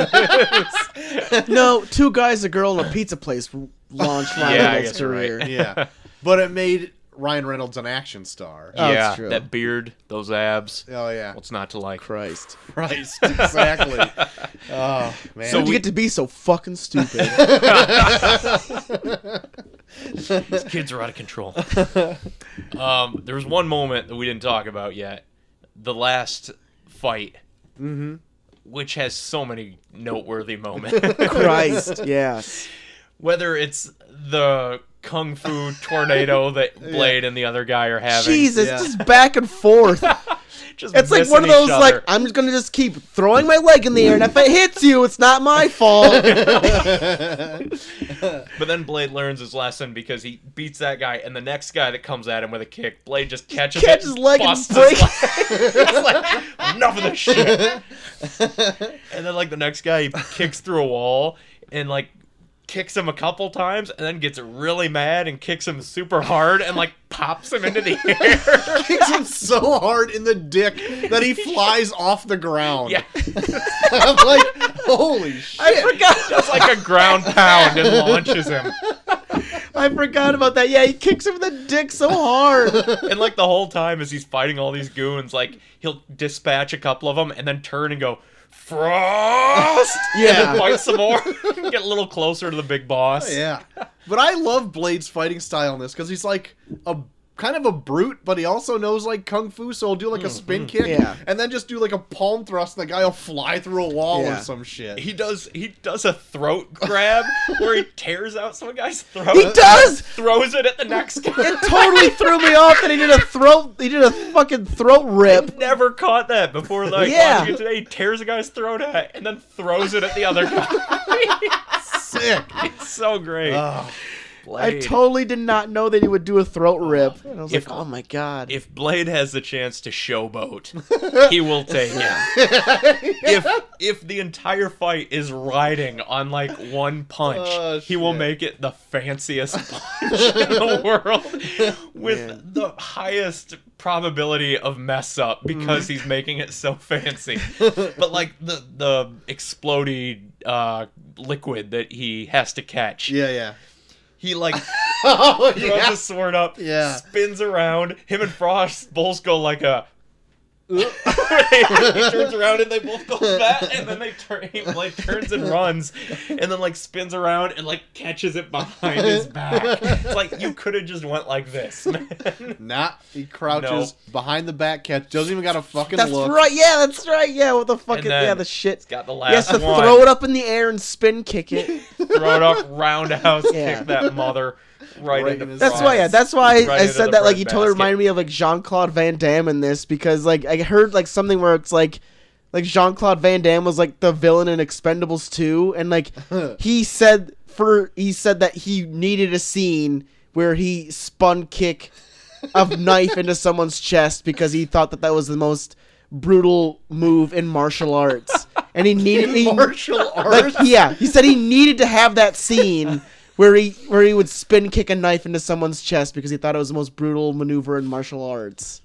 [SPEAKER 1] No, two guys, a girl, and a pizza place launched my
[SPEAKER 3] Yeah, I
[SPEAKER 1] Reynolds
[SPEAKER 3] guess you're right.
[SPEAKER 1] career.
[SPEAKER 2] yeah. but it made Ryan Reynolds an action star.
[SPEAKER 1] Oh,
[SPEAKER 3] yeah,
[SPEAKER 1] it's true.
[SPEAKER 3] that beard, those abs.
[SPEAKER 2] Oh yeah.
[SPEAKER 3] What's not to like?
[SPEAKER 1] Christ.
[SPEAKER 2] Christ. Exactly. oh man.
[SPEAKER 1] So you get to be so fucking stupid.
[SPEAKER 3] These kids are out of control. um, there was one moment that we didn't talk about yet. The last fight. Mm-hmm. Which has so many noteworthy moments.
[SPEAKER 1] Christ, yes.
[SPEAKER 3] Whether it's the kung fu tornado that Blade and the other guy are having.
[SPEAKER 1] Jesus,
[SPEAKER 2] Yeah.
[SPEAKER 1] just back and forth.
[SPEAKER 3] Just
[SPEAKER 1] It's like one of
[SPEAKER 3] missing each
[SPEAKER 1] those like
[SPEAKER 3] other.
[SPEAKER 1] I'm just gonna just keep throwing my leg in the air, and if it hits you, it's not my fault.
[SPEAKER 3] But then Blade learns his lesson because he beats that guy, and the next guy that comes at him with a kick, Blade just catches
[SPEAKER 1] catch
[SPEAKER 3] it,
[SPEAKER 1] his leg and
[SPEAKER 3] busts
[SPEAKER 1] break-
[SPEAKER 3] his leg. it's like enough of this shit. and then like the next guy he kicks through a wall and like kicks him a couple times, and then gets really mad and kicks him super hard and like pops him into the air.
[SPEAKER 2] Kicks him so hard in the dick that he flies off the ground.
[SPEAKER 3] yeah,
[SPEAKER 2] I'm like, holy shit.
[SPEAKER 1] I forgot.
[SPEAKER 3] just like a ground pound and launches him.
[SPEAKER 1] I forgot about that. Yeah, he kicks him in the dick so hard.
[SPEAKER 3] And like the whole time as he's fighting all these goons, like he'll dispatch a couple of them and then turn and go frost. and
[SPEAKER 1] Yeah.
[SPEAKER 3] then fight some more. Get a little closer to the big boss.
[SPEAKER 2] Oh, Yeah. But I love Blade's fighting style in this because he's like a kind of a brute, but he also knows like kung fu, so he'll do like a spin kick
[SPEAKER 1] Mm, Yeah.
[SPEAKER 2] and then just do like a palm thrust, and the guy will fly through a wall
[SPEAKER 1] Yeah.
[SPEAKER 2] or some shit.
[SPEAKER 3] He does. He does a throat grab where he tears out some guy's throat.
[SPEAKER 1] He does.
[SPEAKER 3] Throws it at the next guy.
[SPEAKER 1] It totally threw me off that he did a throat. He did a fucking throat rip.
[SPEAKER 3] Never caught that before. Like
[SPEAKER 1] Yeah.
[SPEAKER 3] watching it today, he tears a guy's throat out and then throws it at the other guy.
[SPEAKER 2] Sick.
[SPEAKER 3] it's so great.
[SPEAKER 2] Ugh.
[SPEAKER 1] Uh, I totally did not know that he would do a throat rip. And I was
[SPEAKER 3] If-
[SPEAKER 1] like, oh my god.
[SPEAKER 3] if Blade has the chance to showboat, he will take it. if if the entire fight is riding on like one punch,
[SPEAKER 2] Oh,
[SPEAKER 3] he will
[SPEAKER 2] shit.
[SPEAKER 3] make it the fanciest punch in the world with
[SPEAKER 1] Man.
[SPEAKER 3] the highest probability of mess up because
[SPEAKER 2] Mm.
[SPEAKER 3] he's making it so fancy. but like the the explodey uh, liquid that he has to catch,
[SPEAKER 2] Yeah, yeah.
[SPEAKER 3] he like
[SPEAKER 2] Oh,
[SPEAKER 3] throws
[SPEAKER 2] yeah.
[SPEAKER 3] his sword up,
[SPEAKER 2] Yeah.
[SPEAKER 3] spins around. Him and Frost both go like a. he turns around and they both go fat, and then they turn. He like turns and runs, and then like spins around and like catches it behind his back. It's like you could have just went like this, man.
[SPEAKER 2] Nah, he crouches behind the back catch, doesn't even got a fucking
[SPEAKER 1] that's
[SPEAKER 2] look.
[SPEAKER 1] right. Yeah, that's right. Yeah, with the fucking
[SPEAKER 3] then
[SPEAKER 1] yeah the shit.
[SPEAKER 3] Got the
[SPEAKER 1] He has
[SPEAKER 3] last
[SPEAKER 1] to
[SPEAKER 3] one.
[SPEAKER 1] throw it up in the air and spin kick it.
[SPEAKER 3] Throw it up, roundhouse
[SPEAKER 1] Yeah.
[SPEAKER 3] kick that mother right,
[SPEAKER 2] Right
[SPEAKER 3] into
[SPEAKER 2] in his
[SPEAKER 1] That's
[SPEAKER 2] Right.
[SPEAKER 1] why, yeah. That's why
[SPEAKER 3] Right
[SPEAKER 1] I, I
[SPEAKER 3] into the
[SPEAKER 1] said that. Like,
[SPEAKER 3] bread
[SPEAKER 1] he totally
[SPEAKER 3] basket.
[SPEAKER 1] reminded me of like Jean Claude Van Damme in this because, like, I heard like something where it's like, like Jean Claude Van Damme was like the villain in Expendables 2, and like he said for he said that he needed a scene where he spun kick of knife into someone's chest because he thought that that was the most brutal move in martial arts, and he needed he,
[SPEAKER 2] Martial
[SPEAKER 1] like
[SPEAKER 2] arts.
[SPEAKER 1] yeah, he said he needed to have that scene where he where he would spin kick a knife into someone's chest because he thought it was the most brutal maneuver in martial arts.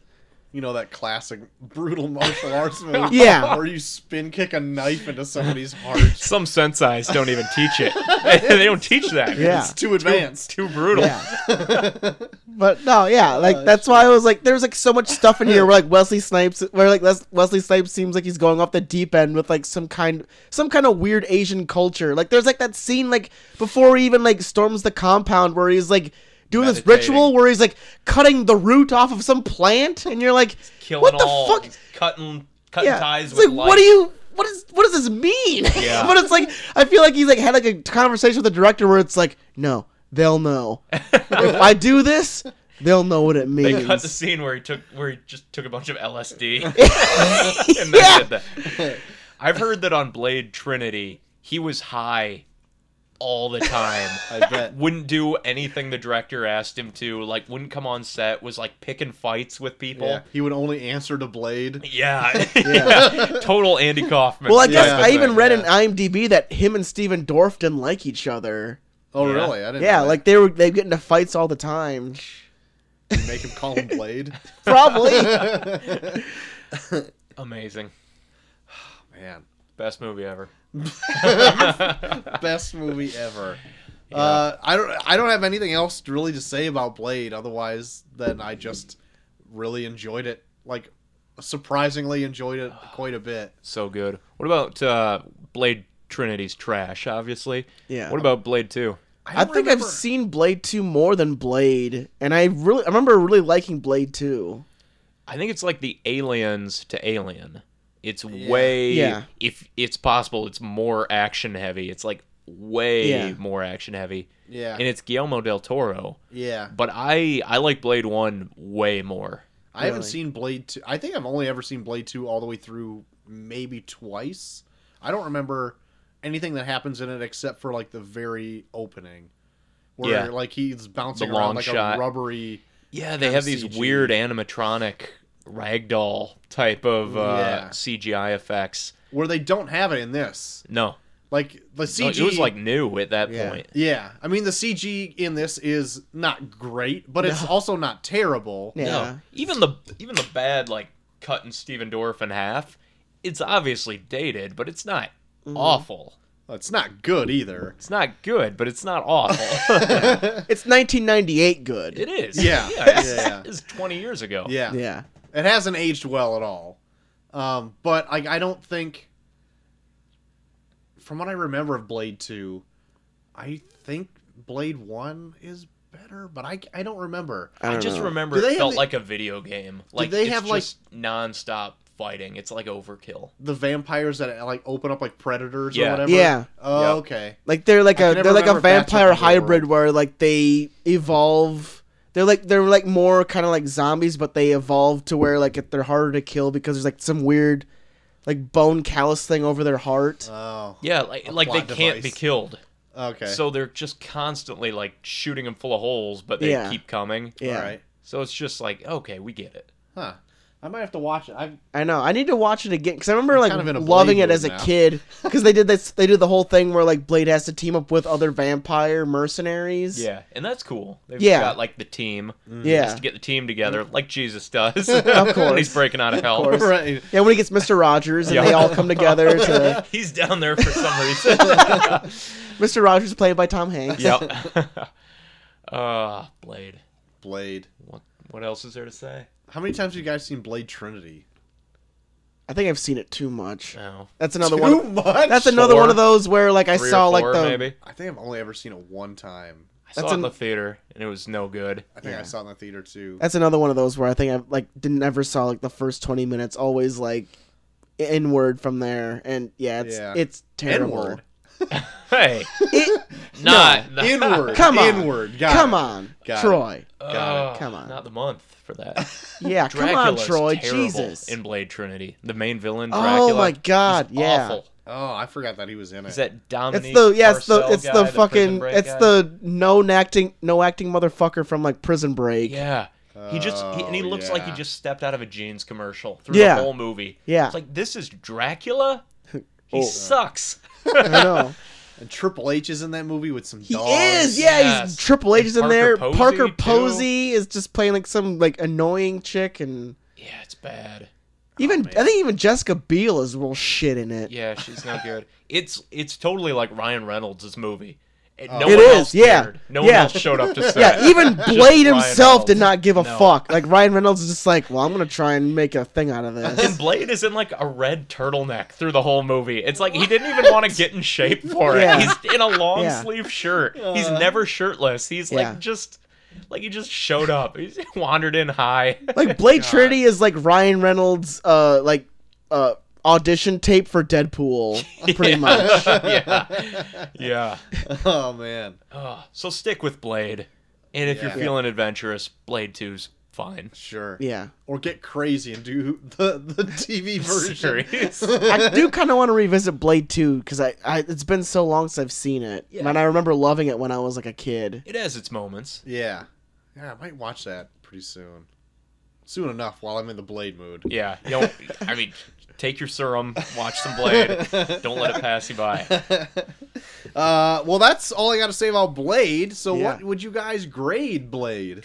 [SPEAKER 2] you know that classic brutal martial arts move.
[SPEAKER 1] Yeah.
[SPEAKER 2] Where you spin kick a knife into somebody's heart.
[SPEAKER 3] Some sensei's don't even teach it. they don't teach that.
[SPEAKER 1] Yeah.
[SPEAKER 2] It's too advanced.
[SPEAKER 3] too brutal.
[SPEAKER 1] Yeah. but no,
[SPEAKER 3] Oh,
[SPEAKER 1] yeah, like that's why I was like, there's like so much stuff in here where like Wesley Snipes, where like Les- Wesley Snipes seems like he's going off the deep end with like some kind, some kind of weird Asian culture. Like there's like that scene like before he even like storms the compound where he's like. Doing this
[SPEAKER 3] Meditating.
[SPEAKER 1] ritual where he's like cutting the root off of some plant, and you're like,
[SPEAKER 3] killing
[SPEAKER 1] "What the
[SPEAKER 3] all,
[SPEAKER 1] fuck?"
[SPEAKER 3] he's cutting cutting ties
[SPEAKER 1] it's
[SPEAKER 3] with
[SPEAKER 1] like,
[SPEAKER 3] life.
[SPEAKER 1] what do you what is what does this mean?
[SPEAKER 3] Yeah.
[SPEAKER 1] but it's like I feel like he's like had like a conversation with the director where it's like, no, they'll know. if I do this, they'll know what it
[SPEAKER 3] They
[SPEAKER 1] means.
[SPEAKER 3] cut the scene where he took where he just took a bunch of LSD and then did that. I've heard that on Blade Trinity, he was high all the time.
[SPEAKER 2] I bet.
[SPEAKER 3] wouldn't do anything the director asked him to, like wouldn't come on set, was like picking fights with people.
[SPEAKER 2] Yeah. He would only answer to Blade.
[SPEAKER 3] Yeah. Total Andy Kaufman.
[SPEAKER 1] well, I
[SPEAKER 3] type
[SPEAKER 1] guess
[SPEAKER 2] Yeah.
[SPEAKER 3] of
[SPEAKER 1] I even
[SPEAKER 3] thing.
[SPEAKER 1] read
[SPEAKER 2] yeah.
[SPEAKER 1] in IMDb that him and Steven Dorff didn't like each other.
[SPEAKER 2] Oh,
[SPEAKER 3] Yeah.
[SPEAKER 2] really? I didn't.
[SPEAKER 1] Yeah,
[SPEAKER 2] know that.
[SPEAKER 1] like they were they get into fights all the time.
[SPEAKER 2] You make him call him Blade.
[SPEAKER 1] Probably.
[SPEAKER 3] amazing.
[SPEAKER 2] Man,
[SPEAKER 3] Best movie ever.
[SPEAKER 2] best movie ever. Uh, I don't. I don't have anything else to really to say about Blade. Otherwise, than I just really enjoyed it. Like surprisingly enjoyed it quite a bit.
[SPEAKER 3] So good. What about uh, Blade Trinity's trash? Obviously.
[SPEAKER 1] Yeah.
[SPEAKER 3] What about Blade Two?
[SPEAKER 1] I
[SPEAKER 2] don't
[SPEAKER 1] think
[SPEAKER 2] remember-
[SPEAKER 1] I've seen Blade 2 more than Blade, and I really I remember really liking Blade 2.
[SPEAKER 3] I think it's like the aliens to alien. It's way
[SPEAKER 1] Yeah.
[SPEAKER 3] if it's possible, it's more action heavy. It's like way
[SPEAKER 1] Yeah.
[SPEAKER 3] more action heavy.
[SPEAKER 2] Yeah.
[SPEAKER 3] And it's Guillermo del Toro.
[SPEAKER 2] yeah.
[SPEAKER 3] But I I like Blade One way more.
[SPEAKER 2] I haven't
[SPEAKER 1] Really?
[SPEAKER 2] seen Blade 2. I think I've only ever seen Blade 2 all the way through maybe twice. I don't remember anything that happens in it except for like the very opening where
[SPEAKER 3] Yeah.
[SPEAKER 2] like he's bouncing
[SPEAKER 3] The long
[SPEAKER 2] around like
[SPEAKER 3] shot.
[SPEAKER 2] a rubbery
[SPEAKER 3] Yeah, they have these
[SPEAKER 2] CG.
[SPEAKER 3] weird animatronic ragdoll type of uh,
[SPEAKER 2] Yeah.
[SPEAKER 3] CGI effects.
[SPEAKER 2] where they don't have it in this.
[SPEAKER 3] No,
[SPEAKER 2] Like the
[SPEAKER 3] No,
[SPEAKER 2] CG
[SPEAKER 3] it was like new at that
[SPEAKER 1] Yeah.
[SPEAKER 3] point.
[SPEAKER 2] Yeah. I mean the CG in this is not great, but it's also not terrible.
[SPEAKER 1] Yeah.
[SPEAKER 3] No, even the even the bad like cutting Steven Dorff in half, it's obviously dated, but it's not
[SPEAKER 2] Mm-hmm.
[SPEAKER 3] awful.
[SPEAKER 2] It's not good either.
[SPEAKER 3] It's not good, but it's not awful.
[SPEAKER 1] It's 1998 good.
[SPEAKER 3] it is.
[SPEAKER 2] Yeah.
[SPEAKER 3] it's,
[SPEAKER 2] Yeah.
[SPEAKER 3] it's twenty years ago.
[SPEAKER 2] Yeah.
[SPEAKER 1] yeah.
[SPEAKER 2] It hasn't aged well at all. Um, but like I don't think from what I remember of Blade 2, I think Blade 1 is better, but I, I don't remember.
[SPEAKER 3] I,
[SPEAKER 1] don't
[SPEAKER 3] just
[SPEAKER 1] know.
[SPEAKER 3] remember
[SPEAKER 2] Uh, Do they
[SPEAKER 3] it
[SPEAKER 2] have
[SPEAKER 3] felt
[SPEAKER 2] the-
[SPEAKER 3] like a video game. Like
[SPEAKER 2] they
[SPEAKER 3] it's
[SPEAKER 2] have, like-
[SPEAKER 3] just nonstop fighting. It's like overkill.
[SPEAKER 2] The vampires that like open up like predators
[SPEAKER 3] Yeah.
[SPEAKER 2] or whatever.
[SPEAKER 1] Yeah.
[SPEAKER 2] Oh,
[SPEAKER 3] Yep.
[SPEAKER 2] okay.
[SPEAKER 1] Like they're like
[SPEAKER 2] I
[SPEAKER 1] a
[SPEAKER 2] can never
[SPEAKER 1] they're like a
[SPEAKER 2] remember if that's what
[SPEAKER 1] vampire
[SPEAKER 2] the real
[SPEAKER 1] hybrid where like they evolve. They're like they're like more kind of like zombies, but they evolve to where like they're harder to kill because there's like some weird like bone callus thing over their heart.
[SPEAKER 2] Oh,
[SPEAKER 3] Yeah, like
[SPEAKER 2] A
[SPEAKER 3] like they
[SPEAKER 2] plot
[SPEAKER 3] can't be
[SPEAKER 2] device.
[SPEAKER 3] killed.
[SPEAKER 2] okay.
[SPEAKER 3] So they're just constantly like shooting them full of holes, but they
[SPEAKER 1] Yeah.
[SPEAKER 3] keep coming.
[SPEAKER 1] yeah,
[SPEAKER 2] all right.
[SPEAKER 3] So it's just like, okay, we get it.
[SPEAKER 2] Huh. I might have to watch it. I've,
[SPEAKER 1] I know. I need to watch it again because I remember like
[SPEAKER 2] kind of in a
[SPEAKER 1] loving it
[SPEAKER 2] Blade
[SPEAKER 1] as a
[SPEAKER 2] mood now.
[SPEAKER 1] kid because they did this. They did the whole thing where like Blade has to team up with other vampire mercenaries.
[SPEAKER 3] Yeah, and that's cool. They've
[SPEAKER 1] Yeah.
[SPEAKER 3] got like the team.
[SPEAKER 1] yeah.
[SPEAKER 3] Just to get the team together, like Jesus does.
[SPEAKER 1] course.
[SPEAKER 3] when he's breaking out of hell.
[SPEAKER 1] course.
[SPEAKER 2] right.
[SPEAKER 1] Yeah, when he gets Mister Rogers and
[SPEAKER 3] Yeah.
[SPEAKER 1] they all come together to
[SPEAKER 3] he's down there for some reason.
[SPEAKER 1] Mister Rogers played by Tom Hanks.
[SPEAKER 3] yep. uh, Blade.
[SPEAKER 2] Blade.
[SPEAKER 3] What, what else is there to say?
[SPEAKER 2] How many times have you guys seen Blade Trinity?
[SPEAKER 1] I think I've seen it too much.
[SPEAKER 3] No.
[SPEAKER 1] That's another
[SPEAKER 2] Too
[SPEAKER 1] one.
[SPEAKER 2] much.
[SPEAKER 1] That's another
[SPEAKER 3] Four.
[SPEAKER 1] one of those where like I
[SPEAKER 3] Three
[SPEAKER 1] saw
[SPEAKER 3] or
[SPEAKER 1] like
[SPEAKER 3] four,
[SPEAKER 1] the
[SPEAKER 3] maybe.
[SPEAKER 2] I think I've only ever seen it one time.
[SPEAKER 3] I saw
[SPEAKER 1] That's
[SPEAKER 3] it in
[SPEAKER 1] an-
[SPEAKER 3] the theater and it was no good.
[SPEAKER 2] I think I
[SPEAKER 1] Yeah.
[SPEAKER 2] saw it in the theater too.
[SPEAKER 1] that's another one of those where I think I like didn't ever saw like the first twenty minutes. Always like inward from there, and yeah, it's
[SPEAKER 2] Yeah.
[SPEAKER 1] it's terrible.
[SPEAKER 2] Inward.
[SPEAKER 3] Hey,
[SPEAKER 1] It-
[SPEAKER 3] not
[SPEAKER 2] Inward.
[SPEAKER 1] Come on.
[SPEAKER 2] Inward. Got
[SPEAKER 1] come
[SPEAKER 2] it.
[SPEAKER 1] on,
[SPEAKER 2] Got it.
[SPEAKER 1] Troy.
[SPEAKER 3] Oh,
[SPEAKER 1] Come on.
[SPEAKER 3] Not the month for that.
[SPEAKER 1] Yeah, come on,
[SPEAKER 3] Dracula's
[SPEAKER 1] Troy.
[SPEAKER 3] terrible
[SPEAKER 1] Jesus.
[SPEAKER 3] in Blade Trinity. The main villain,
[SPEAKER 1] Oh
[SPEAKER 3] Dracula.
[SPEAKER 1] my God,
[SPEAKER 3] he's
[SPEAKER 1] yeah.
[SPEAKER 3] Awful.
[SPEAKER 2] Oh, I forgot that he was in it.
[SPEAKER 3] Is that Dominic?
[SPEAKER 1] it's the yeah, it's the
[SPEAKER 3] Purcell
[SPEAKER 1] it's
[SPEAKER 3] guy,
[SPEAKER 1] the
[SPEAKER 3] prison
[SPEAKER 1] fucking
[SPEAKER 3] break
[SPEAKER 1] it's
[SPEAKER 3] guy?
[SPEAKER 1] the no acting no acting motherfucker from like Prison Break.
[SPEAKER 3] yeah. He just he, and he
[SPEAKER 2] Oh,
[SPEAKER 3] looks like he
[SPEAKER 2] yeah.
[SPEAKER 3] just stepped out of a jeans commercial through
[SPEAKER 1] Yeah.
[SPEAKER 3] the whole movie.
[SPEAKER 1] Yeah.
[SPEAKER 3] it's like this is Dracula. He
[SPEAKER 1] Oh.
[SPEAKER 3] sucks.
[SPEAKER 1] I know.
[SPEAKER 2] and Triple H is in that movie with some
[SPEAKER 1] He
[SPEAKER 2] dogs.
[SPEAKER 1] is, yeah.
[SPEAKER 3] yes.
[SPEAKER 1] He's Triple H is in
[SPEAKER 3] Parker
[SPEAKER 1] there.
[SPEAKER 3] Posey,
[SPEAKER 1] Parker
[SPEAKER 3] too.
[SPEAKER 1] Posey is just playing like some like annoying chick, and
[SPEAKER 3] Yeah, it's bad.
[SPEAKER 1] even I think even Jessica Biel is real shit in it.
[SPEAKER 3] Yeah, she's not good. It's it's totally like Ryan Reynolds' movie. And
[SPEAKER 2] Oh.
[SPEAKER 3] No
[SPEAKER 1] It
[SPEAKER 3] one
[SPEAKER 1] is,
[SPEAKER 3] else
[SPEAKER 1] yeah.
[SPEAKER 3] cared. No
[SPEAKER 1] Yeah.
[SPEAKER 3] one else showed up to say.
[SPEAKER 1] Yeah, even Blade
[SPEAKER 3] Ryan
[SPEAKER 1] himself did
[SPEAKER 3] Reynolds.
[SPEAKER 1] not give a
[SPEAKER 3] No.
[SPEAKER 1] fuck. Like Ryan Reynolds is just like, well, I'm gonna try and make a thing out of
[SPEAKER 3] And
[SPEAKER 1] this.
[SPEAKER 3] Blade is in like a red turtleneck through the whole movie. It's like he didn't even want to get in shape for it.
[SPEAKER 1] Yeah.
[SPEAKER 3] He's in a long
[SPEAKER 1] Yeah.
[SPEAKER 3] sleeve shirt. He's never shirtless. He's
[SPEAKER 1] Yeah.
[SPEAKER 3] like just like he just showed up. He's wandered in high.
[SPEAKER 1] Like Blade Trinity is like Ryan Reynolds, uh, like uh, audition tape for Deadpool, pretty much.
[SPEAKER 3] yeah. Yeah.
[SPEAKER 2] Oh man,
[SPEAKER 3] Ugh. so stick with Blade. And if
[SPEAKER 2] Yeah.
[SPEAKER 3] you're feeling adventurous, Blade 2's fine.
[SPEAKER 2] sure.
[SPEAKER 1] Yeah,
[SPEAKER 2] Or get crazy and do the the TV version.
[SPEAKER 3] Serious.
[SPEAKER 1] I do kind of want to revisit Blade Two because I, I it's been so long since I've seen it,
[SPEAKER 3] Yeah.
[SPEAKER 1] and I remember loving it when I was like a kid.
[SPEAKER 3] It has its moments.
[SPEAKER 2] yeah. Yeah, I might watch that pretty soon. Soon enough, while I'm in the Blade mood.
[SPEAKER 3] Yeah. You know, I mean, take your serum, watch some Blade. Don't let it pass you by.
[SPEAKER 2] Uh, well, that's all I got to say about Blade. So,
[SPEAKER 1] Yeah.
[SPEAKER 2] what would you guys grade Blade?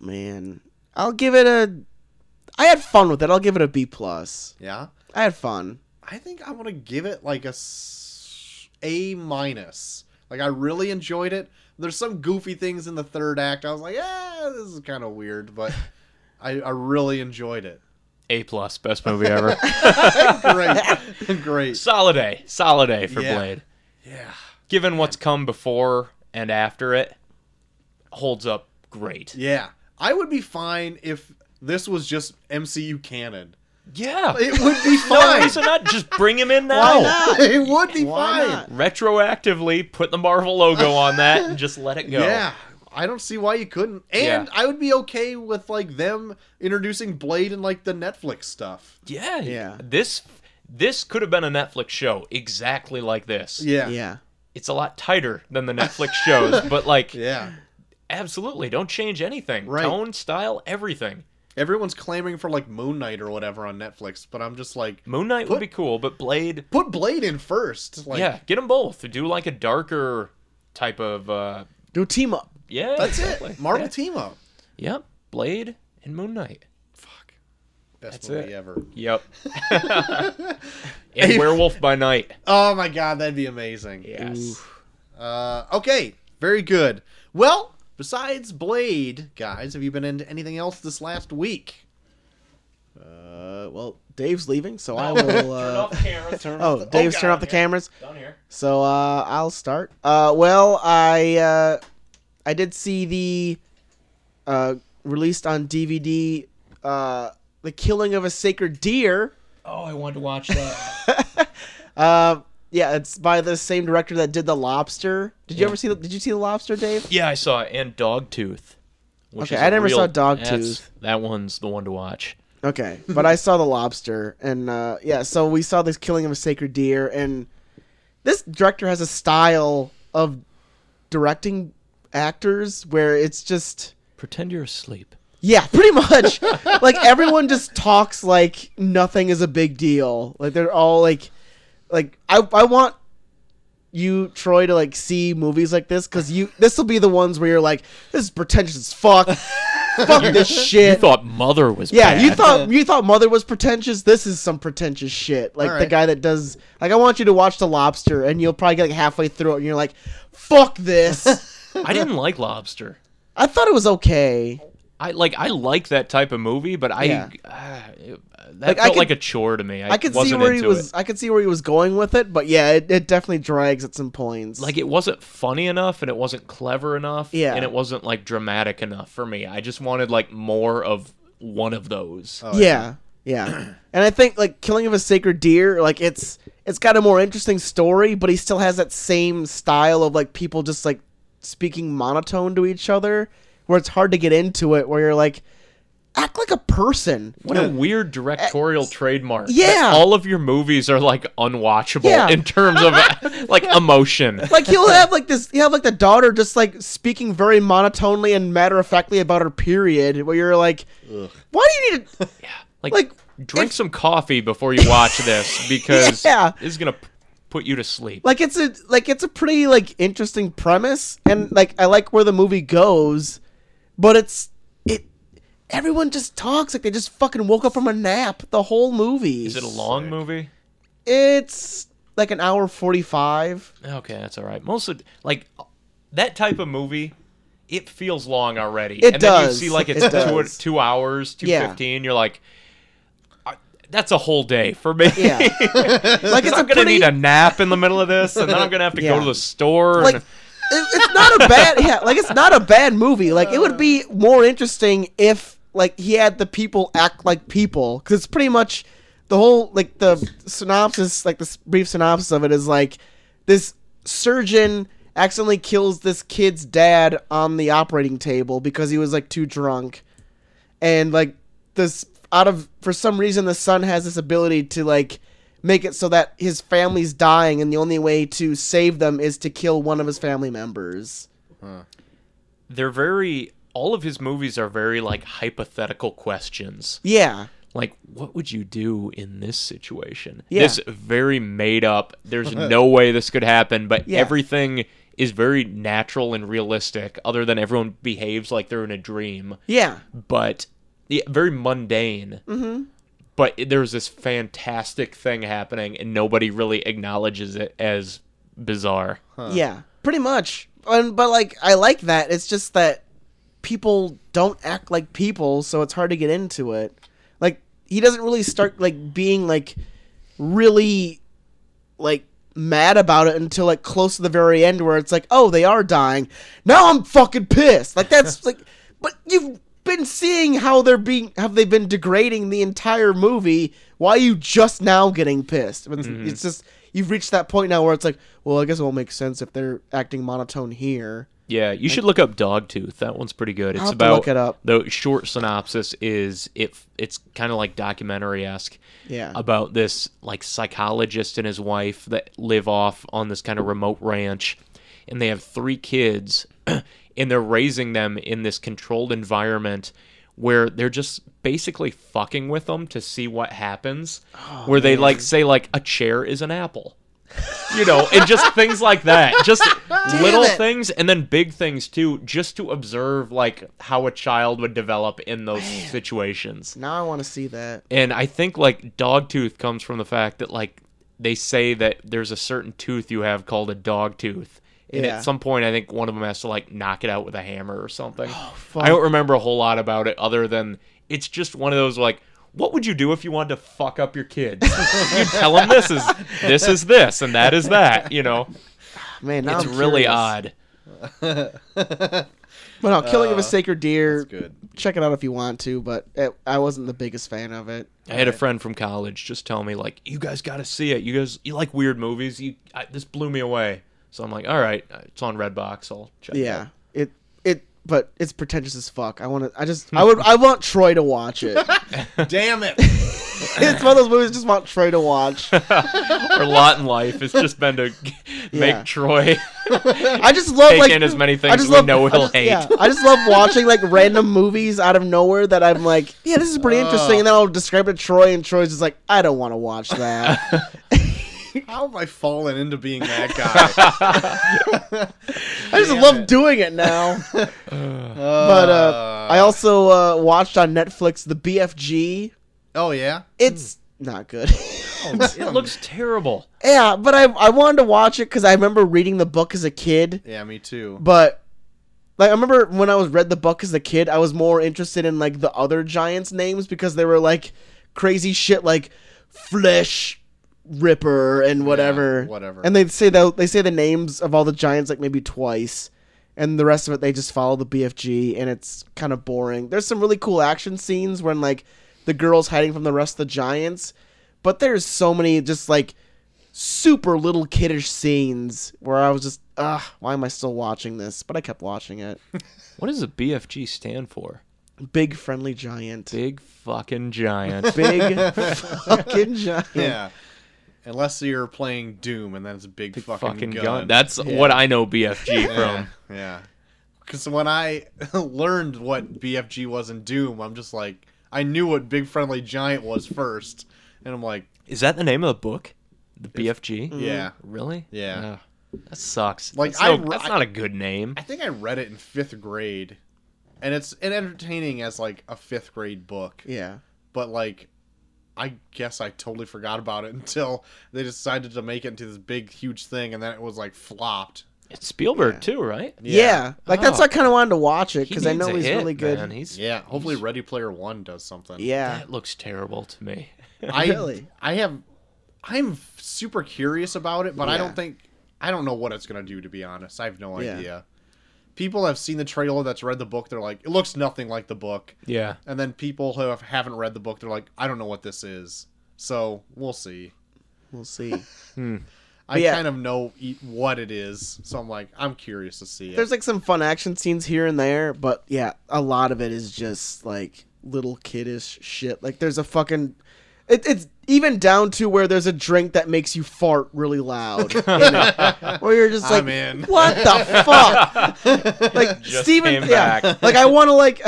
[SPEAKER 1] Man, I'll give it a. I had fun with it. I'll give it a B plus.
[SPEAKER 2] Yeah,
[SPEAKER 1] I had fun.
[SPEAKER 2] I think I'm gonna give it like a s- a minus. Like I really enjoyed it. There's some goofy things in the third act. I was like, yeah, this is kind of weird, but I, I really enjoyed it.
[SPEAKER 3] A plus, best movie ever.
[SPEAKER 2] Great, great.
[SPEAKER 3] solid A, solid A for
[SPEAKER 2] Yeah.
[SPEAKER 3] Blade.
[SPEAKER 2] Yeah,
[SPEAKER 3] Given what's come before and after it, holds up great.
[SPEAKER 2] yeah. I would be fine if this was just MCU canon.
[SPEAKER 3] Yeah.
[SPEAKER 2] It would be
[SPEAKER 3] No
[SPEAKER 2] fine.
[SPEAKER 3] reason not. Just bring him in now.
[SPEAKER 2] it would be
[SPEAKER 1] Why
[SPEAKER 2] fine.
[SPEAKER 1] not?
[SPEAKER 3] Retroactively put the Marvel logo on that and just let it go.
[SPEAKER 2] Yeah. I I don't see why you couldn't. And
[SPEAKER 3] Yeah.
[SPEAKER 2] I would be okay with like them introducing Blade and like the Netflix stuff.
[SPEAKER 3] Yeah.
[SPEAKER 1] Yeah.
[SPEAKER 3] This this could have been a Netflix show exactly like this.
[SPEAKER 2] Yeah.
[SPEAKER 1] Yeah.
[SPEAKER 3] It's a lot tighter than the Netflix shows, but like
[SPEAKER 2] Yeah.
[SPEAKER 3] absolutely don't change anything.
[SPEAKER 2] Right.
[SPEAKER 3] Tone, style, everything.
[SPEAKER 2] Everyone's clamoring for like Moon Knight or whatever on Netflix, but I'm just like
[SPEAKER 3] Moon Knight
[SPEAKER 2] Put-
[SPEAKER 3] would be cool, but Blade
[SPEAKER 2] put Blade in first. Like
[SPEAKER 3] Yeah, get them both. Do like a darker type of uh
[SPEAKER 1] Do a team up.
[SPEAKER 3] yeah.
[SPEAKER 2] that's
[SPEAKER 3] exactly.
[SPEAKER 2] it. Marvel
[SPEAKER 3] Yeah.
[SPEAKER 2] team up.
[SPEAKER 3] Yep. Blade and Moon Knight.
[SPEAKER 2] Fuck. Best
[SPEAKER 3] That's
[SPEAKER 2] movie
[SPEAKER 3] it.
[SPEAKER 2] ever.
[SPEAKER 3] Yep. and Werewolf by Night.
[SPEAKER 2] Oh my god, that'd be amazing.
[SPEAKER 3] Yes.
[SPEAKER 2] Uh, okay, very good. Well, besides Blade, guys, have you been into anything else this last week?
[SPEAKER 1] Uh, well, Dave's leaving, so I will.
[SPEAKER 4] Turn
[SPEAKER 1] Uh,
[SPEAKER 4] off camera. Turn
[SPEAKER 1] oh, Dave's
[SPEAKER 4] God,
[SPEAKER 1] turn off
[SPEAKER 4] I'm
[SPEAKER 1] the
[SPEAKER 4] here.
[SPEAKER 1] cameras.
[SPEAKER 4] Down here.
[SPEAKER 1] So uh, I'll start. Uh, well, I uh, I did see the uh, released on DVD, uh, "The Killing of a Sacred Deer."
[SPEAKER 5] Oh, I wanted to watch that.
[SPEAKER 1] Uh, yeah, it's by the same director that did The Lobster. Did you ever see? The, did you see The Lobster, Dave?
[SPEAKER 3] Yeah, I saw it. And Dogtooth. Which
[SPEAKER 1] Okay,
[SPEAKER 3] is
[SPEAKER 1] I
[SPEAKER 3] a
[SPEAKER 1] never
[SPEAKER 3] real-
[SPEAKER 1] saw Dogtooth.
[SPEAKER 3] that's- That one's the one to watch.
[SPEAKER 1] Okay, but I saw the lobster, and uh, yeah, so we saw this killing of a sacred deer, and this director has a style of directing actors where it's just
[SPEAKER 3] Pretend you're asleep.
[SPEAKER 1] yeah, pretty much like everyone just talks like nothing is a big deal. Like they're all like, like I I want you Troy to like see movies like this because you this will be the ones where you're like this is pretentious as fuck, fuck this shit.
[SPEAKER 3] thought Mother was
[SPEAKER 1] Yeah, you thought you thought Mother was pretentious. This is some pretentious shit. Like the
[SPEAKER 2] Alright.
[SPEAKER 1] guy that does. Like I want you to watch The Lobster, and you'll probably get like halfway through it, and you're like, "Fuck this."
[SPEAKER 3] I didn't like Lobster.
[SPEAKER 1] I thought it was okay.
[SPEAKER 3] I like I like that type of movie, but I
[SPEAKER 1] Yeah.
[SPEAKER 3] ah, it- that
[SPEAKER 1] Like, I
[SPEAKER 3] felt
[SPEAKER 1] could-
[SPEAKER 3] like a chore to me. I,
[SPEAKER 1] I could
[SPEAKER 3] wasn't
[SPEAKER 1] see where he
[SPEAKER 3] into
[SPEAKER 1] was.
[SPEAKER 3] it.
[SPEAKER 1] I could see where he was going with it, but yeah, it, it definitely drags at some points.
[SPEAKER 3] Like it wasn't funny enough, and it wasn't clever enough,
[SPEAKER 1] Yeah.
[SPEAKER 3] and it wasn't like dramatic enough for me. I just wanted like more of one of those.
[SPEAKER 2] Oh,
[SPEAKER 1] yeah, yeah. and I think like Killing of a Sacred Deer, like it's it's got a more interesting story, but he still has that same style of like people just like speaking monotone to each other, where it's hard to get into it. Where you're like, act like a person.
[SPEAKER 3] What a weird directorial trademark. that
[SPEAKER 1] Eh, yeah.
[SPEAKER 3] all of your movies are like unwatchable
[SPEAKER 1] Yeah.
[SPEAKER 3] in terms of like emotion.
[SPEAKER 1] Like he'll have like this, he'll have like the daughter just like speaking very monotonely and matter of factly about her period. Where you're like, why do you need to?
[SPEAKER 3] Like,
[SPEAKER 1] Like,
[SPEAKER 3] drink
[SPEAKER 1] if-
[SPEAKER 3] some coffee before you watch this because
[SPEAKER 1] Yeah.
[SPEAKER 3] this is gonna p- put you to sleep.
[SPEAKER 1] like it's a like it's a pretty like interesting premise and like i like where the movie goes but it's it everyone just talks like they just fucking woke up from a nap the whole movie
[SPEAKER 3] Is it a long movie?
[SPEAKER 1] it's like an hour 45
[SPEAKER 3] Okay, that's all right. Most of like that type of movie, it feels long already.
[SPEAKER 1] It
[SPEAKER 3] and
[SPEAKER 1] does.
[SPEAKER 3] Then you see like it's
[SPEAKER 1] It
[SPEAKER 3] two,
[SPEAKER 1] does.
[SPEAKER 3] two hours, two
[SPEAKER 1] Yeah.
[SPEAKER 3] fifteen. You're like, I- that's a whole day for me.
[SPEAKER 1] Yeah. like it's a
[SPEAKER 3] I'm gonna
[SPEAKER 1] pretty
[SPEAKER 3] need a nap in the middle of this, and then I'm gonna have to
[SPEAKER 1] Yeah.
[SPEAKER 3] go to the store.
[SPEAKER 1] like
[SPEAKER 3] and,
[SPEAKER 1] it, it's not a bad yeah like it's not a bad movie like it would be more interesting if like he had the people act like people because it's pretty much the whole like the synopsis like this brief synopsis of it is like this surgeon accidentally kills this kid's dad on the operating table because he was like too drunk and like this out of for some reason the son has this ability to like make it so that his family's dying and the only way to save them is to kill one of his family members
[SPEAKER 3] they're very. All of his movies are very like hypothetical questions.
[SPEAKER 1] yeah
[SPEAKER 3] Like, what would you do in this situation?
[SPEAKER 1] Yeah. Uh-huh.
[SPEAKER 3] This very made up. There's no way this could happen, but
[SPEAKER 1] Yeah.
[SPEAKER 3] everything is very natural and realistic. Other than everyone behaves like they're in a dream,
[SPEAKER 1] yeah
[SPEAKER 3] but yeah, very mundane. Mm-hmm. But it- there's this fantastic thing happening, and nobody really acknowledges it as bizarre.
[SPEAKER 1] yeah pretty much and, but like i like that it's just that people don't act like people so it's hard to get into it like he doesn't really start like being like really like mad about it until like close to the very end where it's like oh they are dying now i'm fucking pissed like that's like but you've been seeing how they're being have they been degrading the entire movie why are you just now getting pissed it's,
[SPEAKER 3] Mm-hmm.
[SPEAKER 1] it's just you've reached that point now where it's like well i guess it won't make sense if they're acting monotone here
[SPEAKER 3] Yeah, you should look up Dogtooth. That one's pretty good. It's
[SPEAKER 1] have to
[SPEAKER 3] about
[SPEAKER 1] look it up.
[SPEAKER 3] the short synopsis is it it's kind of like documentary esque
[SPEAKER 1] Yeah.
[SPEAKER 3] about this like psychologist and his wife that live off on this kind of remote ranch and they have three kids and they're raising them in this controlled environment where they're just basically fucking with them to see what happens
[SPEAKER 1] Oh,
[SPEAKER 3] where they like say like a chair is an apple you know and just things like that just little
[SPEAKER 1] it.
[SPEAKER 3] things and then big things too just to observe like how a child would develop in those situations
[SPEAKER 1] Now I want to see that.
[SPEAKER 3] and I think like dog tooth comes from the fact that like they say that there's a certain tooth you have called a dog tooth. And
[SPEAKER 1] Yeah.
[SPEAKER 3] at some point, I think one of them has to like knock it out with a hammer or something.
[SPEAKER 1] Oh,
[SPEAKER 3] I don't remember a whole lot about it other than it's just one of those like, what would you do if you wanted to fuck up your kids? you tell them this is this is this and that is that. You know,
[SPEAKER 1] Man, now
[SPEAKER 3] it's
[SPEAKER 1] I'm
[SPEAKER 3] really
[SPEAKER 1] curious.
[SPEAKER 3] odd.
[SPEAKER 1] But no, Killing of
[SPEAKER 3] Uh,
[SPEAKER 1] a Sacred Deer.
[SPEAKER 2] good.
[SPEAKER 1] Check it out if you want to, but it, I wasn't the biggest fan of it.
[SPEAKER 3] I had a friend from college just tell me like, "You guys got to see it. You guys, you like weird movies. You I, this blew me away." So I'm like, "All right, uh, it's on Redbox. I'll check." it
[SPEAKER 1] Yeah,
[SPEAKER 3] out."
[SPEAKER 1] it it, but it's pretentious as fuck. I want to. I just. I would. I want Troy to watch it.
[SPEAKER 2] Damn it.
[SPEAKER 1] it's one of those movies. I Just want Troy to watch.
[SPEAKER 3] Our lot in life has just been to g- make
[SPEAKER 1] Yeah.
[SPEAKER 3] Troy
[SPEAKER 1] I just love
[SPEAKER 3] take
[SPEAKER 1] like
[SPEAKER 3] in as many things
[SPEAKER 1] I just
[SPEAKER 3] we
[SPEAKER 1] love,
[SPEAKER 3] know
[SPEAKER 1] I
[SPEAKER 3] he'll
[SPEAKER 1] just-
[SPEAKER 3] hate.
[SPEAKER 1] Yeah, I just love watching like random movies out of nowhere that I'm like, yeah, this is pretty
[SPEAKER 2] Uh.
[SPEAKER 1] interesting, and then I'll describe it to Troy, and Troy's just like, I don't want to watch that.
[SPEAKER 2] How have I fallen into being that guy?
[SPEAKER 1] I just
[SPEAKER 2] Damn
[SPEAKER 1] love
[SPEAKER 2] it.
[SPEAKER 1] doing it now. But uh, I also uh, watched on Netflix the BFG.
[SPEAKER 2] oh yeah.
[SPEAKER 1] It's not good.
[SPEAKER 2] Oh.
[SPEAKER 3] it looks terrible.
[SPEAKER 1] yeah, but I I wanted to watch it because I remember reading the book as a kid,
[SPEAKER 2] Yeah, me too.
[SPEAKER 1] but. Like I remember when I was read the book as a kid, I was more interested in like the other giants' names because they were like crazy shit like Flesh Ripper and whatever.
[SPEAKER 2] whatever.
[SPEAKER 1] And they say the, they say the names of all the giants like maybe twice. And the rest of it they just follow the BFG and it's kind of boring. There's some really cool action scenes when like the girls hiding from the rest of the giants, but there's so many just like super little kiddish scenes where I was just ah, why am I still watching this? But I kept watching it.
[SPEAKER 3] What does the BFG stand for?
[SPEAKER 1] Big friendly giant.
[SPEAKER 3] Big fucking giant.
[SPEAKER 1] Big fucking giant.
[SPEAKER 2] Yeah. Unless you're playing Doom and then it's a big, fucking,
[SPEAKER 3] fucking
[SPEAKER 2] gun.
[SPEAKER 3] gun. That's what I know BFG
[SPEAKER 2] yeah.
[SPEAKER 3] from.
[SPEAKER 2] Yeah. Cuz when I learned what BFG was in Doom, I'm just like I knew what Big Friendly Giant was first and I'm like,
[SPEAKER 3] Is that the name of the book? The BFG.
[SPEAKER 1] Mm-hmm.
[SPEAKER 2] yeah.
[SPEAKER 3] Really?
[SPEAKER 2] Yeah.
[SPEAKER 3] Ugh, that sucks.
[SPEAKER 2] Like,
[SPEAKER 3] Like that's, no-
[SPEAKER 2] I re-
[SPEAKER 3] that's
[SPEAKER 2] I-
[SPEAKER 3] not a good name.
[SPEAKER 2] I think I read it in 5th grade. And it's and entertaining as like a 5th grade book.
[SPEAKER 1] Yeah.
[SPEAKER 2] but like I guess I totally forgot about it until they decided to make it into this big huge thing and then it was like flopped.
[SPEAKER 3] It's Spielberg too, right?
[SPEAKER 1] Yeah. Like that's
[SPEAKER 3] Oh.
[SPEAKER 1] why I kind of wanted to watch it
[SPEAKER 3] He
[SPEAKER 1] because I
[SPEAKER 3] needs
[SPEAKER 1] know
[SPEAKER 3] a
[SPEAKER 1] he's
[SPEAKER 3] hit,
[SPEAKER 1] really good.
[SPEAKER 3] Man. He's
[SPEAKER 2] Yeah, hopefully Ready Player 1 does something.
[SPEAKER 1] yeah.
[SPEAKER 3] That looks terrible to me.
[SPEAKER 2] I
[SPEAKER 1] Really?
[SPEAKER 2] I have I'm super curious about it, but I
[SPEAKER 1] Yeah.
[SPEAKER 2] don't think I don't know what it's going to do to be honest. I have no
[SPEAKER 1] Yeah.
[SPEAKER 2] idea. People have seen the trailer that's read the book, they're like it looks nothing like the book.
[SPEAKER 3] yeah.
[SPEAKER 2] And then people who have, haven't read the book, they're like I don't know what this is. So, we'll see.
[SPEAKER 1] We'll see.
[SPEAKER 2] I
[SPEAKER 1] Yeah.
[SPEAKER 2] kind of know e- what it is, so I'm like, I'm curious to see it.
[SPEAKER 1] There's like some fun action scenes here and there, but yeah, a lot of it is just like little kiddish shit. Like there's a fucking it, it's even down to where there's a drink that makes you fart really loud. in it. where you're just like,
[SPEAKER 2] I'm in.
[SPEAKER 1] what the fuck? like
[SPEAKER 3] Just
[SPEAKER 1] Steven,
[SPEAKER 3] came
[SPEAKER 1] yeah.
[SPEAKER 3] back.
[SPEAKER 1] Like I want to like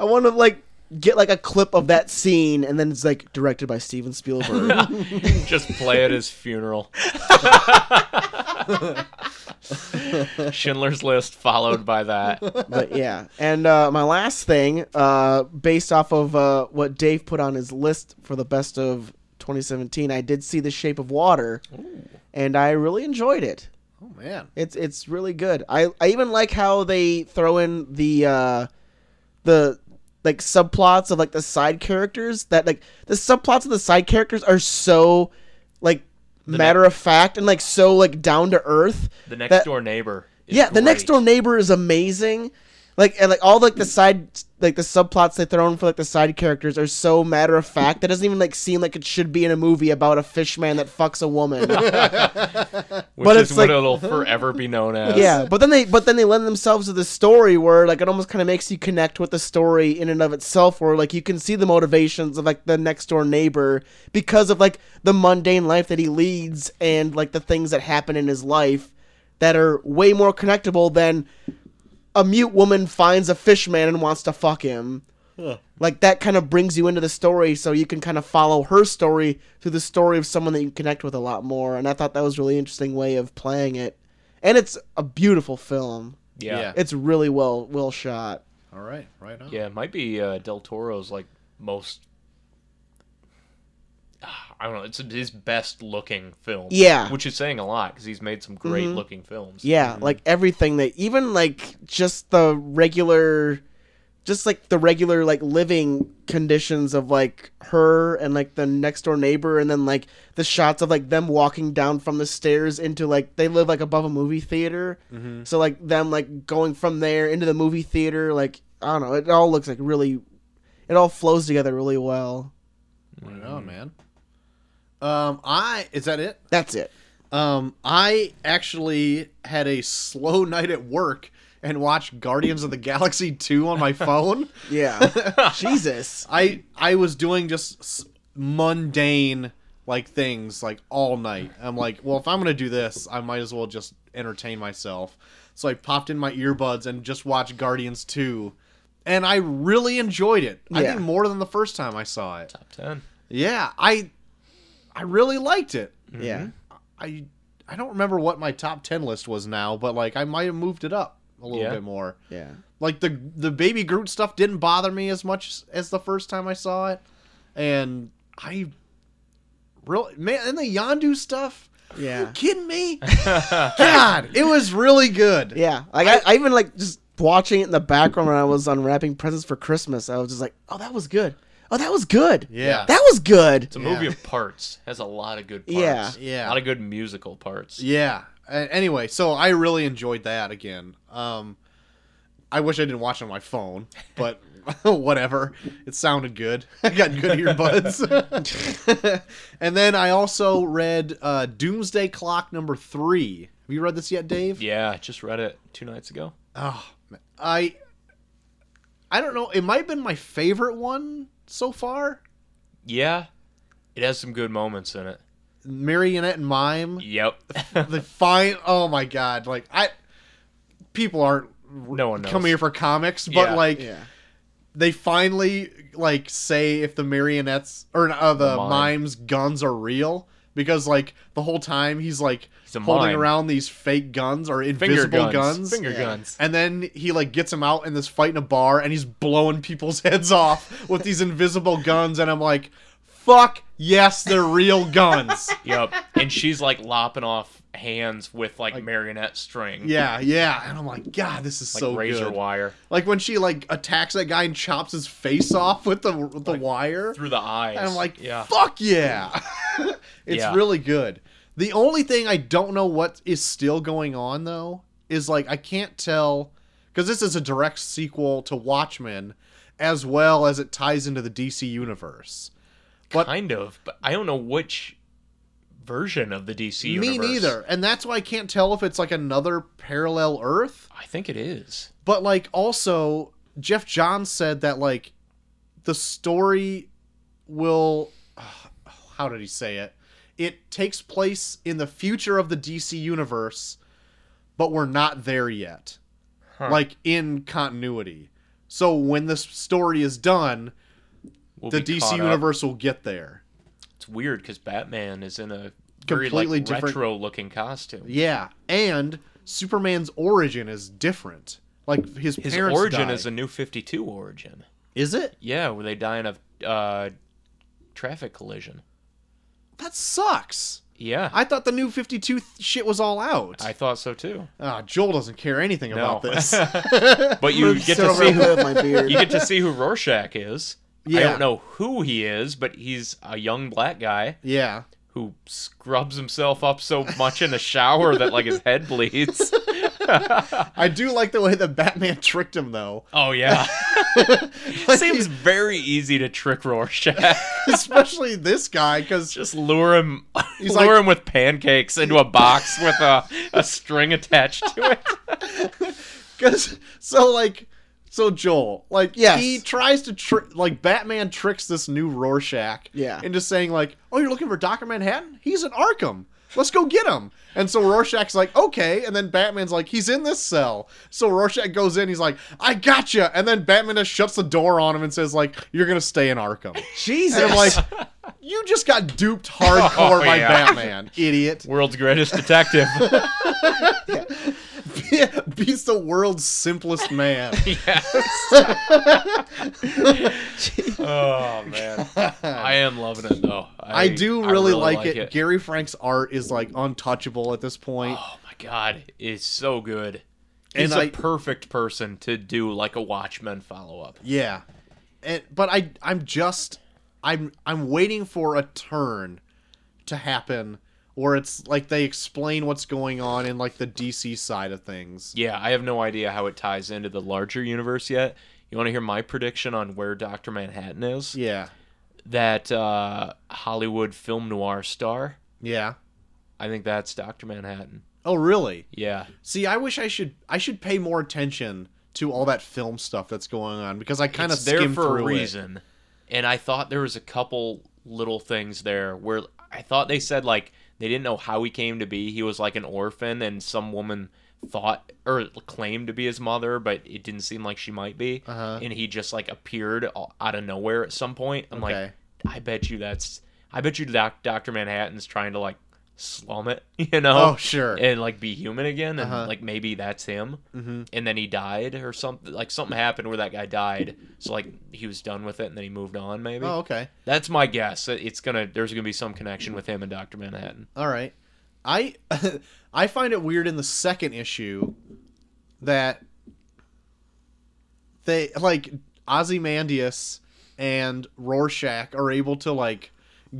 [SPEAKER 1] I want to like get like a clip of that scene and then it's like directed by Steven Spielberg.
[SPEAKER 3] Just play at his funeral. Schindler's List followed by that.
[SPEAKER 1] but yeah. And uh, my last thing, uh, based off of uh, what Dave put on his list for the best of 2017, I did see The Shape of Water, and I really enjoyed it.
[SPEAKER 2] oh man,
[SPEAKER 1] It's it's really good. I, I even like how they throw in the uh, the like subplots of like the side characters that like the subplots of the side characters are so like matter of fact and like so like down to earth.
[SPEAKER 3] The next
[SPEAKER 1] that-
[SPEAKER 3] door neighbor. Is
[SPEAKER 1] yeah, the next
[SPEAKER 3] great.
[SPEAKER 1] door neighbor is amazing. like and like all like the side like the subplots they throw in for like the side characters are so matter of fact that doesn't even like seem like it should be in a movie about a fish man that fucks a woman.
[SPEAKER 3] Which
[SPEAKER 1] But it's
[SPEAKER 3] is what
[SPEAKER 1] like-
[SPEAKER 3] it'll forever be known as.
[SPEAKER 1] yeah, but then they but then they lend themselves to the story where like it almost kind of makes you connect with the story in and of itself, where like you can see the motivations of like the next door neighbor because of like the mundane life that he leads and like the things that happen in his life that are way more connectable than a mute woman finds a fish man and wants to fuck him. Like that kind of brings you into the story, so you can kind of follow her story through the story of someone that you connect with a lot more. And I thought that was a really interesting way of playing it. And it's a beautiful film.
[SPEAKER 3] Yeah.
[SPEAKER 2] Yeah.
[SPEAKER 3] Yeah.
[SPEAKER 1] It's really well well shot.
[SPEAKER 2] All right, right on.
[SPEAKER 3] it might be uh, Del Toro's like most. Ah, I don't know. It's his best looking film.
[SPEAKER 1] Yeah. Mm-hmm.
[SPEAKER 3] Which is saying a lot because he's made some great looking films.
[SPEAKER 1] Yeah, like everything that even like just the regular just like the regular like living conditions of like her and like the next door neighbor and then like the shots of like them walking down from the stairs into like they live like above a movie theater so like them like going from there into the movie theater like i don't know it all looks like really it all flows together really well
[SPEAKER 2] Right on, man. Um, I is that it?
[SPEAKER 1] that's it
[SPEAKER 2] Um, I actually had a slow night at work and watched Guardians of the Galaxy 2 on my phone.
[SPEAKER 1] yeah jesus
[SPEAKER 2] I I was doing just s- mundane like things like all night. I'm like, well, if I'm gonna do this, I might as well just entertain myself. So I popped in my earbuds and just watched Guardians 2, and I really enjoyed it. I
[SPEAKER 1] Yeah.
[SPEAKER 2] think more than the first time I saw it.
[SPEAKER 3] Top 10.
[SPEAKER 2] Yeah, I I really liked it.
[SPEAKER 1] yeah
[SPEAKER 2] I I don't remember what my top 10 list was now, but like I might have moved it up a little
[SPEAKER 3] Yeah.
[SPEAKER 2] bit more.
[SPEAKER 1] yeah
[SPEAKER 2] Like the the baby Groot stuff didn't bother me as much as the first time I saw it. And I really man and the Yondu stuff?
[SPEAKER 1] yeah
[SPEAKER 2] You kidding me? God, it was really good.
[SPEAKER 1] Yeah, like I, I even like just watching it in the background when I was unwrapping presents for Christmas. I was just like, oh, that was good. Oh, that was good.
[SPEAKER 2] Yeah.
[SPEAKER 1] that was good.
[SPEAKER 3] It's a
[SPEAKER 2] Yeah.
[SPEAKER 3] movie of parts. Has a lot of good parts.
[SPEAKER 1] Yeah.
[SPEAKER 2] Yeah.
[SPEAKER 3] A lot of good musical parts.
[SPEAKER 2] Yeah. A- Anyway, so I really enjoyed that again. Um, I wish I didn't watch it on my phone, but whatever. It sounded good. I got good earbuds. and then I also read uh, Doomsday Clock number three. Have you read this yet, Dave?
[SPEAKER 3] Yeah, I just read it two nights ago.
[SPEAKER 2] Oh, man. I. I don't know. It might have been my favorite one so far.
[SPEAKER 3] Yeah. It has some good moments in it.
[SPEAKER 2] Marionette and Mime.
[SPEAKER 3] Yep.
[SPEAKER 2] the fine oh my god like i people aren't
[SPEAKER 3] No one knows.
[SPEAKER 2] coming here for comics but
[SPEAKER 3] Yeah.
[SPEAKER 2] like
[SPEAKER 1] Yeah,
[SPEAKER 2] they finally like say if the marionettes or uh, the,
[SPEAKER 3] mime.
[SPEAKER 2] mimes guns are real because like the whole time he's like
[SPEAKER 3] a
[SPEAKER 2] holding
[SPEAKER 3] mime.
[SPEAKER 2] around these fake guns or
[SPEAKER 3] Finger
[SPEAKER 2] invisible
[SPEAKER 3] guns.
[SPEAKER 2] guns,
[SPEAKER 3] Finger
[SPEAKER 1] Yeah.
[SPEAKER 3] guns.
[SPEAKER 2] and then he like gets him out in this fight in a bar and he's blowing people's heads off with these invisible guns and i'm like fuck yes they're real guns
[SPEAKER 3] Yep. And she's like lopping off hands with like, marionette string.
[SPEAKER 2] yeah yeah and i'm like god this is
[SPEAKER 3] Like
[SPEAKER 2] so
[SPEAKER 3] razor
[SPEAKER 2] good.
[SPEAKER 3] wire
[SPEAKER 2] Like when she like attacks that guy and chops his face off with the with the wire.
[SPEAKER 3] through the eyes.
[SPEAKER 2] And I'm like,
[SPEAKER 3] yeah.
[SPEAKER 2] fuck yeah. it's
[SPEAKER 3] Yeah.
[SPEAKER 2] really good. The only thing I don't know what is still going on though is like I can't tell because this is a direct sequel to Watchmen as well as it ties into the DC universe. But
[SPEAKER 3] kind of, but I don't know which version of the DC
[SPEAKER 2] me
[SPEAKER 3] universe.
[SPEAKER 2] neither. And that's why I can't tell if it's like another parallel Earth
[SPEAKER 3] I think it is.
[SPEAKER 2] But like also Jeff Johns said that like the story will how did he say it? It takes place in the future of the DC universe, but we're not there yet. Like in continuity. So when this story is done,
[SPEAKER 3] We'll
[SPEAKER 2] the
[SPEAKER 3] be
[SPEAKER 2] DC
[SPEAKER 3] caught up.
[SPEAKER 2] universe will get there.
[SPEAKER 3] It's weird because Batman is in a
[SPEAKER 2] Completely
[SPEAKER 3] completely
[SPEAKER 2] different-
[SPEAKER 3] retro-looking costume.
[SPEAKER 2] Yeah, and Superman's origin is different. Like his,
[SPEAKER 3] His
[SPEAKER 2] parents
[SPEAKER 3] origin
[SPEAKER 2] die.
[SPEAKER 3] is a New Fifty Two origin.
[SPEAKER 2] is it?
[SPEAKER 3] Yeah, where they die in a uh, traffic collision.
[SPEAKER 2] That sucks.
[SPEAKER 3] Yeah, I,
[SPEAKER 2] I thought the new 52 th- shit was all out.
[SPEAKER 3] thought so too.
[SPEAKER 2] Ah, Joel doesn't care anything about this.
[SPEAKER 3] But you get to see
[SPEAKER 1] silver
[SPEAKER 3] who,
[SPEAKER 1] hood, my beard.
[SPEAKER 3] you get to see who Rorschach is. I
[SPEAKER 2] Yeah.
[SPEAKER 3] don't know who he is, but he's a young black guy
[SPEAKER 2] yeah.
[SPEAKER 3] who scrubs himself up so much in a shower that like his head bleeds.
[SPEAKER 2] I do like the way that Batman tricked him though.
[SPEAKER 3] Oh yeah,
[SPEAKER 2] Like,
[SPEAKER 3] seems very easy to trick Rorschach.
[SPEAKER 2] especially this guy because
[SPEAKER 3] Just lure him,
[SPEAKER 2] He's
[SPEAKER 3] lure
[SPEAKER 2] like-
[SPEAKER 3] him with pancakes into a box with a, a string attached to it.
[SPEAKER 2] because so like so Joel like
[SPEAKER 1] Yes.
[SPEAKER 2] he tries to trick like Batman tricks this new Rorschach
[SPEAKER 1] Yeah.
[SPEAKER 2] into saying like oh you're looking for Doctor Manhattan he's in Arkham. Let's go get him. And so Rorschach's like, okay. And then Batman's like, he's in this cell. So Rorschach goes in. He's like, I gotcha. And then Batman just shuts the door on him and says, like, you're going to stay in Arkham.
[SPEAKER 1] Jesus.
[SPEAKER 2] And I'm like, you just got duped hardcore
[SPEAKER 3] Oh,
[SPEAKER 2] by
[SPEAKER 3] yeah.
[SPEAKER 2] Batman, idiot.
[SPEAKER 3] World's greatest detective.
[SPEAKER 2] Beats the world's simplest man.
[SPEAKER 3] oh man, I am loving it though. I,
[SPEAKER 2] I do really, like, it. Gary Frank's art is like untouchable at this point.
[SPEAKER 3] Oh my god, it's so good. He's
[SPEAKER 2] And
[SPEAKER 3] a
[SPEAKER 2] I-
[SPEAKER 3] perfect person to do like a Watchmen follow up.
[SPEAKER 2] Yeah. And but I I'm just I'm I'm waiting for a turn to happen where it's like they explain what's going on in like the DC side of things.
[SPEAKER 3] Yeah, I have no idea how it ties into the larger universe yet. You want to hear my prediction on where Doctor Manhattan is?
[SPEAKER 2] Yeah.
[SPEAKER 3] That uh, Hollywood film noir star.
[SPEAKER 2] Yeah.
[SPEAKER 3] I think that's Doctor Manhattan.
[SPEAKER 2] Oh really?
[SPEAKER 3] Yeah,
[SPEAKER 2] See, I wish I should I should pay more attention to all that film stuff that's going on because I kind of
[SPEAKER 3] it's there
[SPEAKER 2] skimmed
[SPEAKER 3] for a
[SPEAKER 2] through it.
[SPEAKER 3] reason. And I thought there was a couple little things there where I thought they said like they didn't know how he came to be. He was like an orphan, and some woman thought or claimed to be his mother, but it didn't seem like she might be.
[SPEAKER 2] Uh-huh.
[SPEAKER 3] And he just like appeared o- out of nowhere at some point. I'm
[SPEAKER 2] Okay.
[SPEAKER 3] like, I bet you that's, I bet you Doc, Doctor Manhattan's trying to like slum it, you know?
[SPEAKER 2] Oh, sure.
[SPEAKER 3] and like be human again and
[SPEAKER 2] Uh-huh.
[SPEAKER 3] like maybe that's him
[SPEAKER 2] Mhm.
[SPEAKER 3] and then he died or something like something happened where that guy died so like he was done with it and then he moved on maybe
[SPEAKER 2] Oh, okay.
[SPEAKER 3] that's my guess It- it's gonna there's gonna be some connection with him and dr manhattan
[SPEAKER 2] All right. I I find it weird in the second issue that they like Ozymandias and Rorschach are able to like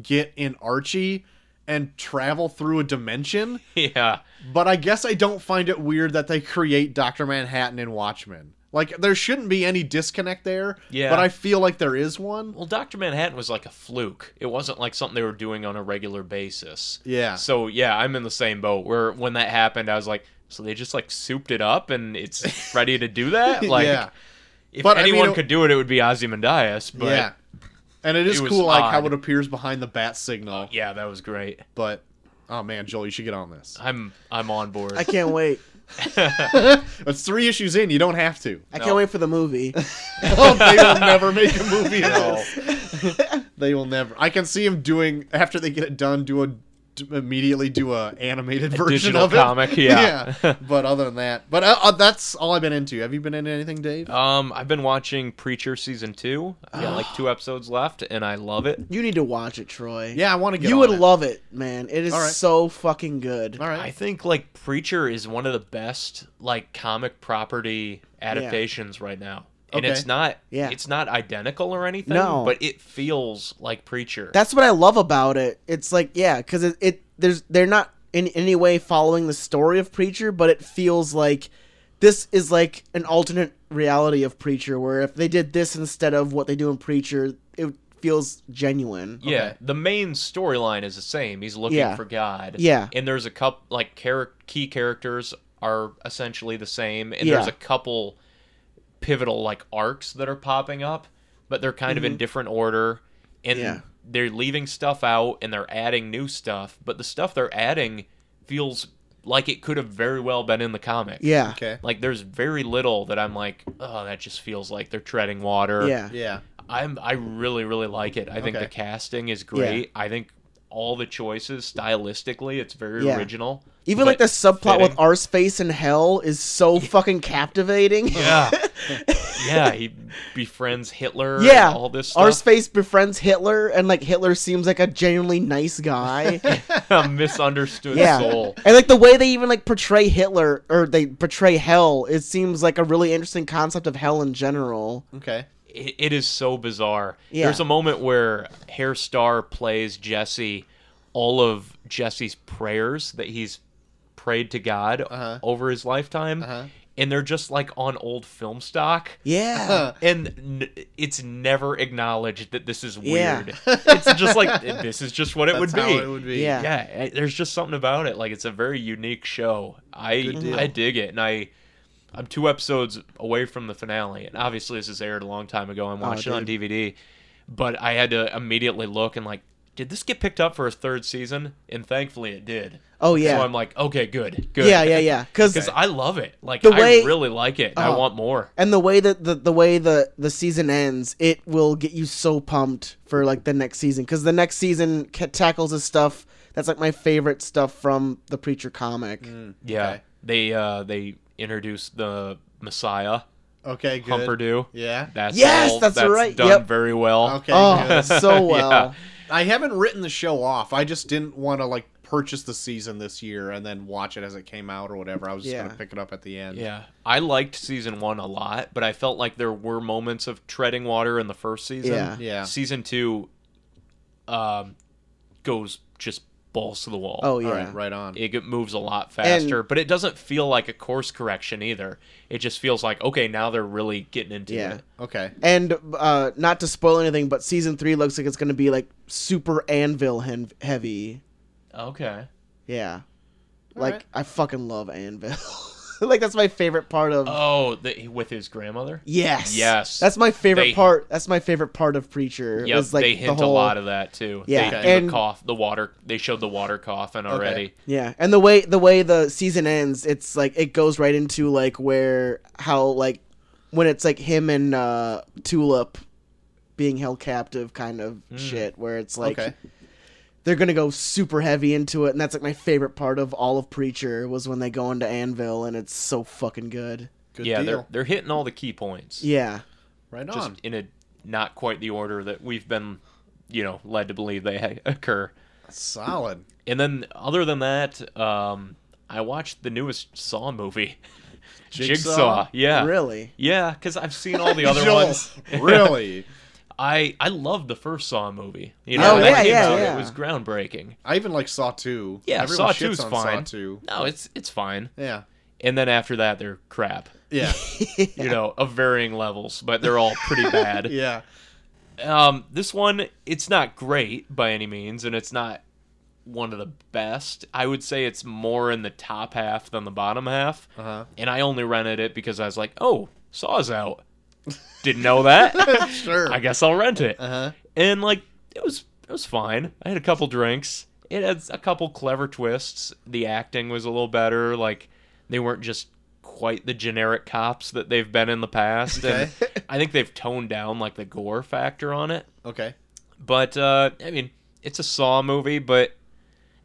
[SPEAKER 2] get in Archie and travel through a dimension,
[SPEAKER 3] yeah
[SPEAKER 2] but I guess I don't find it weird that they create Dr. Manhattan in Watchmen. Like there shouldn't be any disconnect there,
[SPEAKER 3] Yeah.
[SPEAKER 2] but I feel like there is one.
[SPEAKER 3] well dr manhattan was like a fluke it wasn't like something they were doing on a regular basis
[SPEAKER 2] Yeah.
[SPEAKER 3] so yeah i'm in the same boat where when that happened i was like so they just like souped it up and it's ready to do that like
[SPEAKER 2] yeah.
[SPEAKER 3] if
[SPEAKER 2] But, I mean,
[SPEAKER 3] anyone
[SPEAKER 2] it-
[SPEAKER 3] could do it it would be ozymandias but
[SPEAKER 2] yeah.
[SPEAKER 3] yeah,
[SPEAKER 2] And it is
[SPEAKER 3] it was
[SPEAKER 2] cool like how
[SPEAKER 3] odd.
[SPEAKER 2] it appears behind the bat signal.
[SPEAKER 3] yeah that was great
[SPEAKER 2] But oh man, Joel, you should get on this.
[SPEAKER 3] I'm I'm on board.
[SPEAKER 1] I can't wait.
[SPEAKER 2] It's three issues in. You don't have to.
[SPEAKER 1] I
[SPEAKER 3] No.
[SPEAKER 1] can't wait for the movie.
[SPEAKER 2] Oh, they will never make a movie at all.
[SPEAKER 3] No.
[SPEAKER 2] They will never. I can see him doing after they get it done. Do a d- immediately do a animated version
[SPEAKER 3] digital
[SPEAKER 2] of it.
[SPEAKER 3] comic, yeah.
[SPEAKER 2] But other than that, but uh, uh, that's all I've been into. Have you been into anything, Dave?
[SPEAKER 3] Um, I've been watching Preacher season two. I got like two episodes left, and I love it.
[SPEAKER 1] You need to watch it, Troy.
[SPEAKER 2] yeah, I want to get.
[SPEAKER 1] You
[SPEAKER 2] on
[SPEAKER 1] would
[SPEAKER 2] it.
[SPEAKER 1] love it, man. It is
[SPEAKER 2] All right.
[SPEAKER 1] so fucking good.
[SPEAKER 2] All right.
[SPEAKER 3] I think like Preacher is one of the best like comic property adaptations right now, and
[SPEAKER 2] Okay.
[SPEAKER 3] it's not
[SPEAKER 1] Yeah.
[SPEAKER 3] it's not identical or anything.
[SPEAKER 1] No.
[SPEAKER 3] but it feels like Preacher.
[SPEAKER 1] That's what I love about it. It's like, yeah, because it, it there's they're not in any way following the story of Preacher, but it feels like this is like an alternate reality of Preacher, where if they did this instead of what they do in Preacher, it feels genuine.
[SPEAKER 3] yeah,
[SPEAKER 2] okay.
[SPEAKER 3] the main storyline is the same. He's looking
[SPEAKER 1] Yeah.
[SPEAKER 3] for God.
[SPEAKER 1] Yeah.
[SPEAKER 3] and there's a couple like char- key characters are essentially the same, and
[SPEAKER 1] Yeah.
[SPEAKER 3] there's a couple pivotal like arcs that are popping up, but they're kind of in different order, and
[SPEAKER 1] Mm-hmm. Yeah.
[SPEAKER 3] they're leaving stuff out and they're adding new stuff, but the stuff they're adding feels like it could have very well been in the comic.
[SPEAKER 1] Yeah.
[SPEAKER 2] Okay.
[SPEAKER 3] Like there's very little that I'm like, oh, that just feels like they're treading water.
[SPEAKER 1] Yeah.
[SPEAKER 2] Yeah.
[SPEAKER 3] I'm I really really like it. I think
[SPEAKER 2] Okay.
[SPEAKER 3] the casting is great. I think all the choices stylistically, it's very
[SPEAKER 1] Yeah.
[SPEAKER 3] original.
[SPEAKER 1] Even like the
[SPEAKER 3] but
[SPEAKER 1] subplot with
[SPEAKER 3] fitting.
[SPEAKER 1] Arse Face in Hell is so fucking captivating.
[SPEAKER 3] yeah, yeah, he befriends Hitler.
[SPEAKER 1] Yeah,
[SPEAKER 3] and all this stuff.
[SPEAKER 1] Arseface befriends Hitler, and like Hitler seems like a genuinely nice guy.
[SPEAKER 3] A misunderstood
[SPEAKER 1] yeah,
[SPEAKER 3] soul.
[SPEAKER 1] and like the way they even like portray Hitler or they portray hell, it seems like a really interesting concept of hell in general.
[SPEAKER 2] Okay.
[SPEAKER 3] It, it is so bizarre.
[SPEAKER 1] Yeah.
[SPEAKER 3] There's a moment where Hair Star plays Jesse all of Jesse's prayers that he's prayed to God
[SPEAKER 2] Uh-huh.
[SPEAKER 3] over his lifetime,
[SPEAKER 2] Uh-huh.
[SPEAKER 3] and they're just like on old film stock.
[SPEAKER 1] Yeah.
[SPEAKER 3] And n- it's never acknowledged that this is
[SPEAKER 1] Yeah.
[SPEAKER 3] weird. it's just like this is just what it
[SPEAKER 2] That's
[SPEAKER 3] would
[SPEAKER 2] how
[SPEAKER 3] be.
[SPEAKER 2] it would be.
[SPEAKER 1] Yeah.
[SPEAKER 3] Yeah, I- there's just something about it. Like it's a very unique show.
[SPEAKER 2] Good
[SPEAKER 3] I
[SPEAKER 2] deal.
[SPEAKER 3] I dig it, and I I'm two episodes away from the finale, and obviously this is aired a long time ago. I'm
[SPEAKER 2] Oh,
[SPEAKER 3] watching it on DVD, but I had to immediately look and like, did this get picked up for a third season? And thankfully it did.
[SPEAKER 1] Oh, yeah.
[SPEAKER 3] So I'm like, okay, good, good.
[SPEAKER 1] Yeah, yeah, yeah. Cuz
[SPEAKER 3] Because I love it. Like
[SPEAKER 1] The
[SPEAKER 3] I
[SPEAKER 1] way-
[SPEAKER 3] really like it. and I
[SPEAKER 1] Oh.
[SPEAKER 3] want more.
[SPEAKER 1] and the way that the, the way the the season ends it will get you so pumped for like the next season because the next season ca- tackles the stuff that's like my favorite stuff from the preacher comic
[SPEAKER 3] Yeah.
[SPEAKER 2] Okay.
[SPEAKER 3] They uh they introduced the Messiah
[SPEAKER 2] Okay, good.
[SPEAKER 3] Humperdew.
[SPEAKER 2] Yeah.
[SPEAKER 3] That's
[SPEAKER 1] Yes,
[SPEAKER 3] all,
[SPEAKER 1] that's
[SPEAKER 3] that's
[SPEAKER 1] right,
[SPEAKER 3] Done
[SPEAKER 1] yep.
[SPEAKER 3] very well.
[SPEAKER 2] Okay.
[SPEAKER 1] oh
[SPEAKER 2] good.
[SPEAKER 1] so
[SPEAKER 3] Yeah.
[SPEAKER 1] well
[SPEAKER 2] I haven't written the show off. I just didn't want to like purchase the season this year and then watch it as it came out or whatever. I was just
[SPEAKER 1] Yeah.
[SPEAKER 2] gonna pick it up at the end.
[SPEAKER 3] Yeah, I liked season one a lot, but I felt like there were moments of treading water in the first season.
[SPEAKER 1] Yeah.
[SPEAKER 2] Yeah.
[SPEAKER 3] Season two, um, goes just balls to the wall.
[SPEAKER 1] oh yeah
[SPEAKER 2] All right, right on.
[SPEAKER 3] It g- moves a lot faster, but it doesn't feel like a course correction either. It just feels like okay, now they're really getting into
[SPEAKER 1] Yeah.
[SPEAKER 3] it.
[SPEAKER 2] Okay.
[SPEAKER 1] and uh not to spoil anything but season three looks like it's gonna be like super anvil hen- heavy
[SPEAKER 3] Okay.
[SPEAKER 1] yeah like
[SPEAKER 2] right.
[SPEAKER 1] i fucking love anvil like that's my favorite part of
[SPEAKER 3] Oh, the, with his grandmother.
[SPEAKER 1] Yes.
[SPEAKER 3] Yes.
[SPEAKER 1] That's my favorite
[SPEAKER 3] They-
[SPEAKER 1] part. That's my favorite part of Preacher.
[SPEAKER 3] Yep,
[SPEAKER 1] is, like
[SPEAKER 3] they
[SPEAKER 1] the
[SPEAKER 3] hint
[SPEAKER 1] whole-
[SPEAKER 3] a lot of that too.
[SPEAKER 1] Yeah,
[SPEAKER 3] they do
[SPEAKER 1] and-
[SPEAKER 3] the cough, the water. They showed the water coffin already.
[SPEAKER 1] Yeah, and the way the way the season ends, it's like it goes right into like where how like when it's like him and uh Tulip being held captive kind of
[SPEAKER 3] Hmm.
[SPEAKER 1] shit where it's like
[SPEAKER 2] okay.
[SPEAKER 1] they're going to go super heavy into it and that's like my favorite part of all of Preacher was when they go into Anvil and it's so fucking good.
[SPEAKER 2] Good
[SPEAKER 3] yeah, they're
[SPEAKER 2] deal.
[SPEAKER 3] they're hitting all the key points.
[SPEAKER 1] Yeah.
[SPEAKER 2] Right
[SPEAKER 3] just
[SPEAKER 2] on.
[SPEAKER 3] in a not quite the order that we've been, you know, led to believe they ha- occur.
[SPEAKER 2] Solid.
[SPEAKER 3] And then other than that, um, I watched the newest Saw movie, Jigsaw.
[SPEAKER 2] Jigsaw?
[SPEAKER 3] Yeah,
[SPEAKER 1] Really?
[SPEAKER 3] yeah, because I've seen all the other
[SPEAKER 2] Joel,
[SPEAKER 3] ones.
[SPEAKER 2] really?
[SPEAKER 3] I I loved the first Saw movie. You know,
[SPEAKER 1] Oh,
[SPEAKER 3] when that
[SPEAKER 1] yeah,
[SPEAKER 3] came
[SPEAKER 1] yeah,
[SPEAKER 3] out,
[SPEAKER 1] yeah.
[SPEAKER 3] it was groundbreaking.
[SPEAKER 2] I even like Saw Two.
[SPEAKER 3] Yeah,
[SPEAKER 2] Everyone
[SPEAKER 3] Saw
[SPEAKER 2] shits
[SPEAKER 3] 2's
[SPEAKER 2] on Saw
[SPEAKER 3] fine.
[SPEAKER 2] Two.
[SPEAKER 3] No, it's it's fine.
[SPEAKER 2] Yeah.
[SPEAKER 3] And then after that, they're crap.
[SPEAKER 2] Yeah.
[SPEAKER 3] You know, of varying levels, but they're all pretty bad.
[SPEAKER 2] yeah.
[SPEAKER 3] Um, this one, it's not great by any means, and it's not one of the best. I would say it's more in the top half than the bottom half.
[SPEAKER 2] Uh-huh.
[SPEAKER 3] And I only rented it because I was like, "Oh, Saw's out." Didn't know that.
[SPEAKER 2] Sure.
[SPEAKER 3] I guess I'll rent it.
[SPEAKER 2] Uh-huh.
[SPEAKER 3] And like, it was it was fine. I had a couple drinks. It had a couple clever twists. The acting was a little better. Like, they weren't just quite the generic cops that they've been in the past.
[SPEAKER 2] Okay.
[SPEAKER 3] And I think they've toned down like the gore factor on it.
[SPEAKER 2] Okay.
[SPEAKER 3] But uh, I mean, it's a Saw movie, but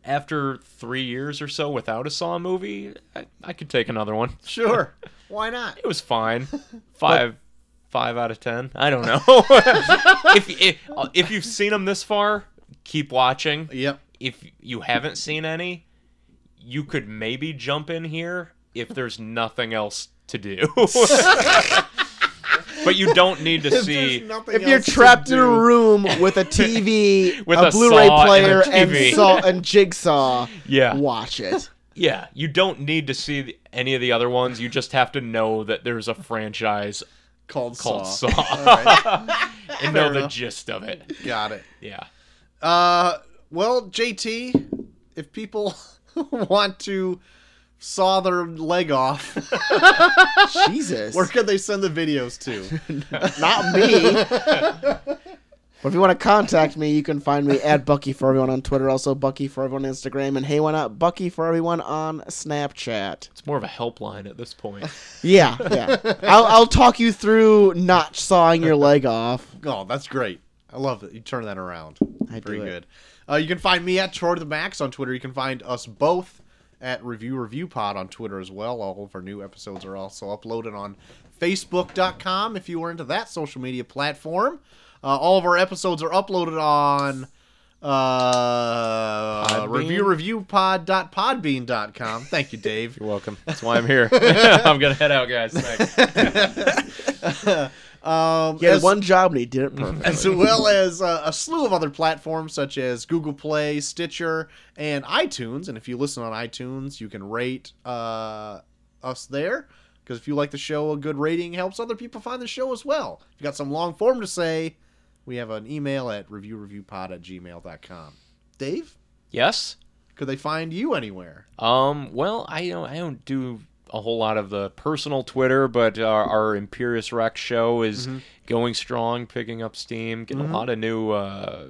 [SPEAKER 3] after three years or so without a Saw movie, I, I could take another one.
[SPEAKER 2] Sure. Why not?
[SPEAKER 3] It was fine. Five, five out of ten. I don't know. if, if if you've seen them this far, keep watching.
[SPEAKER 2] Yep.
[SPEAKER 3] If you haven't seen any, you could maybe jump in here if there's nothing else to do. but you don't need to
[SPEAKER 2] If
[SPEAKER 3] see.
[SPEAKER 2] there's nothing
[SPEAKER 1] If you're
[SPEAKER 2] else to
[SPEAKER 1] trapped in a
[SPEAKER 2] do-
[SPEAKER 1] room with a TV,
[SPEAKER 3] With
[SPEAKER 1] a,
[SPEAKER 3] a
[SPEAKER 1] Blu-ray
[SPEAKER 3] saw and a
[SPEAKER 1] player, and,
[SPEAKER 3] TV.
[SPEAKER 1] saw and jigsaw,
[SPEAKER 3] Yeah.
[SPEAKER 1] watch it.
[SPEAKER 3] Yeah, you don't need to see the, any of the other ones. You just have to know that there's a franchise
[SPEAKER 2] called,
[SPEAKER 3] called
[SPEAKER 2] Saw.
[SPEAKER 3] Saw, and
[SPEAKER 2] Fair
[SPEAKER 3] know the
[SPEAKER 2] enough.
[SPEAKER 3] gist of it.
[SPEAKER 2] Got it.
[SPEAKER 3] Yeah.
[SPEAKER 2] Uh, well, JT, if people want to saw their leg off,
[SPEAKER 1] Jesus,
[SPEAKER 2] where can they send the videos to?
[SPEAKER 1] not me. But if you want to contact me, you can find me at Bucky for everyone on Twitter, also Bucky for everyone on Instagram, and hey, why not Bucky for everyone on Snapchat?
[SPEAKER 3] It's more of a helpline at this point.
[SPEAKER 1] Yeah, yeah. I'll, I'll talk you through not sawing your leg off.
[SPEAKER 2] Oh, that's great. I love that you turn that around.
[SPEAKER 1] I do
[SPEAKER 2] Pretty
[SPEAKER 1] it.
[SPEAKER 2] good. Uh, you can find me at Troy to the Max on Twitter. You can find us both at Review Review Pod on Twitter as well. All of our new episodes are also uploaded on Facebook.com if you were into that social media platform. Uh, all of our episodes are uploaded on uh,
[SPEAKER 3] Podbean?
[SPEAKER 2] Review Review Pod.podbean.com. Thank you, Dave.
[SPEAKER 3] You're welcome. That's why I'm here. I'm gonna head out, guys. Thanks.
[SPEAKER 2] Um,
[SPEAKER 1] He had
[SPEAKER 2] as-
[SPEAKER 1] one job and he did it perfect.
[SPEAKER 2] as well as uh, a slew of other platforms such as Google Play, Stitcher, and iTunes. And if you listen on iTunes, you can rate uh, us there. Because if you like the show, a good rating helps other people find the show as well. If you got some long form to say, we have an email at reviewreviewpod at gmail.com. Dave,
[SPEAKER 3] Yes.
[SPEAKER 2] could they find you anywhere?
[SPEAKER 3] Um. Well, I don't. I don't do a whole lot of the personal Twitter, but our, our Imperious Rex show is
[SPEAKER 2] Mm-hmm.
[SPEAKER 3] going strong, picking up steam, getting a lot of new uh,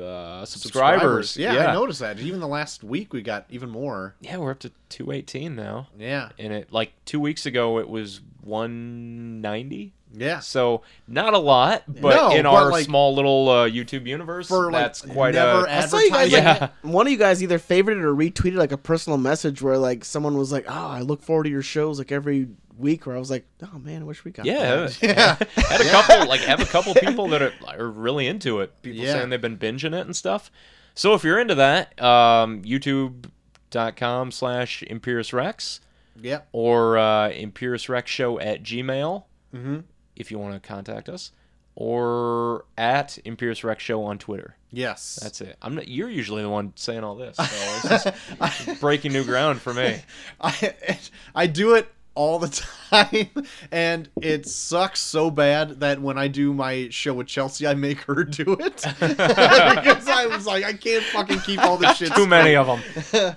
[SPEAKER 3] uh, subscribers.
[SPEAKER 2] Yeah,
[SPEAKER 3] yeah.
[SPEAKER 2] I noticed that. Even the last week, we got even more.
[SPEAKER 3] Yeah, we're up to two eighteen now,
[SPEAKER 2] Yeah.
[SPEAKER 3] and it like two weeks ago it was one ninety.
[SPEAKER 2] Yeah.
[SPEAKER 3] So not a lot, but
[SPEAKER 2] No,
[SPEAKER 3] in
[SPEAKER 2] but,
[SPEAKER 3] our
[SPEAKER 2] like-
[SPEAKER 3] small little uh, YouTube universe,
[SPEAKER 2] For like
[SPEAKER 3] that's quite
[SPEAKER 2] never
[SPEAKER 3] a
[SPEAKER 1] I saw you guys.
[SPEAKER 2] advertising.
[SPEAKER 1] Like,
[SPEAKER 3] Yeah.
[SPEAKER 1] One of you guys either favorited or retweeted like a personal message where like someone was like, "Oh, I look forward to your shows like every week." Where I was like, "Oh man, I wish we got."
[SPEAKER 3] yeah.
[SPEAKER 1] that."
[SPEAKER 2] Yeah.
[SPEAKER 3] had a couple like have a couple people that are, are really into it. People
[SPEAKER 2] Yeah.
[SPEAKER 3] saying they've been binging it and stuff. So if you're into that, um, YouTube.com slash Imperious Rex
[SPEAKER 2] Yep.
[SPEAKER 3] or uh, Imperious Rex Show at Gmail
[SPEAKER 2] Mm-hmm.
[SPEAKER 3] if you want to contact us, or at Imperious Rex Show on Twitter.
[SPEAKER 2] Yes.
[SPEAKER 3] That's it. I'm not, you're usually the one saying all this, so this is breaking new ground for me.
[SPEAKER 2] I I do it all the time, and it sucks so bad that when I do my show with Chelsea, I make her do it because I was like, I can't fucking keep all this shit.
[SPEAKER 3] Too many of them.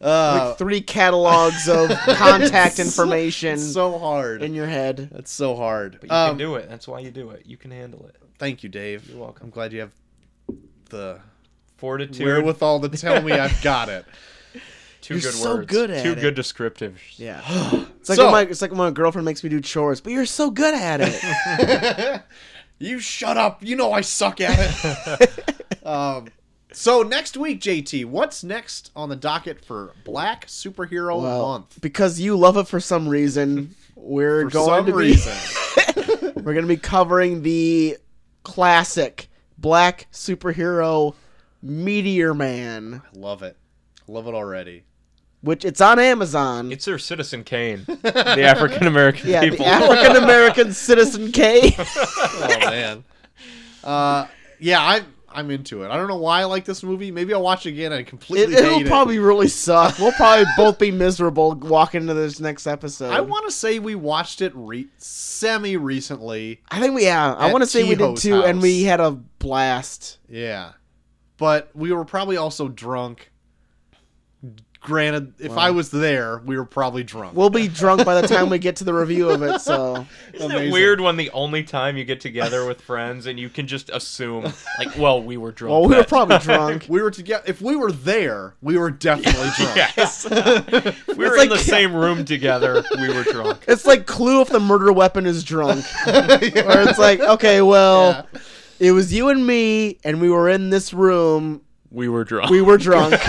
[SPEAKER 2] Uh,
[SPEAKER 1] like three catalogs of contact information
[SPEAKER 2] it's so hard.
[SPEAKER 1] in your head.
[SPEAKER 2] That's so hard.
[SPEAKER 3] But you
[SPEAKER 2] Um,
[SPEAKER 3] can do it. That's why you do it. You can handle it.
[SPEAKER 2] thank you, Dave.
[SPEAKER 3] You're welcome.
[SPEAKER 2] I'm glad you have the
[SPEAKER 3] Fortitude.
[SPEAKER 2] wherewithal to tell me I've got it.
[SPEAKER 3] Two
[SPEAKER 1] You're
[SPEAKER 3] good
[SPEAKER 1] so
[SPEAKER 3] words.
[SPEAKER 1] good at
[SPEAKER 3] Two
[SPEAKER 1] it.
[SPEAKER 3] good descriptives.
[SPEAKER 1] Yeah, it's like
[SPEAKER 2] So-
[SPEAKER 1] when my it's like when my girlfriend makes me do chores, but you're so good at it.
[SPEAKER 2] You shut up. You know I suck at it. um, so next week, JT, what's next on the docket for Black Superhero
[SPEAKER 1] Well,
[SPEAKER 2] Month?
[SPEAKER 1] because you love it for some reason. We're
[SPEAKER 2] For
[SPEAKER 1] going
[SPEAKER 2] some
[SPEAKER 1] to be
[SPEAKER 2] reason.
[SPEAKER 1] we're going to be covering the classic black superhero Meteor Man,
[SPEAKER 2] I love it. I love it already.
[SPEAKER 1] which it's on Amazon.
[SPEAKER 3] It's their Citizen Kane, the African American
[SPEAKER 1] yeah,
[SPEAKER 3] people.
[SPEAKER 1] the African American Citizen K.
[SPEAKER 2] Oh man. uh, yeah, I'm I'm into it. I don't know why I like this movie. Maybe I'll watch it again and
[SPEAKER 1] It,
[SPEAKER 2] completely
[SPEAKER 1] it'll
[SPEAKER 2] hate
[SPEAKER 1] probably really suck. We'll probably both be miserable walking into this next episode.
[SPEAKER 2] it. I want to say we watched it re- semi recently.
[SPEAKER 1] I think we yeah. I
[SPEAKER 2] At
[SPEAKER 1] want to say we did
[SPEAKER 2] Chiho's
[SPEAKER 1] too, and we
[SPEAKER 2] house.
[SPEAKER 1] had a blast.
[SPEAKER 2] Yeah. But we were probably also drunk. Granted, if I was there, we were probably drunk.
[SPEAKER 1] We'll be drunk by the time we get to the review of it. So
[SPEAKER 3] Isn't it
[SPEAKER 2] Amazing.
[SPEAKER 3] weird when the only time you get together with friends and you can just assume, like, well, we were drunk.
[SPEAKER 1] well, we were
[SPEAKER 3] that-
[SPEAKER 1] probably drunk.
[SPEAKER 2] We were together. If we were there, we were definitely drunk.
[SPEAKER 3] Yes. we were
[SPEAKER 1] like-
[SPEAKER 3] in the same room together. We were drunk.
[SPEAKER 1] It's like Clue if the murder weapon is drunk, where it's like, okay, well, it was you and me, and we were in this room.
[SPEAKER 3] We were drunk.
[SPEAKER 1] We were drunk.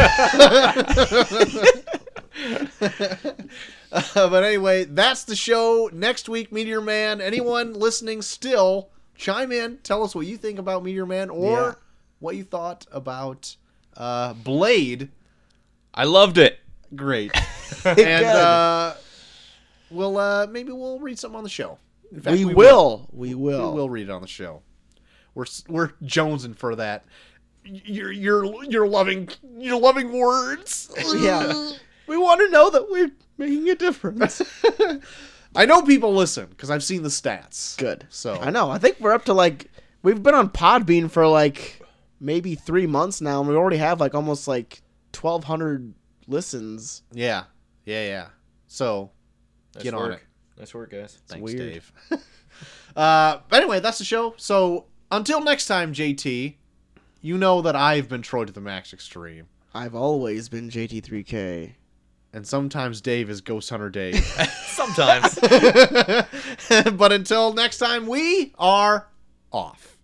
[SPEAKER 2] Uh, but anyway, that's the show. Next week, Meteor Man. Anyone listening still, chime in. Tell us what you think about Meteor Man or
[SPEAKER 1] Yeah.
[SPEAKER 2] what you thought about uh, Blade.
[SPEAKER 3] I loved it.
[SPEAKER 2] Great.
[SPEAKER 1] It
[SPEAKER 2] and
[SPEAKER 1] good.
[SPEAKER 2] uh, we'll uh, maybe we'll read something on the show. In fact,
[SPEAKER 1] we, will. We
[SPEAKER 2] We
[SPEAKER 1] will.
[SPEAKER 2] will read it on the show. We're s- we're jonesing for that. Y- Your your your loving your loving words.
[SPEAKER 1] Yeah. We want to know that we're making a difference.
[SPEAKER 2] I know people listen because I've seen the stats.
[SPEAKER 1] Good.
[SPEAKER 2] So
[SPEAKER 1] I know. I think we're up to like we've been on Podbean for like maybe three months now, and we already have like almost like twelve hundred listens.
[SPEAKER 2] Yeah, yeah, yeah. So
[SPEAKER 3] Nice
[SPEAKER 2] Get on
[SPEAKER 3] work.
[SPEAKER 2] it.
[SPEAKER 3] Nice work, guys.
[SPEAKER 2] thanks,
[SPEAKER 1] weird.
[SPEAKER 2] Dave. uh, but anyway, that's the show. So until next time, JT. You know that I've been Troy to the max extreme,
[SPEAKER 1] I've always been JT3K.
[SPEAKER 2] and sometimes Dave is Ghost Hunter Dave.
[SPEAKER 3] Sometimes.
[SPEAKER 2] but until next time, we are off.